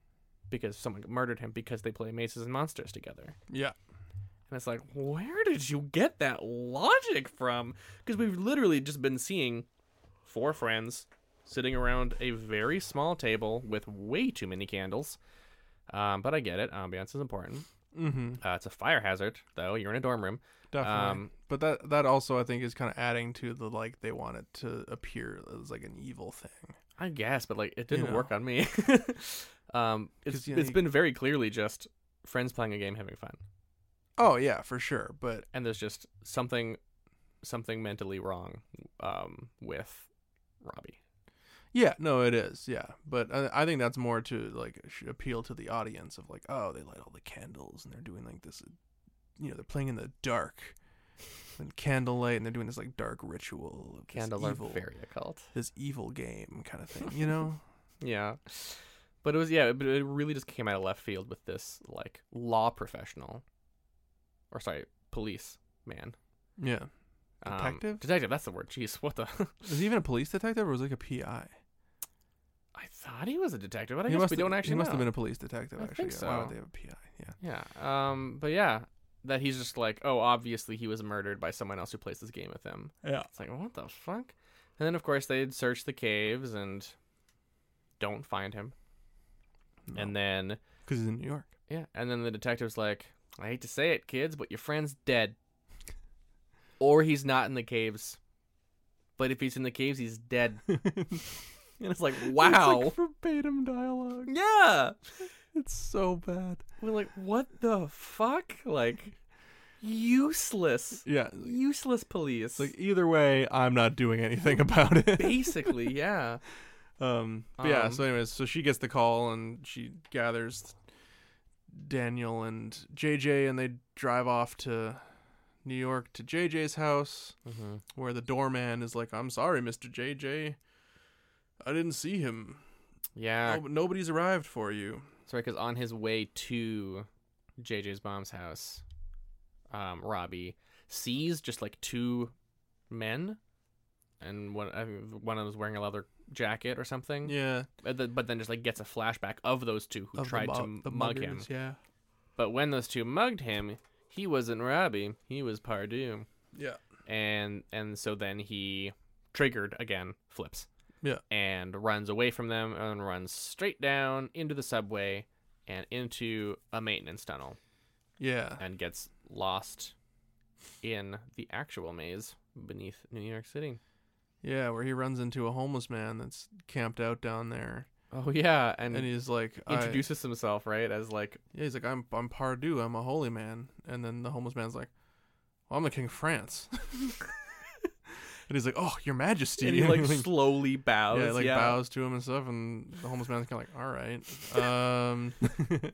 [SPEAKER 2] because someone murdered him because they play mazes and monsters together
[SPEAKER 1] yeah
[SPEAKER 2] and And it's like, where did you get that logic from? Because we've literally just been seeing four friends sitting around a very small table with way too many candles. Um, but I get it. Ambiance is important.
[SPEAKER 1] Mm-hmm.
[SPEAKER 2] Uh, it's a fire hazard, though. You're in a dorm room.
[SPEAKER 1] Definitely.
[SPEAKER 2] Um,
[SPEAKER 1] but that that also I think is kind of adding to the like they want it to appear as like an evil thing.
[SPEAKER 2] I guess, but like it didn't
[SPEAKER 1] know.
[SPEAKER 2] work on me. um, it's
[SPEAKER 1] 'Cause, you know,
[SPEAKER 2] it's
[SPEAKER 1] you-
[SPEAKER 2] been very clearly just friends playing a game, having fun,
[SPEAKER 1] Oh yeah, for sure. But
[SPEAKER 2] and there's just something something mentally wrong um, with Robbie.
[SPEAKER 1] yeah, no, it is. Yeah, but I, I think that's more to like sh- appeal to the audience of like, oh, they light all the candles and they're doing like this, you know, they're playing in the dark, and candlelight, and they're doing this like dark ritual of
[SPEAKER 2] Candles
[SPEAKER 1] this
[SPEAKER 2] are
[SPEAKER 1] evil,
[SPEAKER 2] very occult.
[SPEAKER 1] this evil game kind of thing. You know?
[SPEAKER 2] Yeah, but it was yeah, but it really just came out of left field with this like law professional, or sorry, police man,
[SPEAKER 1] yeah.
[SPEAKER 2] Um,
[SPEAKER 1] Detective?
[SPEAKER 2] detective. That's the word. Jeez, what the.
[SPEAKER 1] Is he even a police detective or was he like a PI?
[SPEAKER 2] I thought he was a detective, but I
[SPEAKER 1] he
[SPEAKER 2] guess
[SPEAKER 1] must
[SPEAKER 2] we don't
[SPEAKER 1] have,
[SPEAKER 2] actually
[SPEAKER 1] He must
[SPEAKER 2] know.
[SPEAKER 1] have been a police detective.
[SPEAKER 2] I
[SPEAKER 1] actually,
[SPEAKER 2] think
[SPEAKER 1] yeah. Why would
[SPEAKER 2] so.
[SPEAKER 1] they have a PI? Yeah.
[SPEAKER 2] Yeah. Um. But yeah, that he's just like, oh, obviously he was murdered by someone else who plays this game with him.
[SPEAKER 1] Yeah.
[SPEAKER 2] It's like, what the fuck? And then of course they'd search the caves and don't find him. And then
[SPEAKER 1] Because he's in New York.
[SPEAKER 2] yeah, and then the detective's like, I hate to say it, kids, but your friend's dead. Or he's not in the caves. But if he's in the caves, he's dead. and it's like, wow.
[SPEAKER 1] verbatim dialogue.
[SPEAKER 2] yeah.
[SPEAKER 1] It's so bad.
[SPEAKER 2] We're like, what the fuck? Like, useless.
[SPEAKER 1] Yeah. It's
[SPEAKER 2] useless police.
[SPEAKER 1] like either way, I'm not doing anything about it.
[SPEAKER 2] basically, yeah.
[SPEAKER 1] Um. but yeah.
[SPEAKER 2] Um,
[SPEAKER 1] So, anyways, so she gets the call and she gathers Daniel and JJ, and they drive off to New York to JJ's house,
[SPEAKER 2] Mm-hmm.
[SPEAKER 1] where the doorman is like, "I'm sorry, Mister JJ, I didn't see him.
[SPEAKER 2] Yeah.
[SPEAKER 1] No- nobody's arrived for you."
[SPEAKER 2] Sorry, because on his way to JJ's mom's house, um, Robbie sees just like two men, and one I mean, one of them was wearing a leather jacket or something.
[SPEAKER 1] Yeah.
[SPEAKER 2] But th- but then just like gets a flashback of those two who
[SPEAKER 1] of the
[SPEAKER 2] tried to
[SPEAKER 1] mu-
[SPEAKER 2] m-
[SPEAKER 1] the
[SPEAKER 2] mug him.
[SPEAKER 1] muggers, Yeah.
[SPEAKER 2] But when those two mugged him, he wasn't Robbie. He was Pardue.
[SPEAKER 1] Yeah.
[SPEAKER 2] and and so then he triggered again flips
[SPEAKER 1] Yeah.
[SPEAKER 2] and runs away from them and runs straight down into the subway and into a maintenance tunnel
[SPEAKER 1] Yeah.
[SPEAKER 2] and gets lost in the actual maze beneath New York City.
[SPEAKER 1] Yeah, where he runs into a homeless man that's camped out down there,
[SPEAKER 2] Oh yeah, and,
[SPEAKER 1] and
[SPEAKER 2] he
[SPEAKER 1] he's like, I-
[SPEAKER 2] introduces himself right as like
[SPEAKER 1] yeah, he's like, I'm I'm Pardue, I'm a holy man, and then the homeless man's like, well, I'm the king of France, and he's like, Oh, Your Majesty,
[SPEAKER 2] and he like
[SPEAKER 1] And
[SPEAKER 2] slowly bows.
[SPEAKER 1] yeah,
[SPEAKER 2] Yeah,
[SPEAKER 1] like bows to him and stuff, and the homeless man's kind of like, All right, um,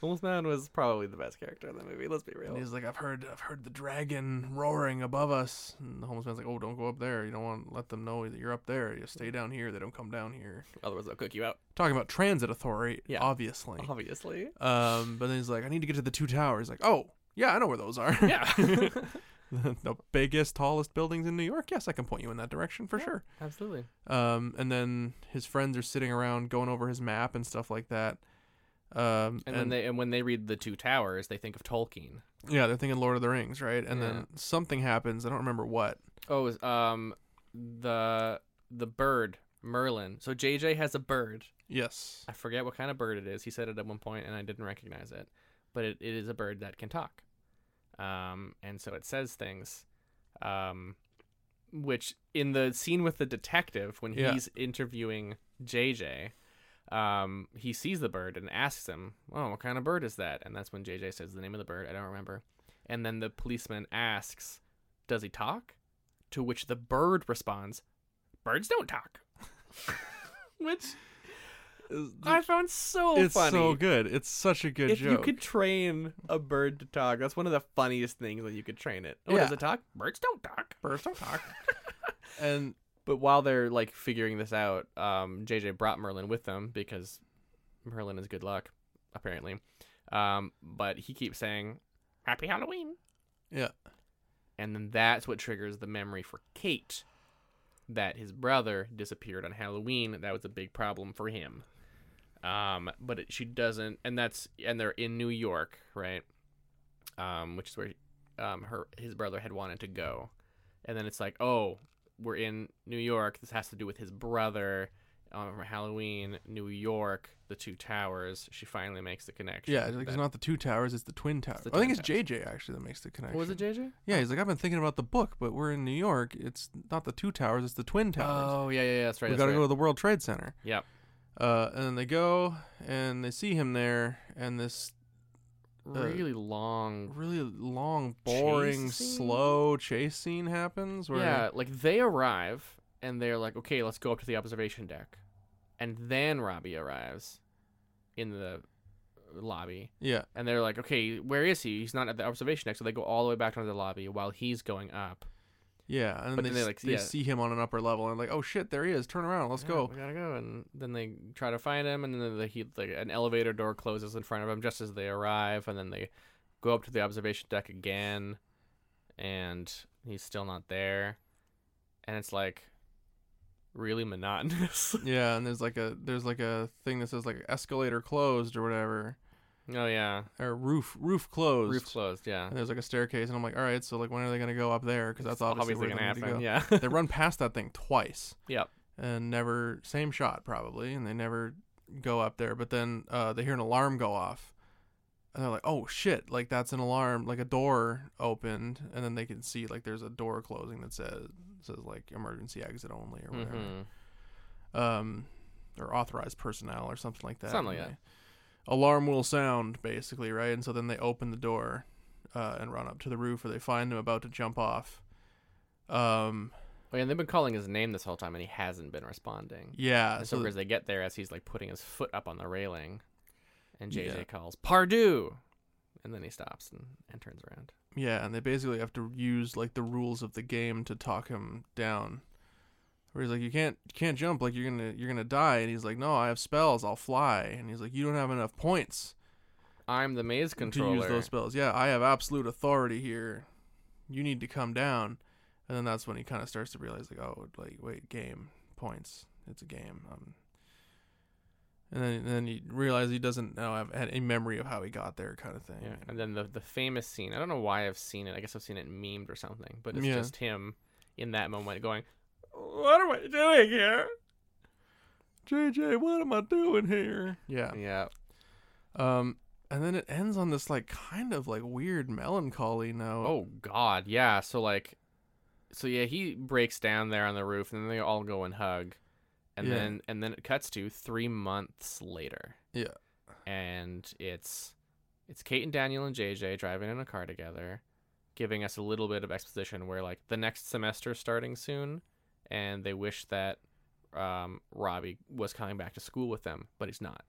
[SPEAKER 2] Homeless man was probably the best character in the movie. Let's be real.
[SPEAKER 1] and he's like, I've heard I've heard the dragon roaring above us, and the homeless man's like, Oh, don't go up there, you don't want to let them know that you're up there, you stay down here, they don't come down here.
[SPEAKER 2] Otherwise, they'll cook you out.
[SPEAKER 1] Talking about transit authority,
[SPEAKER 2] Yeah.
[SPEAKER 1] obviously.
[SPEAKER 2] Obviously.
[SPEAKER 1] Um, but then he's like, I need to get to the two towers. Like, oh, yeah, I know where those are.
[SPEAKER 2] Yeah.
[SPEAKER 1] the biggest, tallest buildings in New York. Yes, I can point you in that direction for sure.
[SPEAKER 2] Absolutely.
[SPEAKER 1] Um, and then his friends are sitting around going over his map and stuff like that. Um,
[SPEAKER 2] And, then they and when they read the two towers, they think of Tolkien.
[SPEAKER 1] yeah, they're thinking Lord of the Rings, right? And
[SPEAKER 2] Yeah.
[SPEAKER 1] then something happens. I don't remember what.
[SPEAKER 2] Oh, it was, um, the the bird Merlin. So JJ has a bird.
[SPEAKER 1] Yes.
[SPEAKER 2] I forget what kind of bird it is. He said it at one point, and I didn't recognize it. But it, it is a bird that can talk, um, and so it says things, um, which in the scene with the detective when
[SPEAKER 1] Yeah.
[SPEAKER 2] he's interviewing JJ. Um, he sees the bird and asks him, "Oh, what kind of bird is that?" And that's when JJ says the name of the bird. I don't remember. And then the policeman asks, "Does he talk?" To which the bird responds, "Birds don't talk." which I found so
[SPEAKER 1] it's
[SPEAKER 2] Oh, funny.
[SPEAKER 1] so good. It's such a good
[SPEAKER 2] If
[SPEAKER 1] joke.
[SPEAKER 2] you could train a bird to talk, that's one of the funniest things that you could train it. Oh, does
[SPEAKER 1] Yeah.
[SPEAKER 2] it talk? Birds don't talk.
[SPEAKER 1] Birds don't talk. and
[SPEAKER 2] But while they're like figuring this out, um, JJ brought Merlin with them because Merlin is good luck, apparently. Um, but he keeps saying, "Happy Halloween,"
[SPEAKER 1] yeah,
[SPEAKER 2] and then that's what triggers the memory for Kate that his brother disappeared on Halloween. That was a big problem for him. Um, but it, she doesn't, and that's and they're in New York, right? um, which is where um, her his brother had wanted to go, and then it's like, oh, we're in New York. This has to do with his brother. Um, from Halloween, New York, the two towers. She finally makes the connection.
[SPEAKER 1] Yeah, it's, like, it's
[SPEAKER 2] that-
[SPEAKER 1] not the two towers, it's the twin towers.
[SPEAKER 2] the
[SPEAKER 1] I think
[SPEAKER 2] twin
[SPEAKER 1] it's
[SPEAKER 2] towers.
[SPEAKER 1] JJ actually that makes the connection.
[SPEAKER 2] What was it, JJ?
[SPEAKER 1] Yeah, he's like, I've been thinking about the book, but we're in New York. It's not the two towers, it's the twin towers.
[SPEAKER 2] Oh yeah, yeah, yeah, that's right.
[SPEAKER 1] we
[SPEAKER 2] that's
[SPEAKER 1] gotta
[SPEAKER 2] right.
[SPEAKER 1] go to the World Trade Center.
[SPEAKER 2] Yep.
[SPEAKER 1] Uh, and then they go and they see him there, and this uh,
[SPEAKER 2] really long.
[SPEAKER 1] really long, boring,
[SPEAKER 2] Chase scene?
[SPEAKER 1] slow chase scene happens. Where
[SPEAKER 2] Yeah, like they arrive and they're like, okay, let's go up to the observation deck, and then Robbie arrives in the lobby,
[SPEAKER 1] yeah,
[SPEAKER 2] and they're like, okay, where is he? He's not at the observation deck, so they go all the way back down to the lobby while he's going up.
[SPEAKER 1] yeah, and
[SPEAKER 2] But
[SPEAKER 1] they,
[SPEAKER 2] then they,
[SPEAKER 1] s-
[SPEAKER 2] like,
[SPEAKER 1] they
[SPEAKER 2] yeah.
[SPEAKER 1] see him on an upper level and like, oh shit, there he is. Turn around, let's
[SPEAKER 2] Yeah,
[SPEAKER 1] go.
[SPEAKER 2] We gotta go, and then they try to find him, and then the, he like an elevator door closes in front of him just as they arrive, and then they go up to the observation deck again, and he's still not there, and it's like really monotonous.
[SPEAKER 1] Yeah, and there's like a there's like a thing that says like escalator closed or whatever,
[SPEAKER 2] oh yeah,
[SPEAKER 1] or roof roof closed.
[SPEAKER 2] roof closed. Yeah,
[SPEAKER 1] And there's like a staircase, and I'm like, all right, so like when are they gonna go up there? Because that's
[SPEAKER 2] It's
[SPEAKER 1] obviously where they
[SPEAKER 2] gonna
[SPEAKER 1] need to go.
[SPEAKER 2] happen. Yeah,
[SPEAKER 1] they run past that thing twice
[SPEAKER 2] yep.
[SPEAKER 1] and never same shot probably, and they never go up there. But then uh, they hear an alarm go off, and they're like, oh shit, like that's an alarm, like a door opened, and then they can see like there's a door closing that says says like emergency exit only or whatever,
[SPEAKER 2] Mhm.
[SPEAKER 1] um, or authorized personnel or something like that.
[SPEAKER 2] Something like
[SPEAKER 1] and
[SPEAKER 2] that.
[SPEAKER 1] they- Alarm will sound basically right, and so then they open the door uh, and run up to the roof, where they find him about to jump off. Um,
[SPEAKER 2] Oh, yeah, and they've been calling his name this whole time, and he hasn't been responding.
[SPEAKER 1] Yeah.
[SPEAKER 2] And so
[SPEAKER 1] Uh, So
[SPEAKER 2] as they get there, as he's like putting his foot up on the railing, and JJ
[SPEAKER 1] Yeah.
[SPEAKER 2] calls Pardue, and then he stops and, and turns around.
[SPEAKER 1] yeah, and they basically have to use like the rules of the game to talk him down. Where he's like, you can't, you can't jump. Like you're gonna, you're gonna die. And he's like, no, I have spells. I'll fly. And he's like, you don't have enough points
[SPEAKER 2] I'm the maze
[SPEAKER 1] to
[SPEAKER 2] controller.
[SPEAKER 1] use those spells. Yeah, I have absolute authority here. You need to come down. And then that's when he kind of starts to realize, like, oh, like wait, game points. It's a game. Um, and then, and then he realizes he doesn't now have had any memory of how he got there, kind of thing.
[SPEAKER 2] Yeah. And then the the famous scene. I don't know why I've seen it. I guess I've seen it memed or something. But it's
[SPEAKER 1] Yeah.
[SPEAKER 2] just him in that moment going, "What am I doing here?"
[SPEAKER 1] JJ, what am I doing here? Yeah.
[SPEAKER 2] Yeah.
[SPEAKER 1] Um, and then it ends on this like kind of like weird melancholy note.
[SPEAKER 2] Oh God. Yeah. So like, so yeah, he breaks down there on the roof, and then they all go and hug, and
[SPEAKER 1] Yeah.
[SPEAKER 2] then and then it cuts to three months later.
[SPEAKER 1] Yeah.
[SPEAKER 2] and it's it's Kate and Daniel and JJ driving in a car together, giving us a little bit of exposition where like the next semester starting soon, and they wish that um, Robbie was coming back to school with them, but he's not.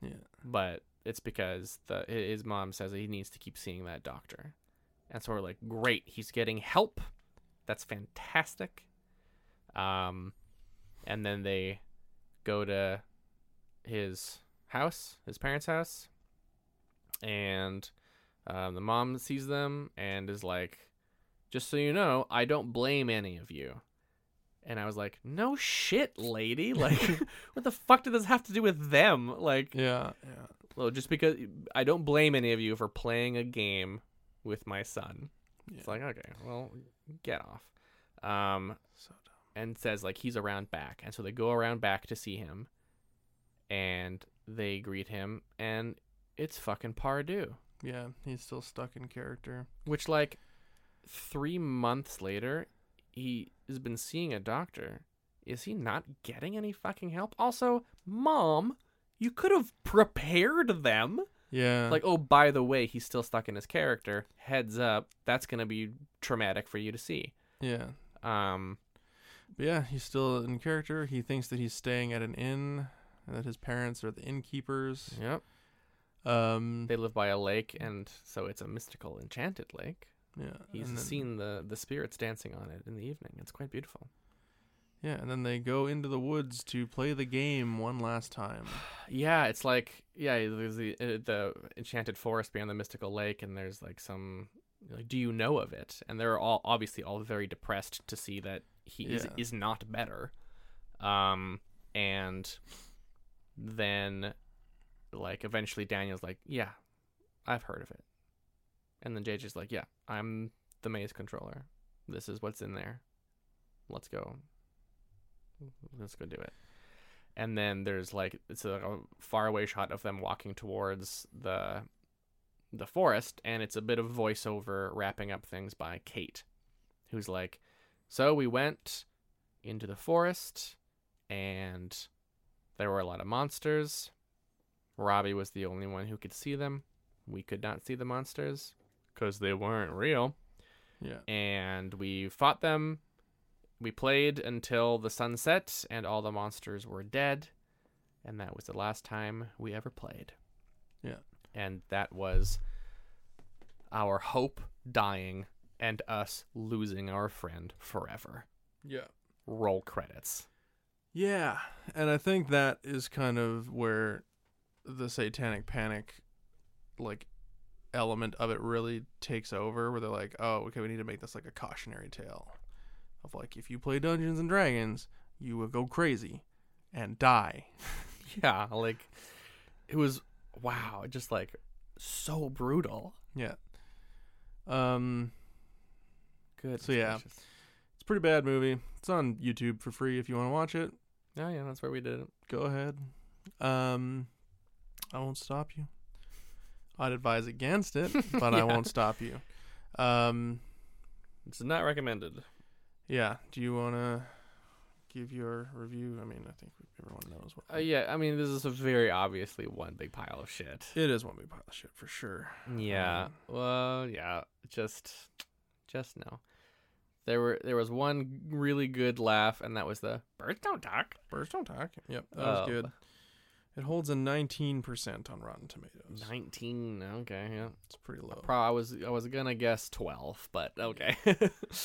[SPEAKER 1] Yeah.
[SPEAKER 2] But it's because the hi- his mom says that he needs to keep seeing that doctor, and so we're like, great, he's getting help. That's fantastic. Um, and then they go to his house, his parents' house, and um, the mom sees them and is like, "Just so you know, I don't blame any of you." And I was like, "No shit, lady! Like, what the fuck did this have to do with them? Like,
[SPEAKER 1] Yeah, yeah,
[SPEAKER 2] well, just because I don't blame any of you for playing a game with my son. It's like, okay, well, get off." Um,
[SPEAKER 1] So dumb.
[SPEAKER 2] and says like he's around back and so they go around back to see him and they greet him and it's fucking Pardue
[SPEAKER 1] yeah. He's still stuck in character.
[SPEAKER 2] which like 3 months later he has been seeing a doctor is he not getting any fucking help also mom you could have prepared them
[SPEAKER 1] Yeah,
[SPEAKER 2] like oh by the way he's still stuck in his character heads up that's going to be traumatic for you to see
[SPEAKER 1] yeah,
[SPEAKER 2] um
[SPEAKER 1] but yeah. He's still in character. He thinks that he's staying at an inn and that his parents are the innkeepers.
[SPEAKER 2] yep
[SPEAKER 1] Um,
[SPEAKER 2] They live by a lake, and so it's a mystical, enchanted lake.
[SPEAKER 1] yeah.
[SPEAKER 2] He's
[SPEAKER 1] and then-
[SPEAKER 2] seen the, the spirits dancing on it in the evening. It's quite beautiful.
[SPEAKER 1] Yeah, and then they go into the woods to play the game one last time.
[SPEAKER 2] Yeah, it's like yeah, there's the uh, the enchanted forest beyond the mystical lake, and there's like some like, do you know of it? And they're all obviously all very depressed to see that he is
[SPEAKER 1] Yeah.
[SPEAKER 2] is not better. Um, and then like eventually Daniel's like, yeah, I've heard of it, And then JJ's like, yeah, I'm the maze controller. This is what's in there. Let's go. Let's go do it. And then there's like it's a, a faraway shot of them walking towards the the forest, and it's a bit of voiceover wrapping up things by Kate, who's like, "So we went into the forest, and there were a lot of monsters. Robbie was the only one who could see them. We could not see the monsters because they weren't real.
[SPEAKER 1] Yeah.
[SPEAKER 2] And we fought them. We played until the sun set and all the monsters were dead. And that was the last time we ever played.
[SPEAKER 1] Yeah.
[SPEAKER 2] And that was our hope dying and us losing our friend forever.
[SPEAKER 1] Yeah.
[SPEAKER 2] Roll credits.
[SPEAKER 1] Yeah, and I think that is kind of where the satanic panic like element of it really takes over where they're like, "Oh, okay, we need to make this like a cautionary tale of like if you play Dungeons and Dragons, you will go crazy and die."
[SPEAKER 2] Yeah, like it was wow, just like so brutal.
[SPEAKER 1] Yeah. Um
[SPEAKER 2] Good.
[SPEAKER 1] So, yeah. it's a pretty bad movie. It's on YouTube for free if you want to watch it.
[SPEAKER 2] Oh yeah, that's where we did it.
[SPEAKER 1] Go ahead. Um I won't stop you. I'd advise against it, but I
[SPEAKER 2] Yeah.
[SPEAKER 1] won't stop you. Um
[SPEAKER 2] It's not recommended.
[SPEAKER 1] Yeah. Do you want to give your review? I mean, I think everyone knows what.
[SPEAKER 2] Uh, yeah, I mean this is a very obviously one big pile of shit.
[SPEAKER 1] It is one big pile of shit for sure.
[SPEAKER 2] Yeah. Well, yeah. Just, just no. There were there was one really good laugh, and that was the birds don't talk.
[SPEAKER 1] Birds don't talk. Yep, that was
[SPEAKER 2] Oh.
[SPEAKER 1] good. It holds a 19% on Rotten Tomatoes.
[SPEAKER 2] Nineteen. Okay. Yeah.
[SPEAKER 1] It's pretty low.
[SPEAKER 2] Pro. I was I was gonna guess twelve, but okay.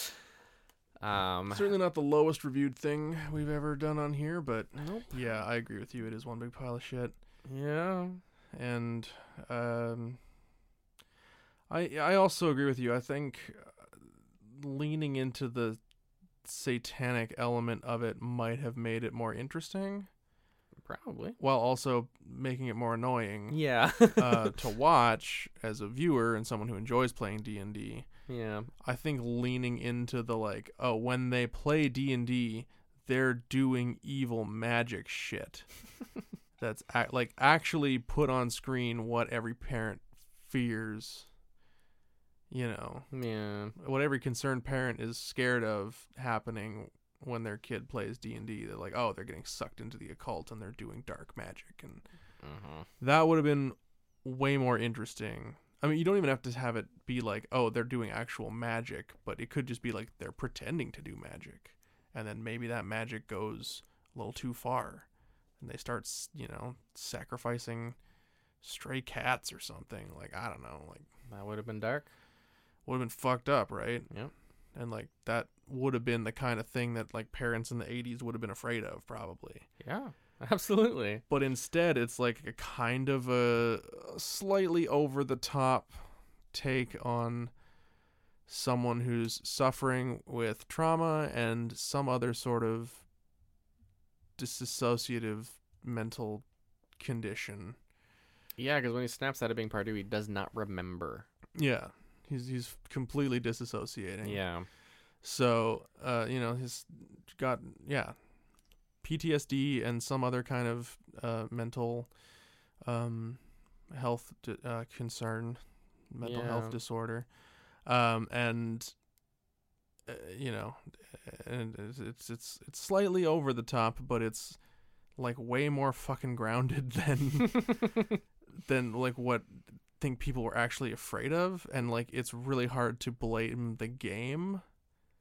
[SPEAKER 2] um.
[SPEAKER 1] Certainly not the lowest reviewed thing we've ever done on here, but
[SPEAKER 2] Nope.
[SPEAKER 1] yeah, I agree with you. It is one big pile of shit.
[SPEAKER 2] Yeah.
[SPEAKER 1] and um, I I also agree with you. I think uh, leaning into the satanic element of it might have made it more interesting,
[SPEAKER 2] Probably.
[SPEAKER 1] while also making it more annoying
[SPEAKER 2] Yeah.
[SPEAKER 1] uh, to watch as a viewer and someone who enjoys playing D and D.
[SPEAKER 2] yeah.
[SPEAKER 1] I think leaning into the like, oh, when they play D and D, they're doing evil magic shit. That's ac- like actually put on screen what every parent fears. You know,
[SPEAKER 2] Yeah.
[SPEAKER 1] what every concerned parent is scared of happening when their kid plays D and D. They're like, oh, they're getting sucked into the occult and they're doing dark magic, and
[SPEAKER 2] Uh-huh.
[SPEAKER 1] that would have been way more interesting. I mean, you don't even have to have it be like, oh, they're doing actual magic, but it could just be like they're pretending to do magic. And then maybe that magic goes a little too far. And they start, s- you know, sacrificing stray cats or something. Like, I don't know. Like,
[SPEAKER 2] That would have been dark.
[SPEAKER 1] would have been fucked up, right?
[SPEAKER 2] Yep.
[SPEAKER 1] And like, that would have been the kind of thing that like parents in the 80s would have been afraid of, probably
[SPEAKER 2] Yeah. Absolutely.
[SPEAKER 1] but instead it's like a kind of a slightly over the top take on someone who's suffering with trauma and some other sort of disassociative mental condition.
[SPEAKER 2] Yeah, because when he snaps out of being Pardue, he does not remember.
[SPEAKER 1] Yeah. He's he's completely disassociating.
[SPEAKER 2] Yeah.
[SPEAKER 1] So, uh, you know, he's got yeah, PTSD and some other kind of uh, mental um, health di- uh, concern, mental
[SPEAKER 2] Yeah.
[SPEAKER 1] health disorder, um, and uh, you know, and it's- it's it's it's slightly over the top, but it's like way more fucking grounded than than like what I think people were actually afraid of and like it's really hard to blame the game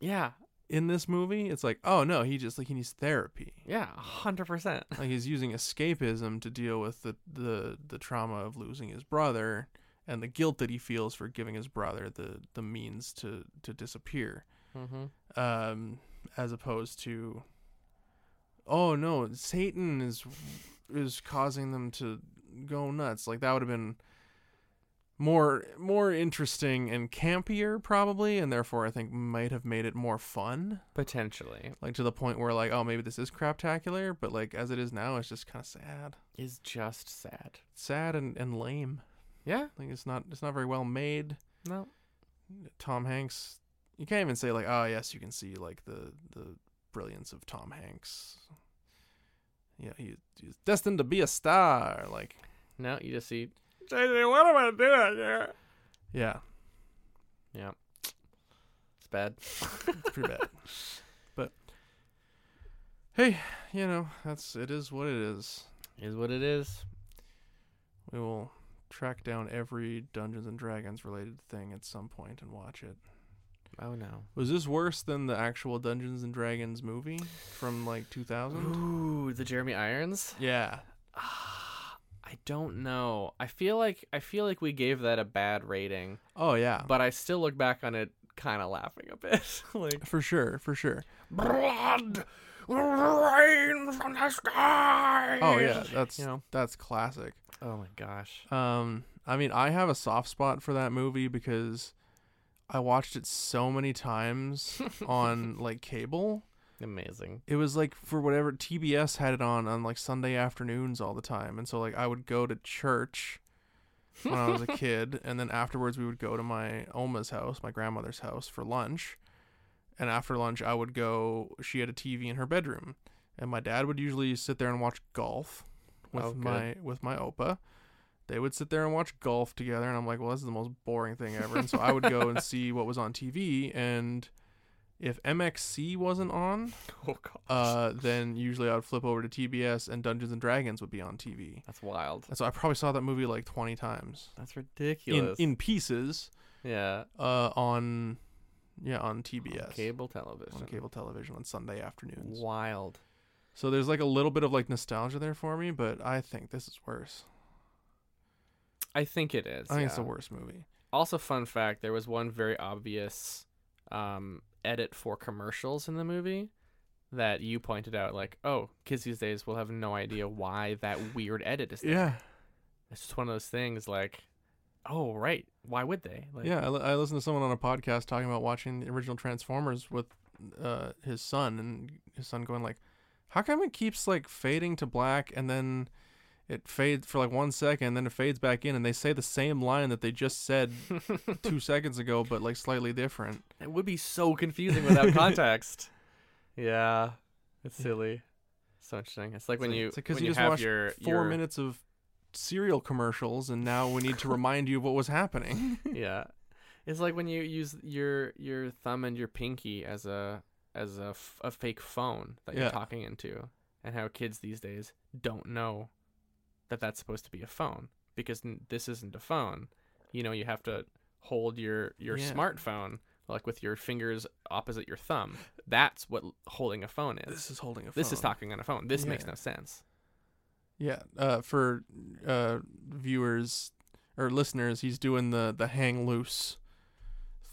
[SPEAKER 2] yeah.
[SPEAKER 1] in this movie it's like oh no he just like he needs therapy
[SPEAKER 2] Yeah. a hundred percent.
[SPEAKER 1] like he's using escapism to deal with the the the trauma of losing his brother and the guilt that he feels for giving his brother the the means to to disappear
[SPEAKER 2] Mm-hmm.
[SPEAKER 1] um as opposed to oh no satan is is causing them to go nuts like that would have been more more interesting and campier probably and therefore i think might have made it more fun
[SPEAKER 2] Potentially.
[SPEAKER 1] like to the point where like oh maybe this is craptacular but like as it is now it's just kind of sad
[SPEAKER 2] Is just sad.
[SPEAKER 1] sad and, and lame
[SPEAKER 2] Yeah.
[SPEAKER 1] like it's not it's not very well made
[SPEAKER 2] No.
[SPEAKER 1] Tom Hanks. You can't even say like, oh yes, you can see like the the brilliance of Tom Hanks. Yeah, he, he's destined to be a star. Like,
[SPEAKER 2] No, you just see. JJ, what am I doing here?
[SPEAKER 1] yeah,
[SPEAKER 2] Yeah. It's bad.
[SPEAKER 1] it's pretty bad. But hey, you know that's it is what it is.
[SPEAKER 2] is what it is.
[SPEAKER 1] We will track down every Dungeons and Dragons related thing at some point and watch it.
[SPEAKER 2] Oh no.
[SPEAKER 1] Was this worse than the actual Dungeons and Dragons movie from like 2000?
[SPEAKER 2] Ooh, the Jeremy Irons.
[SPEAKER 1] Yeah.
[SPEAKER 2] I don't know. I feel like I feel like we gave that a bad rating,
[SPEAKER 1] Oh yeah.
[SPEAKER 2] but I still look back on it kind of laughing a bit. like
[SPEAKER 1] For sure, for sure.
[SPEAKER 2] blood will rain from the sky.
[SPEAKER 1] Oh yeah, that's
[SPEAKER 2] you know.
[SPEAKER 1] that's classic.
[SPEAKER 2] Oh my gosh.
[SPEAKER 1] Um, I mean, I have a soft spot for that movie because I watched it so many times on like cable.
[SPEAKER 2] Amazing.
[SPEAKER 1] It was like for whatever TBS had it on on like Sunday afternoons all the time, and so like I would go to church when I was a kid, and then afterwards we would go to my Oma's house, my grandmother's house, for lunch. And after lunch, I would go. She had a TV in her bedroom, and my dad would usually sit there and watch golf with
[SPEAKER 2] Oh, good.
[SPEAKER 1] my with my opa. They would sit there and watch golf together, and I'm like, "Well, this is the most boring thing ever." And so I would go and see what was on TV, and if MXC wasn't on,
[SPEAKER 2] Oh god.
[SPEAKER 1] uh, then usually I would flip over to TBS, and Dungeons and Dragons would be on TV.
[SPEAKER 2] That's wild.
[SPEAKER 1] And so I probably saw that movie like 20 times
[SPEAKER 2] That's
[SPEAKER 1] in,
[SPEAKER 2] ridiculous.
[SPEAKER 1] in pieces
[SPEAKER 2] yeah.
[SPEAKER 1] uh, on yeah on TBS
[SPEAKER 2] Cable television.
[SPEAKER 1] on cable television on Sunday afternoons.
[SPEAKER 2] Wild.
[SPEAKER 1] So there's like a little bit of like nostalgia there for me, but I think this is worse.
[SPEAKER 2] I think it is.
[SPEAKER 1] I think it's the
[SPEAKER 2] yeah.
[SPEAKER 1] worst movie.
[SPEAKER 2] also fun fact there was one very obvious um, edit for commercials in the movie that you pointed out like oh kids these days will have no idea why that weird edit is there.
[SPEAKER 1] Yeah,
[SPEAKER 2] it's just one of those things like oh right why would they like
[SPEAKER 1] yeah. I, li- I listened to someone on a podcast talking about watching the original Transformers with uh, his son, and his son going like, "How come it keeps like fading to black and then it fades for like one second, then it fades back in, and they say the same line that they just said two seconds ago, but like slightly different."
[SPEAKER 2] it would be so confusing without context yeah it's silly so interesting it's like when you
[SPEAKER 1] It's like,
[SPEAKER 2] when you,
[SPEAKER 1] just
[SPEAKER 2] have
[SPEAKER 1] watched
[SPEAKER 2] your
[SPEAKER 1] four
[SPEAKER 2] your-
[SPEAKER 1] minutes of cereal commercials, and now we need to remind you of what was happening.
[SPEAKER 2] yeah it's like when you use your your thumb and your pinky as a as a, f- a fake phone that
[SPEAKER 1] Yeah.
[SPEAKER 2] you're talking into and how kids these days don't know that that's supposed to be a phone because n- this isn't a phone you know you have to hold your your
[SPEAKER 1] Yeah.
[SPEAKER 2] smartphone like with your fingers opposite your thumb that's what l- holding a phone is
[SPEAKER 1] this is holding a.
[SPEAKER 2] this is
[SPEAKER 1] phone.
[SPEAKER 2] talking on a phone this makes
[SPEAKER 1] Yeah.
[SPEAKER 2] no sense
[SPEAKER 1] Yeah, uh, for uh, viewers or listeners, he's doing the the hang loose,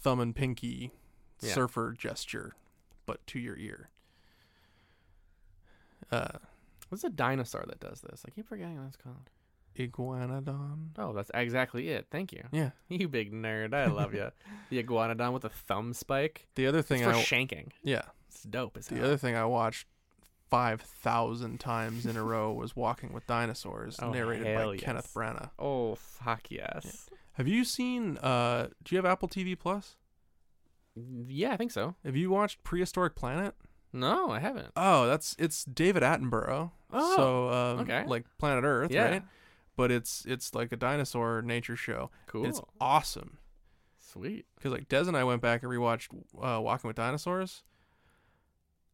[SPEAKER 1] thumb and pinky,
[SPEAKER 2] Yeah.
[SPEAKER 1] surfer gesture, but to your ear. Uh,
[SPEAKER 2] what's a dinosaur that does this i keep forgetting what it's called
[SPEAKER 1] iguanodon.
[SPEAKER 2] oh that's exactly it thank you
[SPEAKER 1] Yeah.
[SPEAKER 2] You big nerd. I love you. the iguanodon with a thumb spike.
[SPEAKER 1] The other
[SPEAKER 2] It's
[SPEAKER 1] thing
[SPEAKER 2] for
[SPEAKER 1] I
[SPEAKER 2] shanking.
[SPEAKER 1] yeah
[SPEAKER 2] It's dope as
[SPEAKER 1] the
[SPEAKER 2] hell.
[SPEAKER 1] other thing I watched five thousand times in a row was Walking with Dinosaurs,
[SPEAKER 2] Oh,
[SPEAKER 1] narrated by
[SPEAKER 2] hell
[SPEAKER 1] Kenneth
[SPEAKER 2] yes.
[SPEAKER 1] Branagh.
[SPEAKER 2] oh, fuck yes.
[SPEAKER 1] Have you seen? Uh, do you have Apple TV Plus?
[SPEAKER 2] Yeah. I think so.
[SPEAKER 1] Have you watched Prehistoric Planet?
[SPEAKER 2] No, I haven't.
[SPEAKER 1] Oh, that's it's David Attenborough.
[SPEAKER 2] Oh,
[SPEAKER 1] so um,
[SPEAKER 2] okay.
[SPEAKER 1] like Planet Earth,
[SPEAKER 2] Yeah.
[SPEAKER 1] right? But it's it's like a dinosaur nature show.
[SPEAKER 2] Cool.
[SPEAKER 1] It's awesome
[SPEAKER 2] Sweet.
[SPEAKER 1] because like Des and I went back and rewatched uh, Walking with Dinosaurs.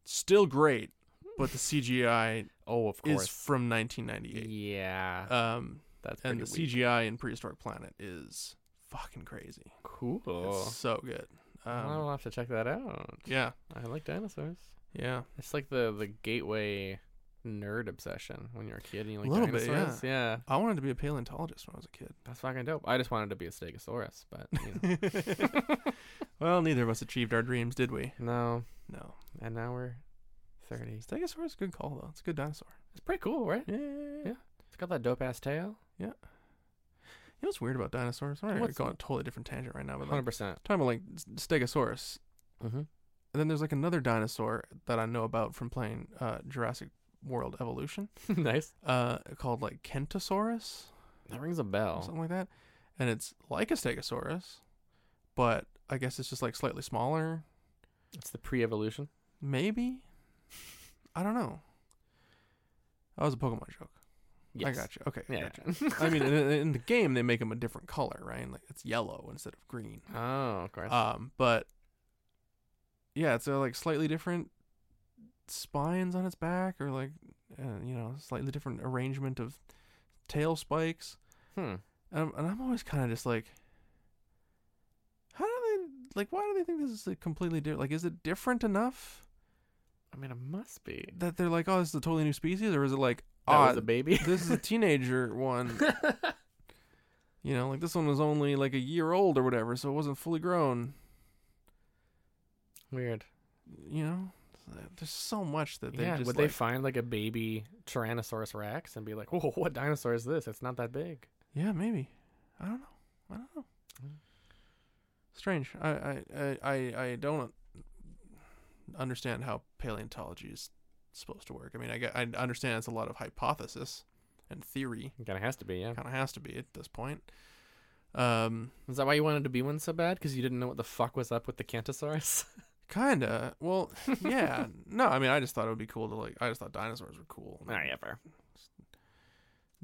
[SPEAKER 1] Still great, but the CGI
[SPEAKER 2] Oh, of
[SPEAKER 1] is
[SPEAKER 2] course.
[SPEAKER 1] from 1998.
[SPEAKER 2] Yeah.
[SPEAKER 1] Um,
[SPEAKER 2] that's
[SPEAKER 1] and the
[SPEAKER 2] pretty weak.
[SPEAKER 1] CGI in Prehistoric Planet is fucking crazy.
[SPEAKER 2] Cool.
[SPEAKER 1] It's so good. Um,
[SPEAKER 2] I'll have to check that out.
[SPEAKER 1] yeah,
[SPEAKER 2] I like dinosaurs.
[SPEAKER 1] yeah.
[SPEAKER 2] It's like the the gateway nerd obsession when you're a kid and you like
[SPEAKER 1] Little bit,
[SPEAKER 2] dinosaurs. yeah.
[SPEAKER 1] I wanted to be a paleontologist when I was a kid.
[SPEAKER 2] That's fucking dope. I just wanted to be a stegosaurus, but you know.
[SPEAKER 1] Well, neither of us achieved our dreams, did we?
[SPEAKER 2] no.
[SPEAKER 1] No.
[SPEAKER 2] And now we're 30.
[SPEAKER 1] Stegosaurus is a good call though. It's a good dinosaur.
[SPEAKER 2] It's pretty cool, right?
[SPEAKER 1] Yeah. You
[SPEAKER 2] It's got that dope ass tail.
[SPEAKER 1] know what's weird about dinosaurs? I'm
[SPEAKER 2] What's-
[SPEAKER 1] going on a totally different tangent right now, but
[SPEAKER 2] Hundred
[SPEAKER 1] like,
[SPEAKER 2] percent.
[SPEAKER 1] talking about like s- Stegosaurus,
[SPEAKER 2] Mhm.
[SPEAKER 1] and then there's like another dinosaur that I know about from playing uh, Jurassic World Evolution,
[SPEAKER 2] nice.
[SPEAKER 1] uh, called like Kentosaurus
[SPEAKER 2] That rings a
[SPEAKER 1] or
[SPEAKER 2] bell.
[SPEAKER 1] something like that, and it's like a Stegosaurus, but I guess it's just like slightly smaller.
[SPEAKER 2] It's the pre-evolution.
[SPEAKER 1] Maybe. I don't know. That was a Pokemon joke.
[SPEAKER 2] Yes.
[SPEAKER 1] I got you. Okay. I
[SPEAKER 2] Yeah.
[SPEAKER 1] got you. I mean, in, in the game, they make them a different color, right? Like it's yellow instead of green.
[SPEAKER 2] Oh, of course.
[SPEAKER 1] Um, but yeah, it's uh, like slightly different spines on its back, or like uh, you know, slightly different arrangement of tail spikes.
[SPEAKER 2] hmm.
[SPEAKER 1] And I'm, and I'm always kind of just like, how do they like? Why do they think this is like, completely different? Like, is it different enough
[SPEAKER 2] I mean, it must be.
[SPEAKER 1] that they're like, oh, this is a totally new species, or is it like,
[SPEAKER 2] That
[SPEAKER 1] ah,
[SPEAKER 2] was a baby.
[SPEAKER 1] this is a teenager one? You know, like this one was only like a year old or whatever, so it wasn't fully grown.
[SPEAKER 2] Weird.
[SPEAKER 1] You know, there's so much that they
[SPEAKER 2] yeah.
[SPEAKER 1] just
[SPEAKER 2] Would
[SPEAKER 1] like,
[SPEAKER 2] they find like a baby Tyrannosaurus Rex and be like, "Whoa, what dinosaur is this? It's not that big."
[SPEAKER 1] Yeah, maybe. I don't know. I don't know. Strange. I I I I, I don't understand how paleontology is supposed to work. I mean, I get- I understand it's a lot of hypothesis and theory.
[SPEAKER 2] Kind of has to be. Yeah.
[SPEAKER 1] Kind of has to be at this point. Um,
[SPEAKER 2] Is that why you wanted to be one so bad? Because you didn't know what the fuck was up with the Cantosaurus?
[SPEAKER 1] kinda. Well, yeah. no, I mean, I just thought it would be cool to like. I just thought dinosaurs were cool.
[SPEAKER 2] fair.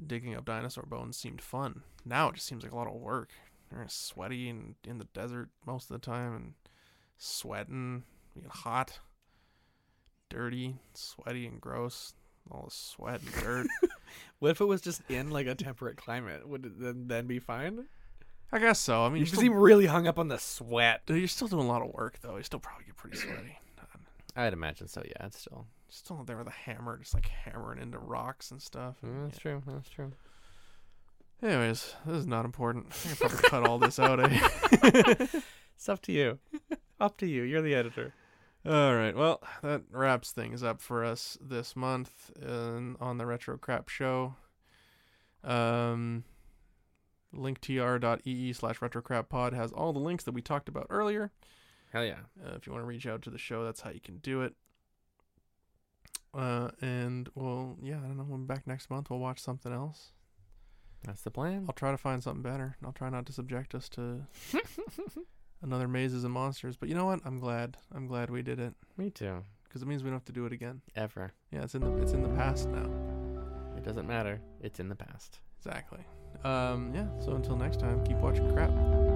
[SPEAKER 1] Digging up dinosaur bones seemed fun. Now it just seems like a lot of work. You're sweaty and in the desert most of the time, and sweating, being hot, dirty, sweaty and gross. All the sweat and dirt.
[SPEAKER 2] What if it was just in like a temperate climate? Would it then, then be fine?
[SPEAKER 1] I guess so. I mean,
[SPEAKER 2] You
[SPEAKER 1] you're
[SPEAKER 2] just
[SPEAKER 1] still,
[SPEAKER 2] seem really hung up on the sweat.
[SPEAKER 1] you're still doing a lot of work though. You still probably get pretty sweaty. Um,
[SPEAKER 2] I'd imagine so. Yeah, it's still.
[SPEAKER 1] Still out there with a hammer, just like hammering into rocks and stuff.
[SPEAKER 2] Mm,
[SPEAKER 1] and-
[SPEAKER 2] that's true. That's true.
[SPEAKER 1] Anyways, this is not important. I could probably cut all this out. eh?
[SPEAKER 2] It's up to you. up to you. You're the editor.
[SPEAKER 1] All right. Well, that wraps things up for us this month in, on the Retro Crap Show. Um, linktr.ee slash retrocrappod has all the links that we talked about earlier.
[SPEAKER 2] Hell yeah.
[SPEAKER 1] Uh, if you want to reach out to the show, that's how you can do it. Uh, and well, yeah, I don't know. We'll be back next month. We'll watch something else.
[SPEAKER 2] That's the plan.
[SPEAKER 1] I'll try to find something better. I'll try not to subject us to another mazes and monsters. But you know what? I'm glad. I'm glad we did it
[SPEAKER 2] Me too.
[SPEAKER 1] because it means we don't have to do it again.
[SPEAKER 2] Ever.
[SPEAKER 1] Yeah, it's in the it's in the past now.
[SPEAKER 2] It doesn't matter. It's in the past.
[SPEAKER 1] Exactly. Um, yeah. So until next time, keep watching crap.